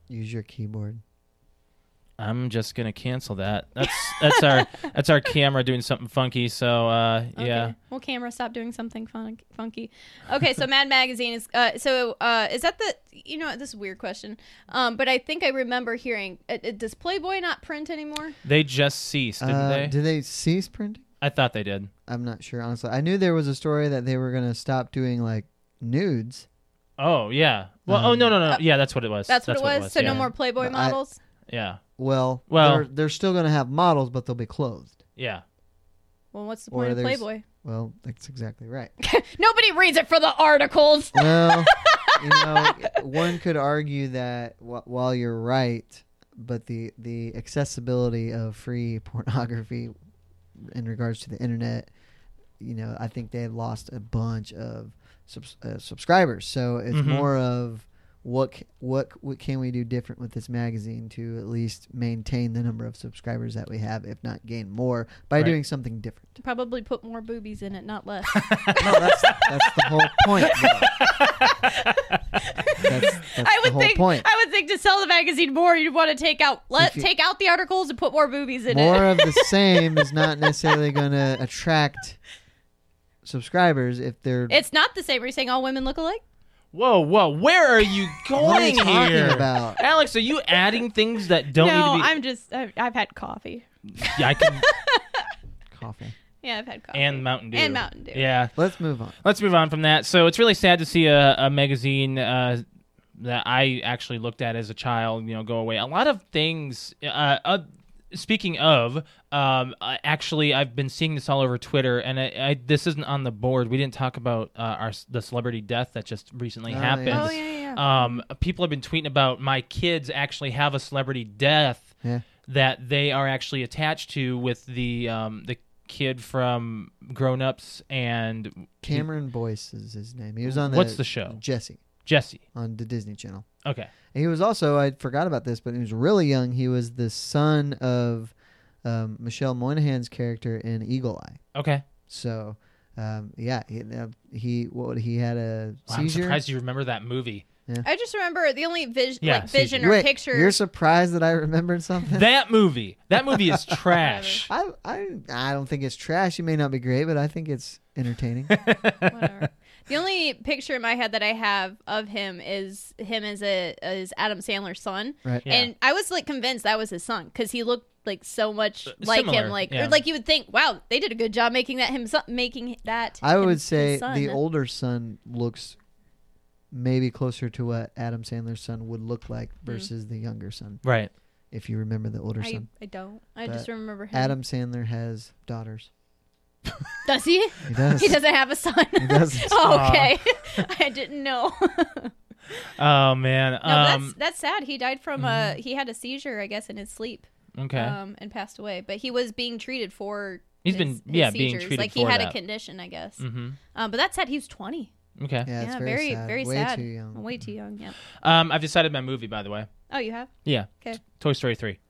Speaker 2: Use your keyboard.
Speaker 3: I'm just gonna cancel that. That's that's our that's our camera doing something funky. So uh,
Speaker 1: Okay.
Speaker 3: yeah,
Speaker 1: Well, camera, stop doing something fun- funky. Okay, so Mad Magazine is. Uh, so uh, is that the? You know, what, this is a weird question. Um, but I think I remember hearing. Uh, uh, does Playboy not print anymore?
Speaker 3: they just ceased, didn't
Speaker 2: Uh,
Speaker 3: they?
Speaker 2: Did they cease printing?
Speaker 3: I thought they did.
Speaker 2: I'm not sure honestly. I knew there was a story that they were gonna stop doing like nudes.
Speaker 3: Oh yeah. Well, oh
Speaker 2: Um,
Speaker 3: no no no.
Speaker 1: uh,
Speaker 3: yeah, that's what it was.
Speaker 1: That's, what, it was. So
Speaker 3: yeah.
Speaker 1: no more Playboy
Speaker 2: But I-
Speaker 1: models.
Speaker 3: Yeah.
Speaker 2: Well,
Speaker 3: Well-
Speaker 2: they're, they're still gonna have models, but they'll be clothed.
Speaker 3: Yeah.
Speaker 1: well, what's the
Speaker 2: or
Speaker 1: point of
Speaker 2: there's-
Speaker 1: Playboy?
Speaker 2: Well, that's exactly right.
Speaker 1: Nobody reads it for the articles.
Speaker 2: Well, you know, one could argue that wh- while you're right, but the the accessibility of free pornography in regards to the internet, you know, I think they had lost a bunch of subs- uh, subscribers. So it's
Speaker 3: Mhm.
Speaker 2: more of what c- what c- what can we do different with this magazine to at least maintain the number of subscribers that we have, if not gain more, by
Speaker 3: Right.
Speaker 2: doing something different.
Speaker 1: Probably put more boobies in it, not less.
Speaker 2: No, that's that's the whole point. though. that's that's
Speaker 1: I
Speaker 2: the
Speaker 1: would
Speaker 2: whole
Speaker 1: think
Speaker 2: point.
Speaker 1: I would think to sell the magazine more, you'd want to take out let
Speaker 2: If you-
Speaker 1: take out the articles and put more boobies in
Speaker 2: More
Speaker 1: it.
Speaker 2: of the same is not necessarily going to attract subscribers if they're.
Speaker 1: It's not the same. Are you saying all women look alike?
Speaker 3: Whoa whoa. Where are you
Speaker 2: what are
Speaker 3: going
Speaker 2: you talking
Speaker 3: here?
Speaker 2: about?
Speaker 3: Alex, are you adding things that don't
Speaker 1: no,
Speaker 3: need to be?
Speaker 1: I'm just I've, I've had coffee.
Speaker 3: Yeah, I can.
Speaker 2: Coffee.
Speaker 1: Yeah, I've had coffee.
Speaker 3: and Mountain Dew.
Speaker 1: And Mountain Dew.
Speaker 3: Yeah.
Speaker 2: Let's move on.
Speaker 3: Let's move on from that. So it's really sad to see a, a magazine uh, that I actually looked at as a child, you know, go away. A lot of things. Uh, uh, speaking of, um, I, actually, I've been seeing this all over Twitter, and I, I, this isn't on the board. We didn't talk about uh, our the celebrity death that just recently
Speaker 2: Oh, yeah.
Speaker 3: happened.
Speaker 1: Oh yeah, yeah. yeah.
Speaker 3: Um, people have been tweeting about my kids actually have a celebrity death
Speaker 2: Yeah.
Speaker 3: that they are actually attached to with the um, the kid from Grown Ups and
Speaker 2: Cameron Boyce is his name. He was on the,
Speaker 3: What's the show?
Speaker 2: Jesse
Speaker 3: Jesse.
Speaker 2: on the Disney Channel.
Speaker 3: Okay.
Speaker 2: And he was also I forgot about this, but he was really young. He was the son of um, Michelle Moynihan's character in Eagle Eye.
Speaker 3: Okay.
Speaker 2: So um, yeah, he, uh, he what he had a
Speaker 3: Wow, I'm
Speaker 2: seizure.
Speaker 3: surprised you remember that movie.
Speaker 1: I just remember the only vision,
Speaker 3: Yeah,
Speaker 1: like vision
Speaker 2: You-
Speaker 1: or
Speaker 2: wait,
Speaker 1: picture.
Speaker 2: You're surprised that I remembered something.
Speaker 3: That movie. That movie is trash.
Speaker 2: I, I I don't think it's trash. It may not be great, but I think it's entertaining.
Speaker 1: Whatever. The only picture in my head that I have of him is him as a as Adam Sandler's son,
Speaker 2: Right.
Speaker 3: Yeah.
Speaker 1: and I was like convinced that was his son because he looked like so much like
Speaker 3: Uh, similar,
Speaker 1: him, like
Speaker 3: yeah.
Speaker 1: or like you would think, wow, they did a good job making that him making that.
Speaker 2: I
Speaker 1: him-
Speaker 2: would
Speaker 1: his
Speaker 2: say
Speaker 1: son.
Speaker 2: the older son looks maybe closer to what Adam Sandler's son would look like
Speaker 1: Hmm.
Speaker 2: versus the younger son.
Speaker 3: right.
Speaker 2: If you remember the older
Speaker 1: I,
Speaker 2: son,
Speaker 1: I don't. I
Speaker 2: But
Speaker 1: just remember him.
Speaker 2: Adam Sandler has daughters.
Speaker 1: Does he?
Speaker 2: He does.
Speaker 1: He doesn't have a son.
Speaker 2: He doesn't.
Speaker 1: oh, okay, I didn't know.
Speaker 3: Oh man.
Speaker 1: No,
Speaker 3: um mm-hmm.
Speaker 1: that's that's sad. He died from a he had a seizure, I guess, in his sleep,
Speaker 3: okay.
Speaker 1: um, and passed away. But he was being treated for.
Speaker 3: He's
Speaker 1: his-
Speaker 3: been-
Speaker 1: his
Speaker 3: yeah, being
Speaker 1: seizures.
Speaker 3: treated
Speaker 1: like he
Speaker 3: for
Speaker 1: had
Speaker 3: that.
Speaker 1: a condition, I guess.
Speaker 3: hmm
Speaker 1: Um, but that said, he was twenty.
Speaker 3: Okay.
Speaker 2: Yeah, it's
Speaker 1: yeah, very
Speaker 2: very, sad.
Speaker 1: very
Speaker 2: Way
Speaker 1: sad.
Speaker 2: too young.
Speaker 1: Way too young. Yeah.
Speaker 3: Um I've decided my movie by the way.
Speaker 1: Oh, you have?
Speaker 3: Yeah.
Speaker 1: 'Kay.
Speaker 3: Toy Story 3.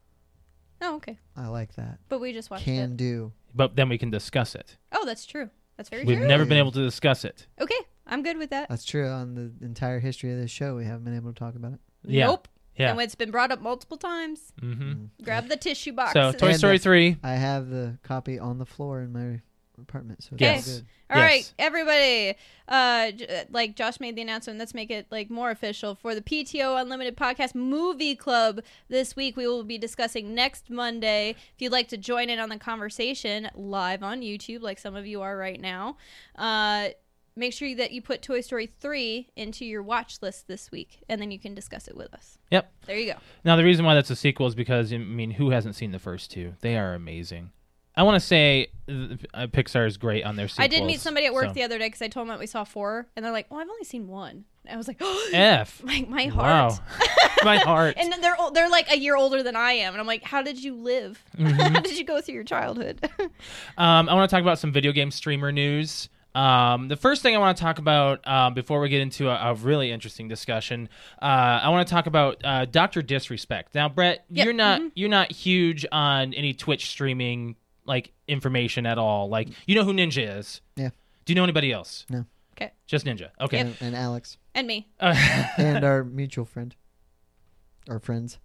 Speaker 1: Oh, okay.
Speaker 2: I like that.
Speaker 1: But we just watched
Speaker 2: Can
Speaker 1: it.
Speaker 2: do.
Speaker 3: But then we can discuss it.
Speaker 1: Oh, that's true. That's very
Speaker 3: We've
Speaker 1: true.
Speaker 3: never been able to discuss it.
Speaker 1: okay, I'm good with that.
Speaker 2: That's true. On the entire history of this show, we haven't been able to talk about it.
Speaker 3: Yeah.
Speaker 1: Nope.
Speaker 3: Yeah.
Speaker 1: And it's been brought up multiple times.
Speaker 3: Mm-hmm.
Speaker 1: Grab the tissue box.
Speaker 3: So
Speaker 1: and-
Speaker 3: Toy
Speaker 2: And
Speaker 3: Story
Speaker 2: the-
Speaker 3: 3.
Speaker 2: I have the copy on the floor in my apartment, so it's all
Speaker 1: Okay.
Speaker 3: Yes.
Speaker 2: good.
Speaker 1: All right,
Speaker 3: Yes.
Speaker 1: everybody. Uh, j- like Josh made the announcement. Let's make it like more official for the PTO Unlimited Podcast Movie Club this week. We will be discussing next Monday. If you'd like to join in on the conversation live on YouTube, like some of you are right now, uh, make sure that you put Toy Story three into your watch list this week, and then you can discuss it with us.
Speaker 3: Yep.
Speaker 1: There you go.
Speaker 3: Now the reason why that's a sequel is because I mean, who hasn't seen the first two? They are amazing. I want to say uh, Pixar is great on their sequels.
Speaker 1: I did meet somebody at work
Speaker 3: so-
Speaker 1: the other day because I told them that we saw four, and they're like, "Oh, I've only seen one." And I was like,
Speaker 3: F.
Speaker 1: "My my heart."
Speaker 3: Wow. My heart.
Speaker 1: And then they're ol- they're like a year older than I am, and I'm like, how did you live?
Speaker 3: Mm-hmm.
Speaker 1: how did you go through your childhood?
Speaker 3: Um, I want to talk about some video game streamer news. Um, the first thing I want to talk about um, before we get into a, a really interesting discussion, uh, I want to talk about uh, Doctor Disrespect. Now, Brett,
Speaker 1: Yep. mm-hmm.
Speaker 3: you're not you're not huge on any Twitch streaming like information at all. Like, you know who Ninja is?
Speaker 2: Yeah.
Speaker 3: Do you know anybody else?
Speaker 2: No.
Speaker 1: Okay.
Speaker 3: Just Ninja. Okay.
Speaker 2: And, and Alex
Speaker 1: and me.
Speaker 3: Uh,
Speaker 2: and our mutual friend, our friends.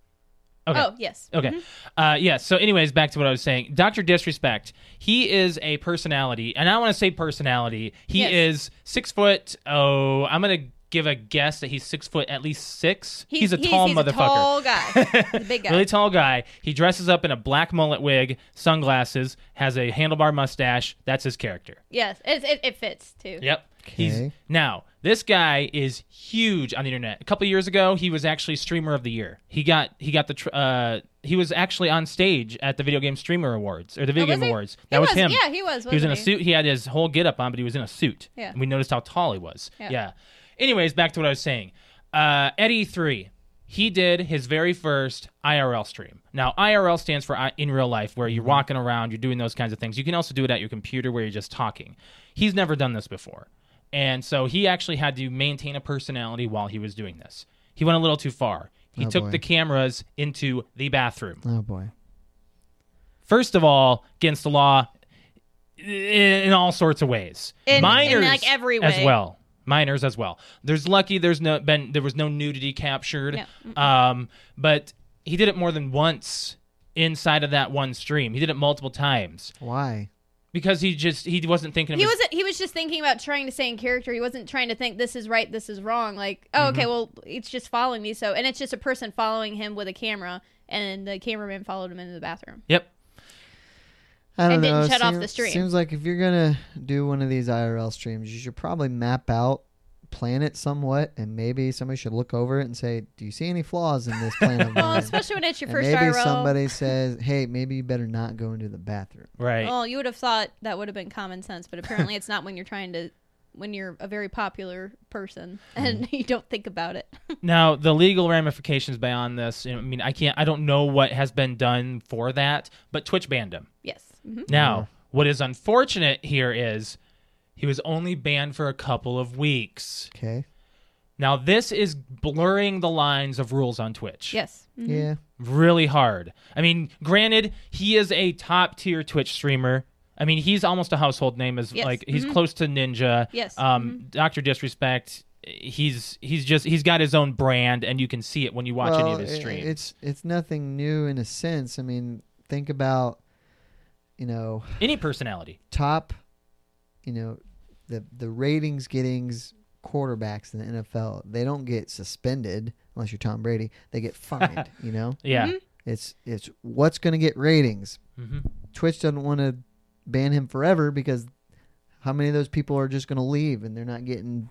Speaker 3: Okay.
Speaker 1: Oh yes.
Speaker 3: Okay.
Speaker 1: Mm-hmm.
Speaker 3: Uh, yeah. So, anyways, back to what I was saying. Doctor Disrespect. He is a personality, and I want to say personality. He
Speaker 1: Yes.
Speaker 3: is six foot. Oh, I'm gonna give a guess that he's six foot at least six. He's, a tall
Speaker 1: he's
Speaker 3: motherfucker.
Speaker 1: A tall guy. He's a big guy.
Speaker 3: Really tall guy. He dresses up in a black mullet wig, sunglasses, has a handlebar mustache. That's his character.
Speaker 1: yes. It, it, it fits too.
Speaker 3: Yep. He's
Speaker 2: Okay.
Speaker 3: now this guy is huge on the internet. A couple years ago, he was actually streamer of the year. He got he got the tr- uh he was actually on stage at the video game streamer awards or the video
Speaker 1: Oh, was
Speaker 3: game
Speaker 1: he?
Speaker 3: awards.
Speaker 1: He
Speaker 3: That was,
Speaker 1: was-
Speaker 3: him.
Speaker 1: yeah, he was,
Speaker 3: He was in
Speaker 1: wasn't
Speaker 3: a
Speaker 1: he?
Speaker 3: suit. He had his whole getup on, but he was in a suit.
Speaker 1: Yeah.
Speaker 3: We noticed how tall he was.
Speaker 1: Yeah.
Speaker 3: yeah. Anyways, back to what I was saying. Uh, Eddie three. He did his very first IRL stream. Now, IRL stands for I- in real life, where
Speaker 1: Mm-hmm.
Speaker 3: you're walking around, you're doing those kinds of things. You can also do it at your computer, where you're just talking. He's never done this before, and so he actually had to maintain a personality while he was doing this. He went a little too far. He
Speaker 2: Oh,
Speaker 3: took
Speaker 2: boy.
Speaker 3: the cameras into the bathroom.
Speaker 2: Oh boy.
Speaker 3: First of all, against the law, i- in all sorts of ways.
Speaker 1: In- in,
Speaker 3: Minors
Speaker 1: like, every
Speaker 3: as
Speaker 1: way.
Speaker 3: well. Minors as well. There's lucky. There's no been. There was no nudity captured.
Speaker 1: No.
Speaker 3: Um, but he did it more than once inside of that one stream. He did it multiple times
Speaker 2: Why?
Speaker 3: because he just he wasn't thinking. Of
Speaker 1: He
Speaker 3: his-
Speaker 1: wasn't. He was just thinking about trying to stay in character. He wasn't trying to think this is right, this is wrong. Like, oh,
Speaker 3: Mm-hmm.
Speaker 1: okay, well, it's just following me. So, and it's just a person following him with a camera, and the cameraman followed him into the bathroom.
Speaker 3: Yep.
Speaker 2: I don't
Speaker 1: And
Speaker 2: know.
Speaker 1: didn't
Speaker 2: it
Speaker 1: shut off
Speaker 2: seem-
Speaker 1: the stream.
Speaker 2: Seems like if you're gonna do one of these IRL streams, you should probably map out, plan it somewhat, and maybe somebody should look over it and say, "Do you see any flaws in this plan of
Speaker 1: Well,
Speaker 2: mine?"
Speaker 1: especially when it's your
Speaker 2: And
Speaker 1: first
Speaker 2: maybe
Speaker 1: IRL.
Speaker 2: somebody says, "Hey, maybe you better not go into the bathroom."
Speaker 3: Right.
Speaker 1: Well, Oh, you would have thought that would have been common sense, but apparently it's not when you're trying to when you're a very popular person and you don't think about it.
Speaker 3: Now, the legal ramifications beyond this, you know, I mean, I can't, I don't know what has been done for that, but Twitch banned him.
Speaker 1: yes. hmm
Speaker 3: Now, what is unfortunate here is he was only banned for a couple of weeks.
Speaker 2: Okay.
Speaker 3: Now, this is blurring the lines of rules on Twitch.
Speaker 1: Yes. Mhm.
Speaker 2: Yeah.
Speaker 3: Really hard. I mean, granted, he is a top tier Twitch streamer. I mean, he's almost a household name. Is
Speaker 1: Yes. Mm-hmm.
Speaker 3: like he's close to Ninja.
Speaker 1: Yes. Mm-hmm.
Speaker 3: Um, Doctor Disrespect. He's he's just he's got his own brand, and you can see it when you watch any of his
Speaker 2: it-
Speaker 3: streams.
Speaker 2: It's it's nothing new in a sense. I mean, think about, you know,
Speaker 3: any personality.
Speaker 2: top, you know, the the ratings gettings quarterbacks in the NFL. They don't get suspended unless you're Tom Brady. They get fined. you know,
Speaker 3: Yeah.
Speaker 2: it's it's what's going to get ratings.
Speaker 3: Mm-hmm.
Speaker 2: Twitch doesn't want to ban him forever because how many of those people are just going to leave and they're not getting,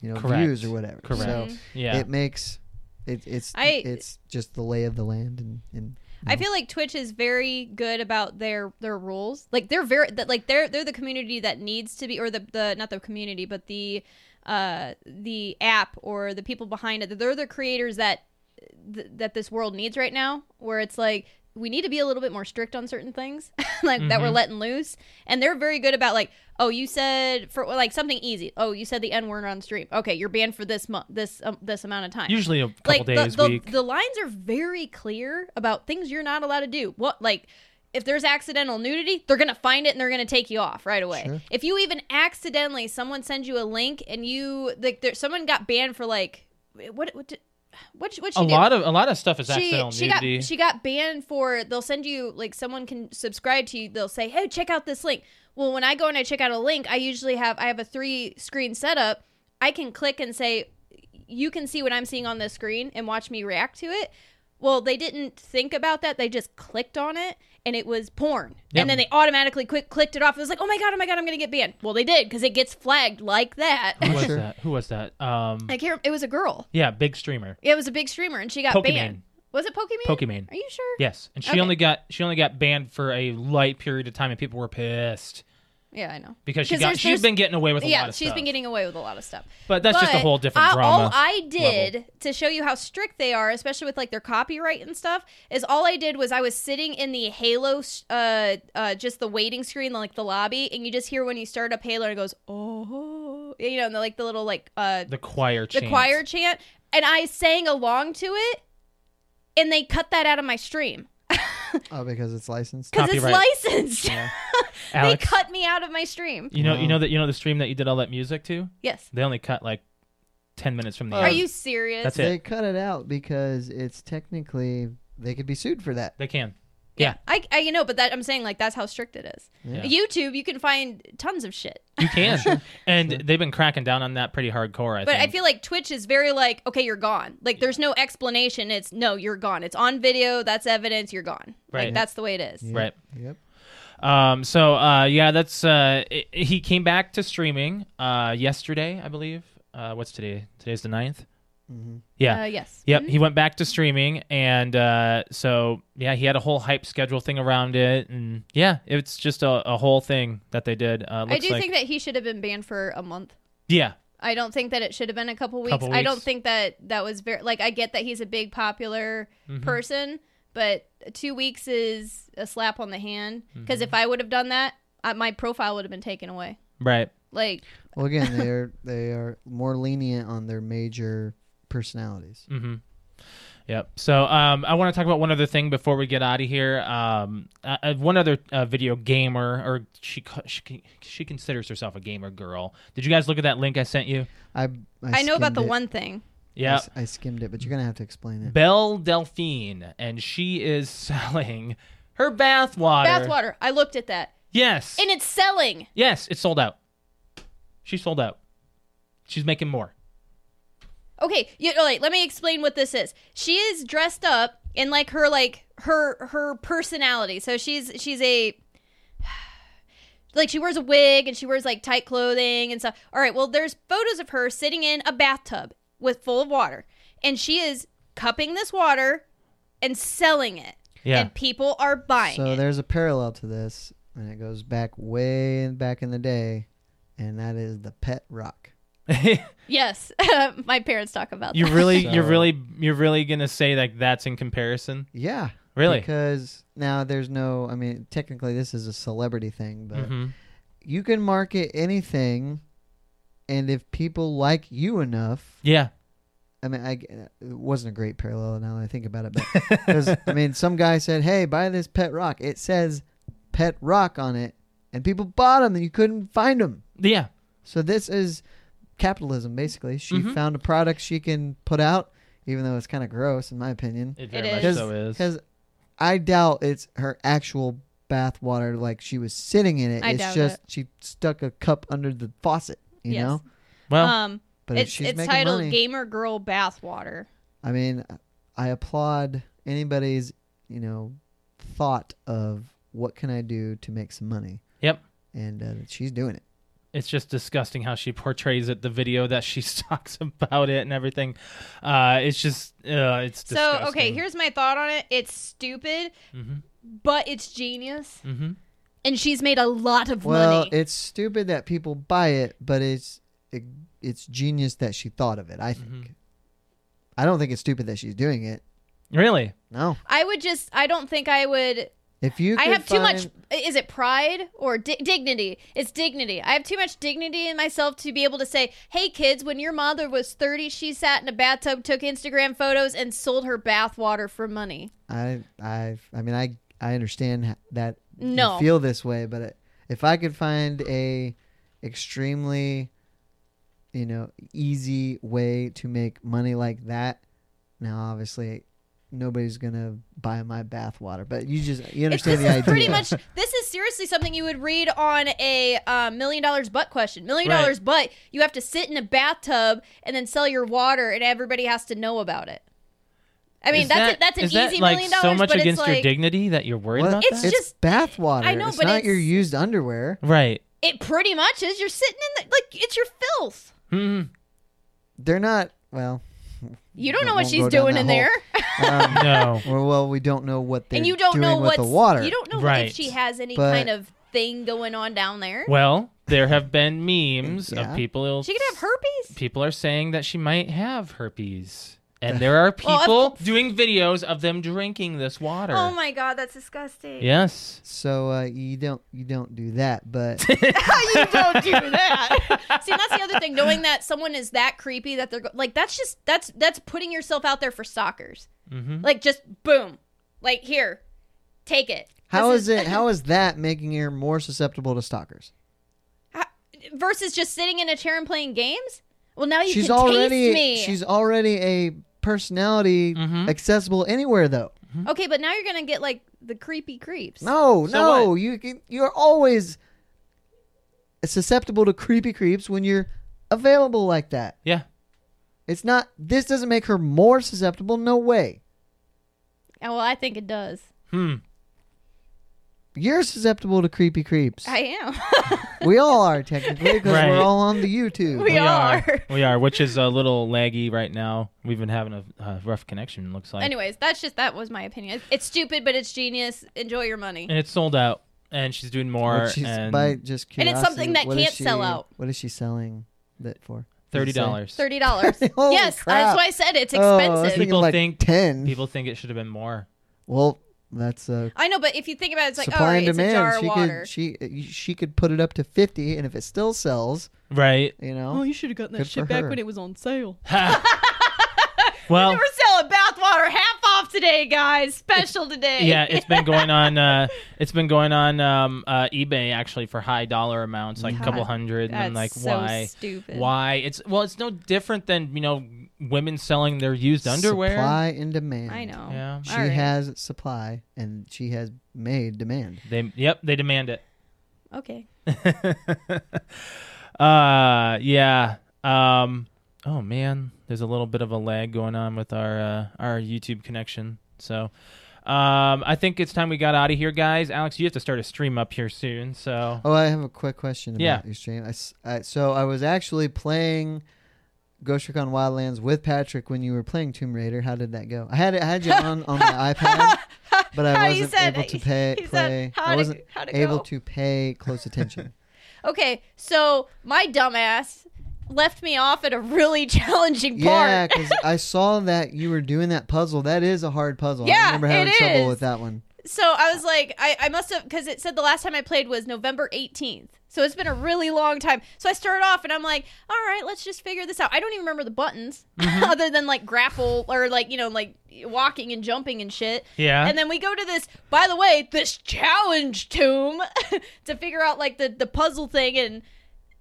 Speaker 2: you know,
Speaker 3: Correct.
Speaker 2: views or whatever.
Speaker 3: Correct.
Speaker 2: So
Speaker 3: Yeah.
Speaker 2: it makes. It, it's
Speaker 1: I-
Speaker 2: it's just the lay of the land and, and
Speaker 1: I feel like Twitch is very good about their their rules. Like they're very that like they're they're the community that needs to be or the the not the community but the uh the app or the people behind it. They're the creators that th- that this world needs right now where it's like we need to be a little bit more strict on certain things like that we're letting loose and they're very good about like oh you said for like something easy oh you said the n word on stream okay you're banned for this month this um, this amount of time
Speaker 3: Usually a couple
Speaker 1: the-
Speaker 3: days,
Speaker 1: the,
Speaker 3: week.
Speaker 1: the lines are very clear about things you're not allowed to do. What like if there's accidental nudity, they're gonna find it and they're gonna take you off right away.
Speaker 2: Sure.
Speaker 1: If you even accidentally someone sends you a link and you like there someone got banned for like what what did, what she- what she
Speaker 3: a
Speaker 1: did?
Speaker 3: lot of a lot of stuff is
Speaker 1: she,
Speaker 3: accidental
Speaker 1: she got
Speaker 3: nudity.
Speaker 1: she got banned for they'll send you like someone can subscribe to you they'll say hey check out this link well when i go and i check out a link i usually have i have a three screen setup i can click and say you can see what i'm seeing on this screen and watch me react to it well they didn't think about that they just clicked on it and it was porn
Speaker 3: Yep.
Speaker 1: and then they automatically quick clicked it off it was like oh my god oh my god i'm gonna get banned well they did because it gets flagged like that
Speaker 3: Who was
Speaker 2: Sure.
Speaker 3: that? Who was that? Um,
Speaker 1: i can't it was a girl
Speaker 3: yeah, big streamer.
Speaker 1: it was a big streamer and she got
Speaker 3: Pokemon.
Speaker 1: banned was it pokemon
Speaker 3: Pokemon.
Speaker 1: are you sure
Speaker 3: Yes, and she
Speaker 1: Okay.
Speaker 3: only got she only got banned for a light period of time, and people were pissed
Speaker 1: yeah i know
Speaker 3: because she
Speaker 1: 'Cause
Speaker 3: got
Speaker 1: there's-
Speaker 3: she's
Speaker 1: there's-
Speaker 3: been getting away with a
Speaker 1: yeah,
Speaker 3: lot of
Speaker 1: she's
Speaker 3: stuff.
Speaker 1: been getting away with a lot of stuff.
Speaker 3: but that's just a
Speaker 1: But
Speaker 3: whole different
Speaker 1: I-
Speaker 3: drama.
Speaker 1: All I did to show you how strict they are, especially with like their copyright and stuff, is all I did was I was sitting in the Halo, uh, uh, just the waiting screen, like the lobby, and you just hear when you start up Halo and it goes, oh, you know, and the, like the little like uh,
Speaker 3: the choir
Speaker 1: the
Speaker 3: chant.
Speaker 1: choir chant, and I sang along to it, and they cut that out of my stream
Speaker 2: oh because it's licensed
Speaker 1: because it's
Speaker 3: Copyright.
Speaker 1: licensed. they
Speaker 3: Alex,
Speaker 1: cut me out of my stream.
Speaker 3: you know you
Speaker 2: Wow.
Speaker 3: know that you know the stream that you did all that music to.
Speaker 1: Yes.
Speaker 3: They only cut like ten minutes from the.
Speaker 1: Are
Speaker 3: end.
Speaker 1: you serious?
Speaker 3: Uh, That's it.
Speaker 2: they cut it out because it's technically they could be sued for that
Speaker 3: They can.
Speaker 1: Yeah. I, I you know, but that I'm saying like that's how strict it is.
Speaker 3: Yeah.
Speaker 1: YouTube, you can find tons of shit.
Speaker 3: You can, and they've been cracking down on that pretty hardcore. I
Speaker 1: But I
Speaker 3: think.
Speaker 1: feel like Twitch is very like, okay, you're gone. Like there's no explanation. It's no, you're gone. It's on video, that's evidence, you're gone.
Speaker 3: Right.
Speaker 1: Like that's the way it is.
Speaker 2: Yeah.
Speaker 3: Right.
Speaker 2: yep
Speaker 3: Um, so uh, yeah, that's uh, i he came back to streaming uh, yesterday, I believe. Uh, what's today? Today's the 9th?
Speaker 2: mm-hmm.
Speaker 3: Yeah.
Speaker 1: Uh, yes.
Speaker 3: yep. He went back to streaming, and uh, so yeah, he had a whole hype schedule thing around it, and yeah, it's just a, a whole thing that they did. Uh,
Speaker 1: I
Speaker 3: looks
Speaker 1: do
Speaker 3: like,
Speaker 1: think that he should have been banned for a month.
Speaker 3: yeah,
Speaker 1: I don't think that it should have been a couple weeks.
Speaker 3: Couple
Speaker 1: I don't
Speaker 3: weeks.
Speaker 1: think that that was very like I get that he's a big popular
Speaker 3: Mm-hmm.
Speaker 1: person, but two weeks is a slap on the hand because
Speaker 3: Mm-hmm.
Speaker 1: if I would have done that, I, my profile would have been taken away.
Speaker 3: right.
Speaker 1: Like
Speaker 2: well again they're they are more lenient on their major personalities
Speaker 3: Mm-hmm. Yep. So um, I want to talk about one other thing before we get out of here. Um, uh, uh, one other uh, video gamer, or she, co- she con- she considers herself a gamer girl. Did you guys look at that link I sent you?
Speaker 2: i i,
Speaker 1: I know about
Speaker 2: skimmed
Speaker 1: the
Speaker 2: it.
Speaker 1: one thing.
Speaker 2: I
Speaker 3: Yeah.
Speaker 2: s- I, skimmed it but you're gonna have to explain it
Speaker 3: Belle Delphine, and she is selling her bathwater.
Speaker 1: Bathwater. I looked at that.
Speaker 3: Yes.
Speaker 1: And it's selling.
Speaker 3: yes, it's sold out. She's sold out. She's making more.
Speaker 1: Okay, you, oh, wait, let me explain what this is. She is dressed up in like her like her her personality. So she's she's a like she wears a wig and she wears like tight clothing and stuff. All right, well there's photos of her sitting in a bathtub with full of water and she is cupping this water and selling it.
Speaker 3: Yeah.
Speaker 1: And people are buying
Speaker 2: So
Speaker 1: it.
Speaker 2: there's a parallel to this, and it goes back way back in the day, and that is the pet rock.
Speaker 1: Yes, my parents talk about
Speaker 3: you
Speaker 1: that.
Speaker 3: really, you're
Speaker 2: So-
Speaker 3: really, you're really gonna say like that's in comparison?
Speaker 2: Yeah,
Speaker 3: Really?
Speaker 2: Because now there's no. I mean, technically this is a celebrity thing, but
Speaker 3: hmm
Speaker 2: you can market anything, and if people like you enough,
Speaker 3: Yeah.
Speaker 2: I mean, I, it wasn't a great parallel now that I think about it, but 'cause, I mean, some guy said, "Hey, buy this pet rock." It says "pet rock" on it, and people bought them, and you couldn't find them.
Speaker 3: Yeah.
Speaker 2: So this is capitalism, basically. She
Speaker 3: Mhm.
Speaker 2: found a product she can put out, even though it's kind of gross, in my opinion.
Speaker 3: It
Speaker 1: very
Speaker 3: very
Speaker 1: It much
Speaker 3: much
Speaker 1: is.
Speaker 3: so is.
Speaker 2: Because I doubt it's her actual bath water, like she was sitting in it.
Speaker 1: I
Speaker 2: it's
Speaker 1: doubt
Speaker 2: just she stuck a cup under the faucet, you
Speaker 1: Yes.
Speaker 2: know.
Speaker 3: Well,
Speaker 1: um,
Speaker 2: But if
Speaker 1: it's
Speaker 2: she's
Speaker 1: it's
Speaker 2: making
Speaker 1: titled
Speaker 2: money,
Speaker 1: "Gamer Girl Bath Water."
Speaker 2: I mean, I applaud anybody's, you know, thought of what can I do to make some money.
Speaker 3: Yep.
Speaker 2: And uh, she's doing it.
Speaker 3: it's just disgusting how she portrays it. The video that she talks about it and everything. Uh, it's just, uh, it's disgusting.
Speaker 1: So okay, here's my thought on it. It's stupid,
Speaker 3: Mm-hmm.
Speaker 1: but it's genius,
Speaker 3: Mm-hmm.
Speaker 1: and she's made a lot of
Speaker 2: Well,
Speaker 1: money.
Speaker 2: it's stupid that people buy it, but it's it, it's genius that she thought of it. I think.
Speaker 3: Mhm.
Speaker 2: I don't think it's stupid that she's doing it.
Speaker 3: Really?
Speaker 2: No,
Speaker 1: I would just. I don't think I would.
Speaker 2: if you,
Speaker 1: I
Speaker 2: could
Speaker 1: have too much.
Speaker 2: find-
Speaker 1: Is it pride or di- dignity? It's dignity. I have too much dignity in myself to be able to say, "Hey, kids, when your mother was 30, she sat in a bathtub, took Instagram photos, and sold her bath water for money."
Speaker 2: I, I, I mean, I, I understand ha- that
Speaker 1: No.
Speaker 2: you feel this way, but it, if I could find a extremely, you know, easy way to make money like that, now obviously nobody's gonna buy my bathwater, but you just you
Speaker 1: It's-
Speaker 2: understand
Speaker 1: this
Speaker 2: the
Speaker 1: is
Speaker 2: idea.
Speaker 1: pretty much this is seriously something you would read on a uh, million dollars butt question million
Speaker 3: Right.
Speaker 1: dollars butt you have to sit in a bathtub and then sell your water and everybody has to know about it i mean
Speaker 3: Is
Speaker 1: that's
Speaker 3: that-
Speaker 1: a, that's an
Speaker 3: is that,
Speaker 1: easy
Speaker 3: like,
Speaker 1: million dollars
Speaker 3: so much
Speaker 1: but
Speaker 3: against
Speaker 1: it's
Speaker 3: your
Speaker 1: like
Speaker 3: dignity that you're worried
Speaker 2: What?
Speaker 3: about
Speaker 1: It's
Speaker 3: that?
Speaker 2: it's
Speaker 1: just-
Speaker 2: bathwater.
Speaker 1: I know,
Speaker 2: it's
Speaker 1: but
Speaker 2: not
Speaker 1: it's-
Speaker 2: your used underwear.
Speaker 3: right.
Speaker 1: it pretty much is you're sitting in the like it's your filth
Speaker 3: hmm
Speaker 2: They're not. Well,
Speaker 1: you don't
Speaker 2: I
Speaker 1: know what
Speaker 2: won't
Speaker 1: she's
Speaker 2: go down
Speaker 1: doing
Speaker 2: that
Speaker 1: in
Speaker 2: hole.
Speaker 1: there
Speaker 2: um,
Speaker 3: No.
Speaker 2: or, well, we don't know what they're
Speaker 1: and you don't
Speaker 2: doing
Speaker 1: know
Speaker 2: with
Speaker 1: what's
Speaker 2: the water.
Speaker 1: you don't know if
Speaker 3: Right.
Speaker 1: she has any
Speaker 2: But-
Speaker 1: kind of thing going on down there
Speaker 3: Well, there have been memes
Speaker 2: Yeah.
Speaker 3: of people.
Speaker 1: she could have herpes
Speaker 3: People are saying that she might have herpes, and there are
Speaker 1: Well,
Speaker 3: people
Speaker 1: of
Speaker 3: doing videos of them drinking this water.
Speaker 1: oh my god that's disgusting
Speaker 3: Yes.
Speaker 2: So uh, you don't you don't do that, but
Speaker 1: you don't do that. See, and that's the other thing. Knowing that someone is that creepy that they're go- like, that's just that's that's putting yourself out there for stalkers.
Speaker 3: Mm-hmm.
Speaker 1: Like, just boom, like here, take it.
Speaker 2: how
Speaker 1: This
Speaker 2: is it? How is that making her more susceptible to stalkers?
Speaker 1: versus just sitting in a chair and playing games? Well, now you
Speaker 2: she's
Speaker 1: can
Speaker 2: already
Speaker 1: taste me. Mm-hmm.
Speaker 2: she's already a personality
Speaker 3: Mhm.
Speaker 2: accessible anywhere though.
Speaker 1: okay, but now you're gonna get like the creepy creeps.
Speaker 2: No,
Speaker 3: So
Speaker 2: no,
Speaker 3: what?
Speaker 2: you can, you're always susceptible to creepy creeps when you're available like that.
Speaker 3: Yeah.
Speaker 2: It's not. This doesn't make her more susceptible. No way.
Speaker 1: Oh, well, I think it does.
Speaker 3: Hmm.
Speaker 2: You're susceptible to creepy creeps.
Speaker 1: I am.
Speaker 2: we all are technically because
Speaker 3: Right.
Speaker 2: we're all on the YouTube.
Speaker 1: We are.
Speaker 3: We are, which is a little laggy right now. We've been having a uh, rough connection, looks like.
Speaker 1: Anyways, that's just that was my opinion. It's- It's stupid, but it's genius. Enjoy your money.
Speaker 3: And it's sold out, and she's doing more.
Speaker 2: Which is
Speaker 3: and
Speaker 2: by just
Speaker 1: And it's
Speaker 2: curiosity,
Speaker 1: something that
Speaker 2: what is
Speaker 1: can't
Speaker 2: she-
Speaker 1: sell out.
Speaker 2: What is she selling that for? Does
Speaker 3: thirty
Speaker 2: it say?
Speaker 3: dollars.
Speaker 1: Thirty dollars.
Speaker 2: Holy
Speaker 1: yes,
Speaker 2: crap.
Speaker 1: that's why I said it's
Speaker 2: Oh, I was
Speaker 1: expensive.
Speaker 2: thinking
Speaker 3: People
Speaker 2: like
Speaker 3: think-
Speaker 2: ten.
Speaker 3: People think it should have been more.
Speaker 2: Well, that's a
Speaker 1: I know, but if you think about it, it's like,
Speaker 2: supply
Speaker 1: all right,
Speaker 2: and
Speaker 1: it's a jar
Speaker 2: demand.
Speaker 1: of
Speaker 2: She
Speaker 1: water.
Speaker 2: could she uh, she could put it up to fifty, and if it still sells,
Speaker 3: Right.
Speaker 2: you
Speaker 4: Oh,
Speaker 2: know,
Speaker 4: you should have gotten that
Speaker 2: Good for
Speaker 4: shit back
Speaker 2: her.
Speaker 4: when it was on sale.
Speaker 3: well,
Speaker 1: We're selling bathwater half off today, guys. Special today.
Speaker 3: yeah, it's been going on. Uh, it's been going on um, uh, eBay actually for high dollar amounts, like a couple
Speaker 1: God,
Speaker 3: hundred.
Speaker 1: That's
Speaker 3: and I'm like,
Speaker 1: so
Speaker 3: why?
Speaker 1: stupid.
Speaker 3: Why? It's well, it's no different than you know women selling their used underwear.
Speaker 2: Supply and demand.
Speaker 1: I know.
Speaker 3: Yeah.
Speaker 2: She
Speaker 1: All right.
Speaker 2: has supply, and she has made demand.
Speaker 3: They yep, they demand it.
Speaker 1: Okay.
Speaker 3: uh yeah. Um oh man, there's a little bit of a lag going on with our uh, our YouTube connection. So Um, I think it's time we got out of here, guys. Alex, you have to start a stream up here soon. So
Speaker 2: Oh, I have a quick question about
Speaker 3: Yeah.
Speaker 2: your stream. I s I so I was actually playing Ghost Recon Wildlands with Patrick when you were playing Tomb Raider. How did that go? I had it I had you on on my iPad, but I
Speaker 1: How you
Speaker 2: wasn't
Speaker 1: said-
Speaker 2: able to pay,
Speaker 1: he said,
Speaker 2: play.
Speaker 1: "How'd
Speaker 2: I
Speaker 1: it-
Speaker 2: wasn't
Speaker 1: how'd it
Speaker 2: able
Speaker 1: go?"
Speaker 2: to pay close attention.
Speaker 1: Okay, so my dumbass left me off at a really challenging part.
Speaker 2: yeah, because I saw that you were doing that puzzle. That is a hard puzzle. I
Speaker 1: Yeah,
Speaker 2: remember having
Speaker 1: it
Speaker 2: trouble
Speaker 1: is.
Speaker 2: with that one.
Speaker 1: So I was like, I, I must have, because it said the last time I played was November 18th. So it's been a really long time. So I started off and I'm like, all right, let's just figure this out. I don't even remember the buttons
Speaker 3: Mm-hmm.
Speaker 1: other than like grapple or like, you know, like walking and jumping and shit.
Speaker 3: yeah,
Speaker 1: And then we go to this, by the way, this challenge tomb to figure out like the, the puzzle thing. And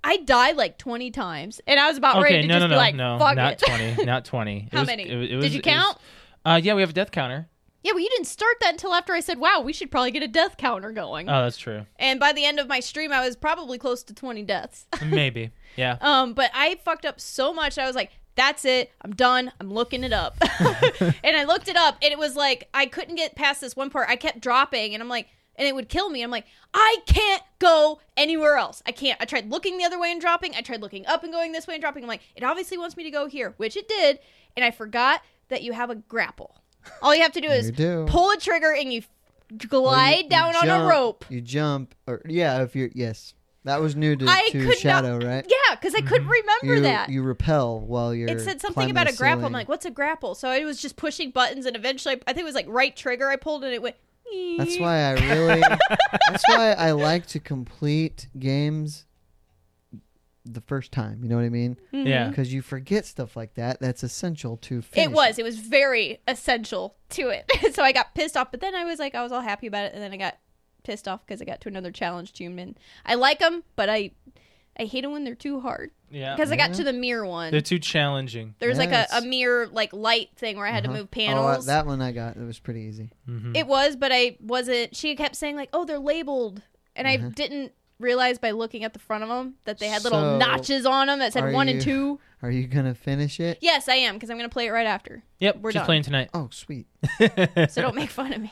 Speaker 1: I died like 20 times. And I was about ready
Speaker 3: okay,
Speaker 1: to
Speaker 3: no,
Speaker 1: just
Speaker 3: no,
Speaker 1: be
Speaker 3: no,
Speaker 1: like,
Speaker 3: no,
Speaker 1: fuck
Speaker 3: not
Speaker 1: it.
Speaker 3: twenty, not twenty. It
Speaker 1: How
Speaker 3: was-
Speaker 1: many?
Speaker 3: it was- it
Speaker 1: Did
Speaker 3: was-
Speaker 1: you
Speaker 3: it was-
Speaker 1: count?
Speaker 3: uh, yeah, we have a death counter.
Speaker 1: yeah, well, you didn't start that until after I said, wow, we should probably get a death counter going.
Speaker 3: Oh, that's true.
Speaker 1: and by the end of my stream i was probably close to 20 deaths
Speaker 3: Maybe. Yeah.
Speaker 1: um but i fucked up so much i was like that's it i'm done i'm looking it up and i looked it up and it was like i couldn't get past this one part i kept dropping and i'm like and it would kill me i'm like i can't go anywhere else i can't i tried looking the other way and dropping i tried looking up and going this way and dropping i'm like it obviously wants me to go here which it did and i forgot that you have a grapple all you have to do is
Speaker 2: do.
Speaker 1: pull a trigger and you
Speaker 2: Well, you-
Speaker 1: glide
Speaker 2: you
Speaker 1: down on a
Speaker 2: jump-
Speaker 1: rope
Speaker 2: You jump, or yeah, if you're yes, that was new to,
Speaker 1: I
Speaker 2: to
Speaker 1: could not-
Speaker 2: Shadow, right?
Speaker 1: Yeah, because I couldn't remember
Speaker 2: Mm-hmm. you,
Speaker 1: that.
Speaker 2: You repel while you're.
Speaker 1: it said something
Speaker 2: climbing
Speaker 1: about
Speaker 2: the
Speaker 1: a grapple. I'm
Speaker 2: ceiling.
Speaker 1: like, what's a grapple? So I was just pushing buttons, and eventually, I think it was like right trigger I pulled, and it went.
Speaker 2: That's why I really. that's why I like to complete games the first time. You know what I mean?
Speaker 3: Yeah.
Speaker 2: Because you forget stuff like that. That's essential to. Finish.
Speaker 1: Mm-hmm. It was. It was very essential to it. so I got pissed off, but then I was like, I was all happy about it, and then I got pissed off because I got to another challenge tune. And I like them, but I, I hate them when they're too hard.
Speaker 3: Yeah.
Speaker 1: Because I got
Speaker 2: Yeah.
Speaker 1: to the mirror one.
Speaker 3: They're too challenging.
Speaker 1: There's
Speaker 2: Yes.
Speaker 1: like a, a mirror like light thing where I had
Speaker 2: Uh-huh.
Speaker 1: to move
Speaker 2: Oh, uh,
Speaker 1: panels.
Speaker 2: that one I got. It was pretty easy.
Speaker 3: hmm
Speaker 1: It was, but I wasn't. She kept saying like, "Oh, they're labeled," and
Speaker 2: Mm-hmm.
Speaker 1: I didn't realize by looking at the front of them that they had little
Speaker 2: So,
Speaker 1: notches on them that
Speaker 2: are
Speaker 1: said one and
Speaker 2: you-
Speaker 1: two.
Speaker 2: Are you gonna finish it?
Speaker 1: Yes, I am because I'm gonna play it right after.
Speaker 3: yep.
Speaker 1: we're
Speaker 3: she's
Speaker 1: done.
Speaker 3: playing tonight.
Speaker 2: Oh, sweet.
Speaker 1: So don't make fun of me.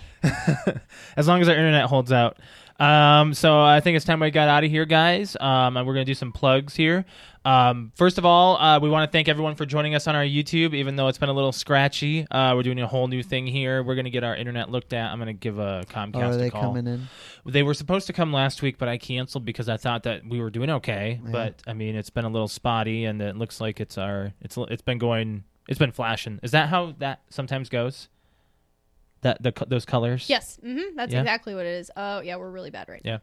Speaker 3: as long as our internet holds out. Um, so I think it's time we got out of here, guys. Um, and we're gonna do some plugs here. Um, first of all, uh, we want to thank everyone for joining us on our YouTube, even though it's been a little scratchy. Uh, we're doing a whole new thing here. We're gonna get our internet looked at. I'm gonna give a Comcast
Speaker 2: Oh, are
Speaker 3: a
Speaker 2: they
Speaker 3: call.
Speaker 2: coming in?
Speaker 3: They were supposed to come last week, but I canceled because I thought that we were doing okay.
Speaker 2: Yeah.
Speaker 3: But I mean, it's been a little spotty, and it looks like it's our it's it's been going it's been flashing. Is that how that sometimes goes? That the co- those colors?
Speaker 1: Yes, hmm that's
Speaker 3: Yeah.
Speaker 1: exactly what it is. Oh yeah, we're really bad right now.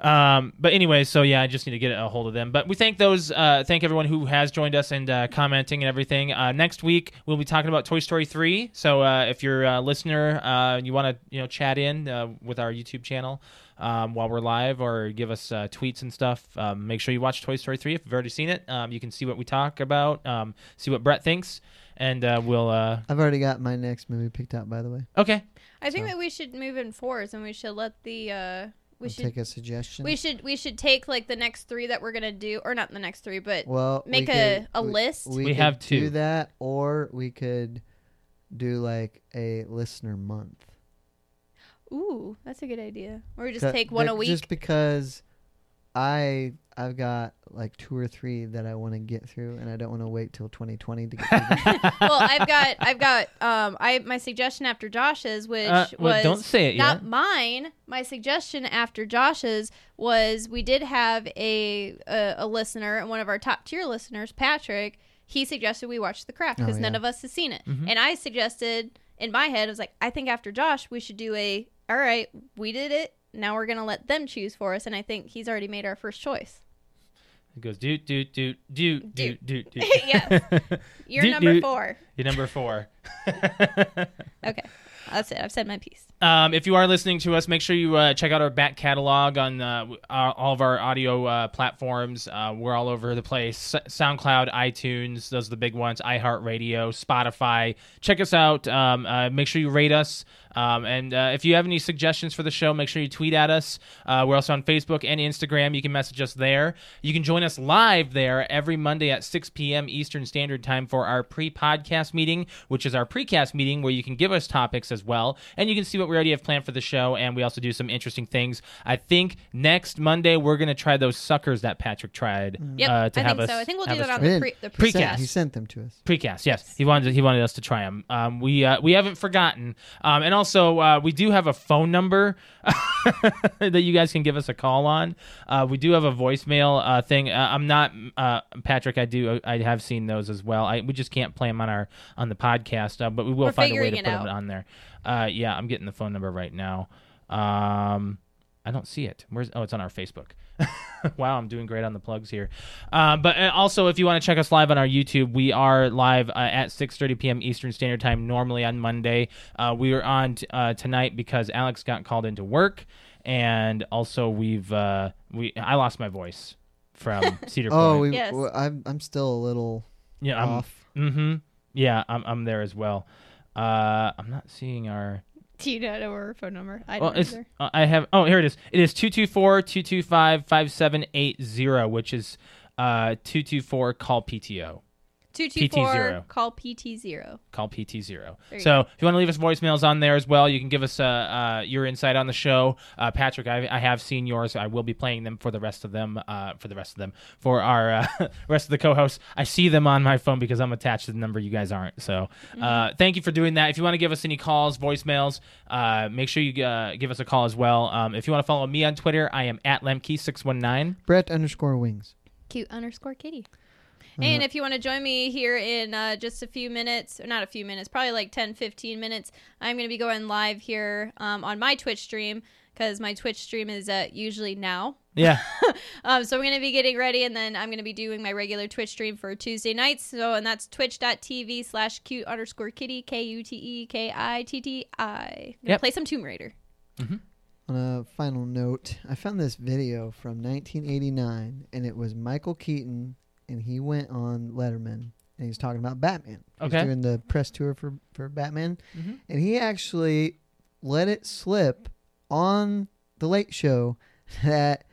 Speaker 3: Yeah. Um, but anyway, so yeah, I just need to get a hold of them. But we thank those, uh, thank everyone who has joined us and uh, commenting and everything. Uh, next week we'll be talking about Toy Story three. So uh, if you're a listener, uh, and you want to you know chat in uh, with our YouTube channel um, while we're live or give us uh, tweets and stuff. Um, make sure you watch Toy Story three if you've already seen it. Um, you can see what we talk about, um, see what Brett thinks, and uh, we'll. Uh,
Speaker 2: I've already got my next movie picked out. By the way,
Speaker 3: okay.
Speaker 1: I think
Speaker 2: So-
Speaker 1: that we should move in fours and we should let the uh, we
Speaker 2: I'll
Speaker 1: should
Speaker 2: take a suggestion.
Speaker 1: we should we should take like the next three that we're gonna do, or not the next three, but
Speaker 2: well, we
Speaker 1: make
Speaker 2: could-
Speaker 1: a, a
Speaker 2: we-
Speaker 1: list.
Speaker 2: We,
Speaker 3: We
Speaker 2: could
Speaker 3: have two.
Speaker 2: Do that, or we could do like a listener month.
Speaker 1: Ooh, that's a good idea. Or we just
Speaker 2: Th-
Speaker 1: take one
Speaker 2: that-
Speaker 1: a week.
Speaker 2: Just because I I've got like two or three that I want to get through, and I don't want to wait till 2020 to get through. them.
Speaker 1: well, I've got, I've got, um, I my suggestion after Josh's, which
Speaker 3: Uh, well,
Speaker 1: was
Speaker 3: don't say it
Speaker 1: not
Speaker 3: yet.
Speaker 1: mine. My suggestion after Josh's was we did have a a, a listener and one of our top tier listeners, Patrick. He suggested we watch The Craft
Speaker 2: Oh,
Speaker 1: because none
Speaker 2: yeah.
Speaker 1: of us has seen it,
Speaker 3: Mm-hmm.
Speaker 1: and I suggested in my head I was like, I think after Josh we should do a. All right, we did it. Now we're gonna let them choose for us, and I think he's already made our first choice.
Speaker 3: It goes doot doot doot doot doot
Speaker 1: Doot.
Speaker 3: doot doot.
Speaker 1: yes, you're
Speaker 3: Doot,
Speaker 1: number
Speaker 3: doot.
Speaker 1: four.
Speaker 3: You're number four.
Speaker 1: Okay, that's it. I've said my piece.
Speaker 3: Um, if you are listening to us, make sure you uh, check out our back catalog on uh, w- our, all of our audio uh, platforms. Uh, we're all over the place S- SoundCloud, iTunes, those are the big ones, iHeartRadio, Spotify. Check us out. Um, uh, make sure you rate us. Um, and uh, if you have any suggestions for the show, make sure you tweet at us. Uh, we're also on Facebook and Instagram. You can message us there. You can join us live there every Monday at 6 p.m. Eastern Standard Time for our pre podcast meeting, which is our precast meeting where you can give us topics as well. And you can see what we already have planned for the show. And we also do some interesting things. I think next Monday, we're going to try those suckers that Patrick tried
Speaker 1: Yep,
Speaker 3: uh, to
Speaker 1: I
Speaker 3: have
Speaker 1: think
Speaker 3: us.
Speaker 1: so. I think we'll
Speaker 3: have
Speaker 1: do
Speaker 3: us
Speaker 1: that on
Speaker 2: We
Speaker 1: the,
Speaker 2: didn't-
Speaker 1: pre- the
Speaker 2: He
Speaker 3: Precast.
Speaker 1: precast.
Speaker 2: sent- He sent them to us.
Speaker 3: Precast, yes. He wanted he wanted us to try them. Um, we uh, we haven't forgotten, um, and also uh, we do have a phone number that you guys can give us a call on. Uh, we do have a voicemail uh, thing. Uh, I'm not uh, Patrick. I do I have seen those as well. I, we just can't play them on our on the podcast, uh, but we will
Speaker 1: We're
Speaker 3: find a way
Speaker 1: figuring
Speaker 3: to
Speaker 1: it
Speaker 3: put them
Speaker 1: out.
Speaker 3: on there. Uh, yeah, I'm getting the phone number right now. Um, I don't see it. Where's oh, it's on our Facebook. wow, I'm doing great on the plugs here. Um, but uh, also, if you want to check us live on our YouTube, we are live uh, at 6:30 p.m. Eastern Standard Time normally on Monday. Uh, we are on t- uh, tonight because Alex got called into work, and also we've uh, we I lost my voice from Cedar
Speaker 2: Oh,
Speaker 3: Point.
Speaker 2: we,
Speaker 1: Yes.
Speaker 2: well, I'm I'm still a little
Speaker 3: yeah, I'm,
Speaker 2: off.
Speaker 3: Mm-hmm. Yeah, I'm I'm there as well. Uh, I'm not seeing our.
Speaker 1: Do you know our phone number? I
Speaker 3: Well,
Speaker 1: don't
Speaker 3: it's
Speaker 1: either.
Speaker 3: uh, I have oh here it is. It is 224-225-5780 which is uh 224 call PTO.
Speaker 1: Two two four
Speaker 3: PT0.
Speaker 1: call PT zero.
Speaker 3: Call PT0.
Speaker 1: There you
Speaker 3: So if you want to leave us voicemails on there as well, you can give us uh, uh, your insight on the show. Uh, Patrick, I, I have seen yours. I will be playing them for the rest of them. Uh, for the rest of them, for our uh, rest of the co-hosts, I see them on my phone because I'm attached to the number. You guys aren't. So uh, thank you for doing that. If you want to give us any calls, voicemails, uh, make sure you uh, give us a call as well. Um, if you want to follow me on Twitter, I am at lemke619.
Speaker 2: Brett underscore wings.
Speaker 1: Cute underscore kitty.
Speaker 2: Uh-huh.
Speaker 1: And if you want to join me here in uh, just a few minutes, or not a few minutes, probably like 10, 15 minutes, I'm going to be going live here um, on my Twitch stream because my Twitch stream is uh, usually now.
Speaker 3: Yeah.
Speaker 1: Um, so I'm going to be getting ready, and then I'm going to be doing my regular Twitch stream for Tuesday nights. So, and that's twitch.tv slash cute underscore kitty, K U T E K I T T I.
Speaker 3: Yep.
Speaker 1: Play some Tomb Raider.
Speaker 2: On a final note, I found this video from 1989, and it was Michael Keaton, and he went on Letterman, and he's talking about Batman. He was
Speaker 3: Okay. Mm-hmm.
Speaker 2: doing the press tour for for Batman, and he actually let it slip on the Late Show that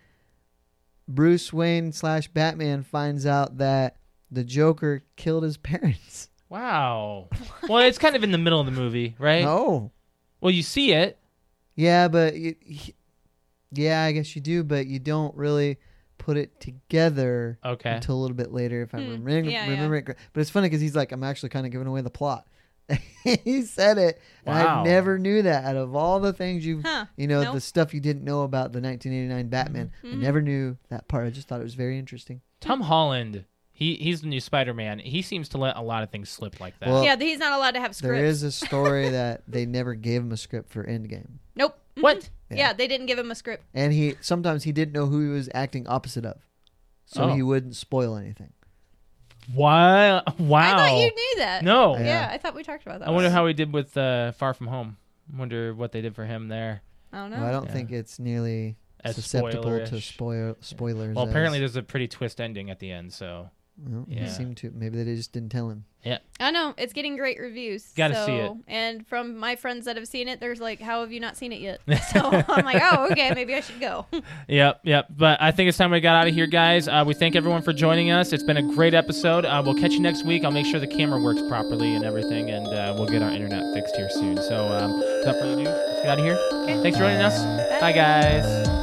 Speaker 2: Bruce Wayne slash Batman finds out that the Joker killed his parents.
Speaker 3: Wow. Well, it's kind of in the middle of the movie, right?
Speaker 2: Oh,
Speaker 3: Well, you see it.
Speaker 2: Yeah, but you, he- yeah, I guess you do, but you don't really put it together
Speaker 3: Okay.
Speaker 2: until a little bit later, if I
Speaker 1: Hmm,
Speaker 2: remember,
Speaker 1: yeah, yeah.
Speaker 2: remember it. cor- But it's funny because he's like, I'm actually kind of giving away the plot. he said it, and I
Speaker 3: Wow.
Speaker 2: never knew that. Out of all the things you,
Speaker 1: Huh.
Speaker 2: you know,
Speaker 1: Nope.
Speaker 2: the stuff you didn't know about the 1989
Speaker 3: Mm-hmm.
Speaker 2: Batman, I
Speaker 1: Mhm.
Speaker 2: never knew that part. I just thought it was very interesting.
Speaker 3: Tom Holland, he he's the new Spider-Man. He seems to let a lot of things slip like that.
Speaker 2: Well-
Speaker 1: yeah, he's not allowed to have scripts.
Speaker 2: There is a story that they never gave him a script for Endgame,
Speaker 1: Nope. Mhm.
Speaker 3: What?
Speaker 1: Yeah.
Speaker 2: Yeah.
Speaker 1: they didn't give him a script.
Speaker 2: and he sometimes he didn't know who he was acting opposite of, so
Speaker 3: Oh.
Speaker 2: he wouldn't spoil anything.
Speaker 3: Wow. Wow.
Speaker 1: I thought you knew that.
Speaker 3: No.
Speaker 1: Yeah,
Speaker 2: Yeah.
Speaker 1: I thought we talked about that.
Speaker 3: I wonder how he did with uh, Far From Home. Wonder what they did for him there.
Speaker 1: I don't know.
Speaker 2: Well, I don't
Speaker 3: Yeah.
Speaker 2: think it's nearly
Speaker 3: As
Speaker 2: susceptible to
Speaker 3: spoilerish.
Speaker 2: spoil spoilers.
Speaker 3: Well,
Speaker 2: as-
Speaker 3: apparently there's a pretty twist ending at the end, so
Speaker 2: well,
Speaker 3: yeah.
Speaker 2: yeah. seem to. Maybe they just didn't tell him.
Speaker 1: I know it's getting great reviews.
Speaker 3: Gotta
Speaker 1: so,
Speaker 3: see it.
Speaker 1: And from my friends that have seen it, there's like, "How have you not seen it yet?" So I'm like, "Oh, okay, maybe I should go."
Speaker 3: Yep, yep. But I think it's time we got out of here, guys. Uh, we thank everyone for joining us. It's been a great episode. Uh, we'll catch you next week. I'll make sure the camera works properly and everything, and uh, we'll get our internet fixed here soon. So, um, without further ado, let's get out of here. Thanks for joining us. Bye, guys.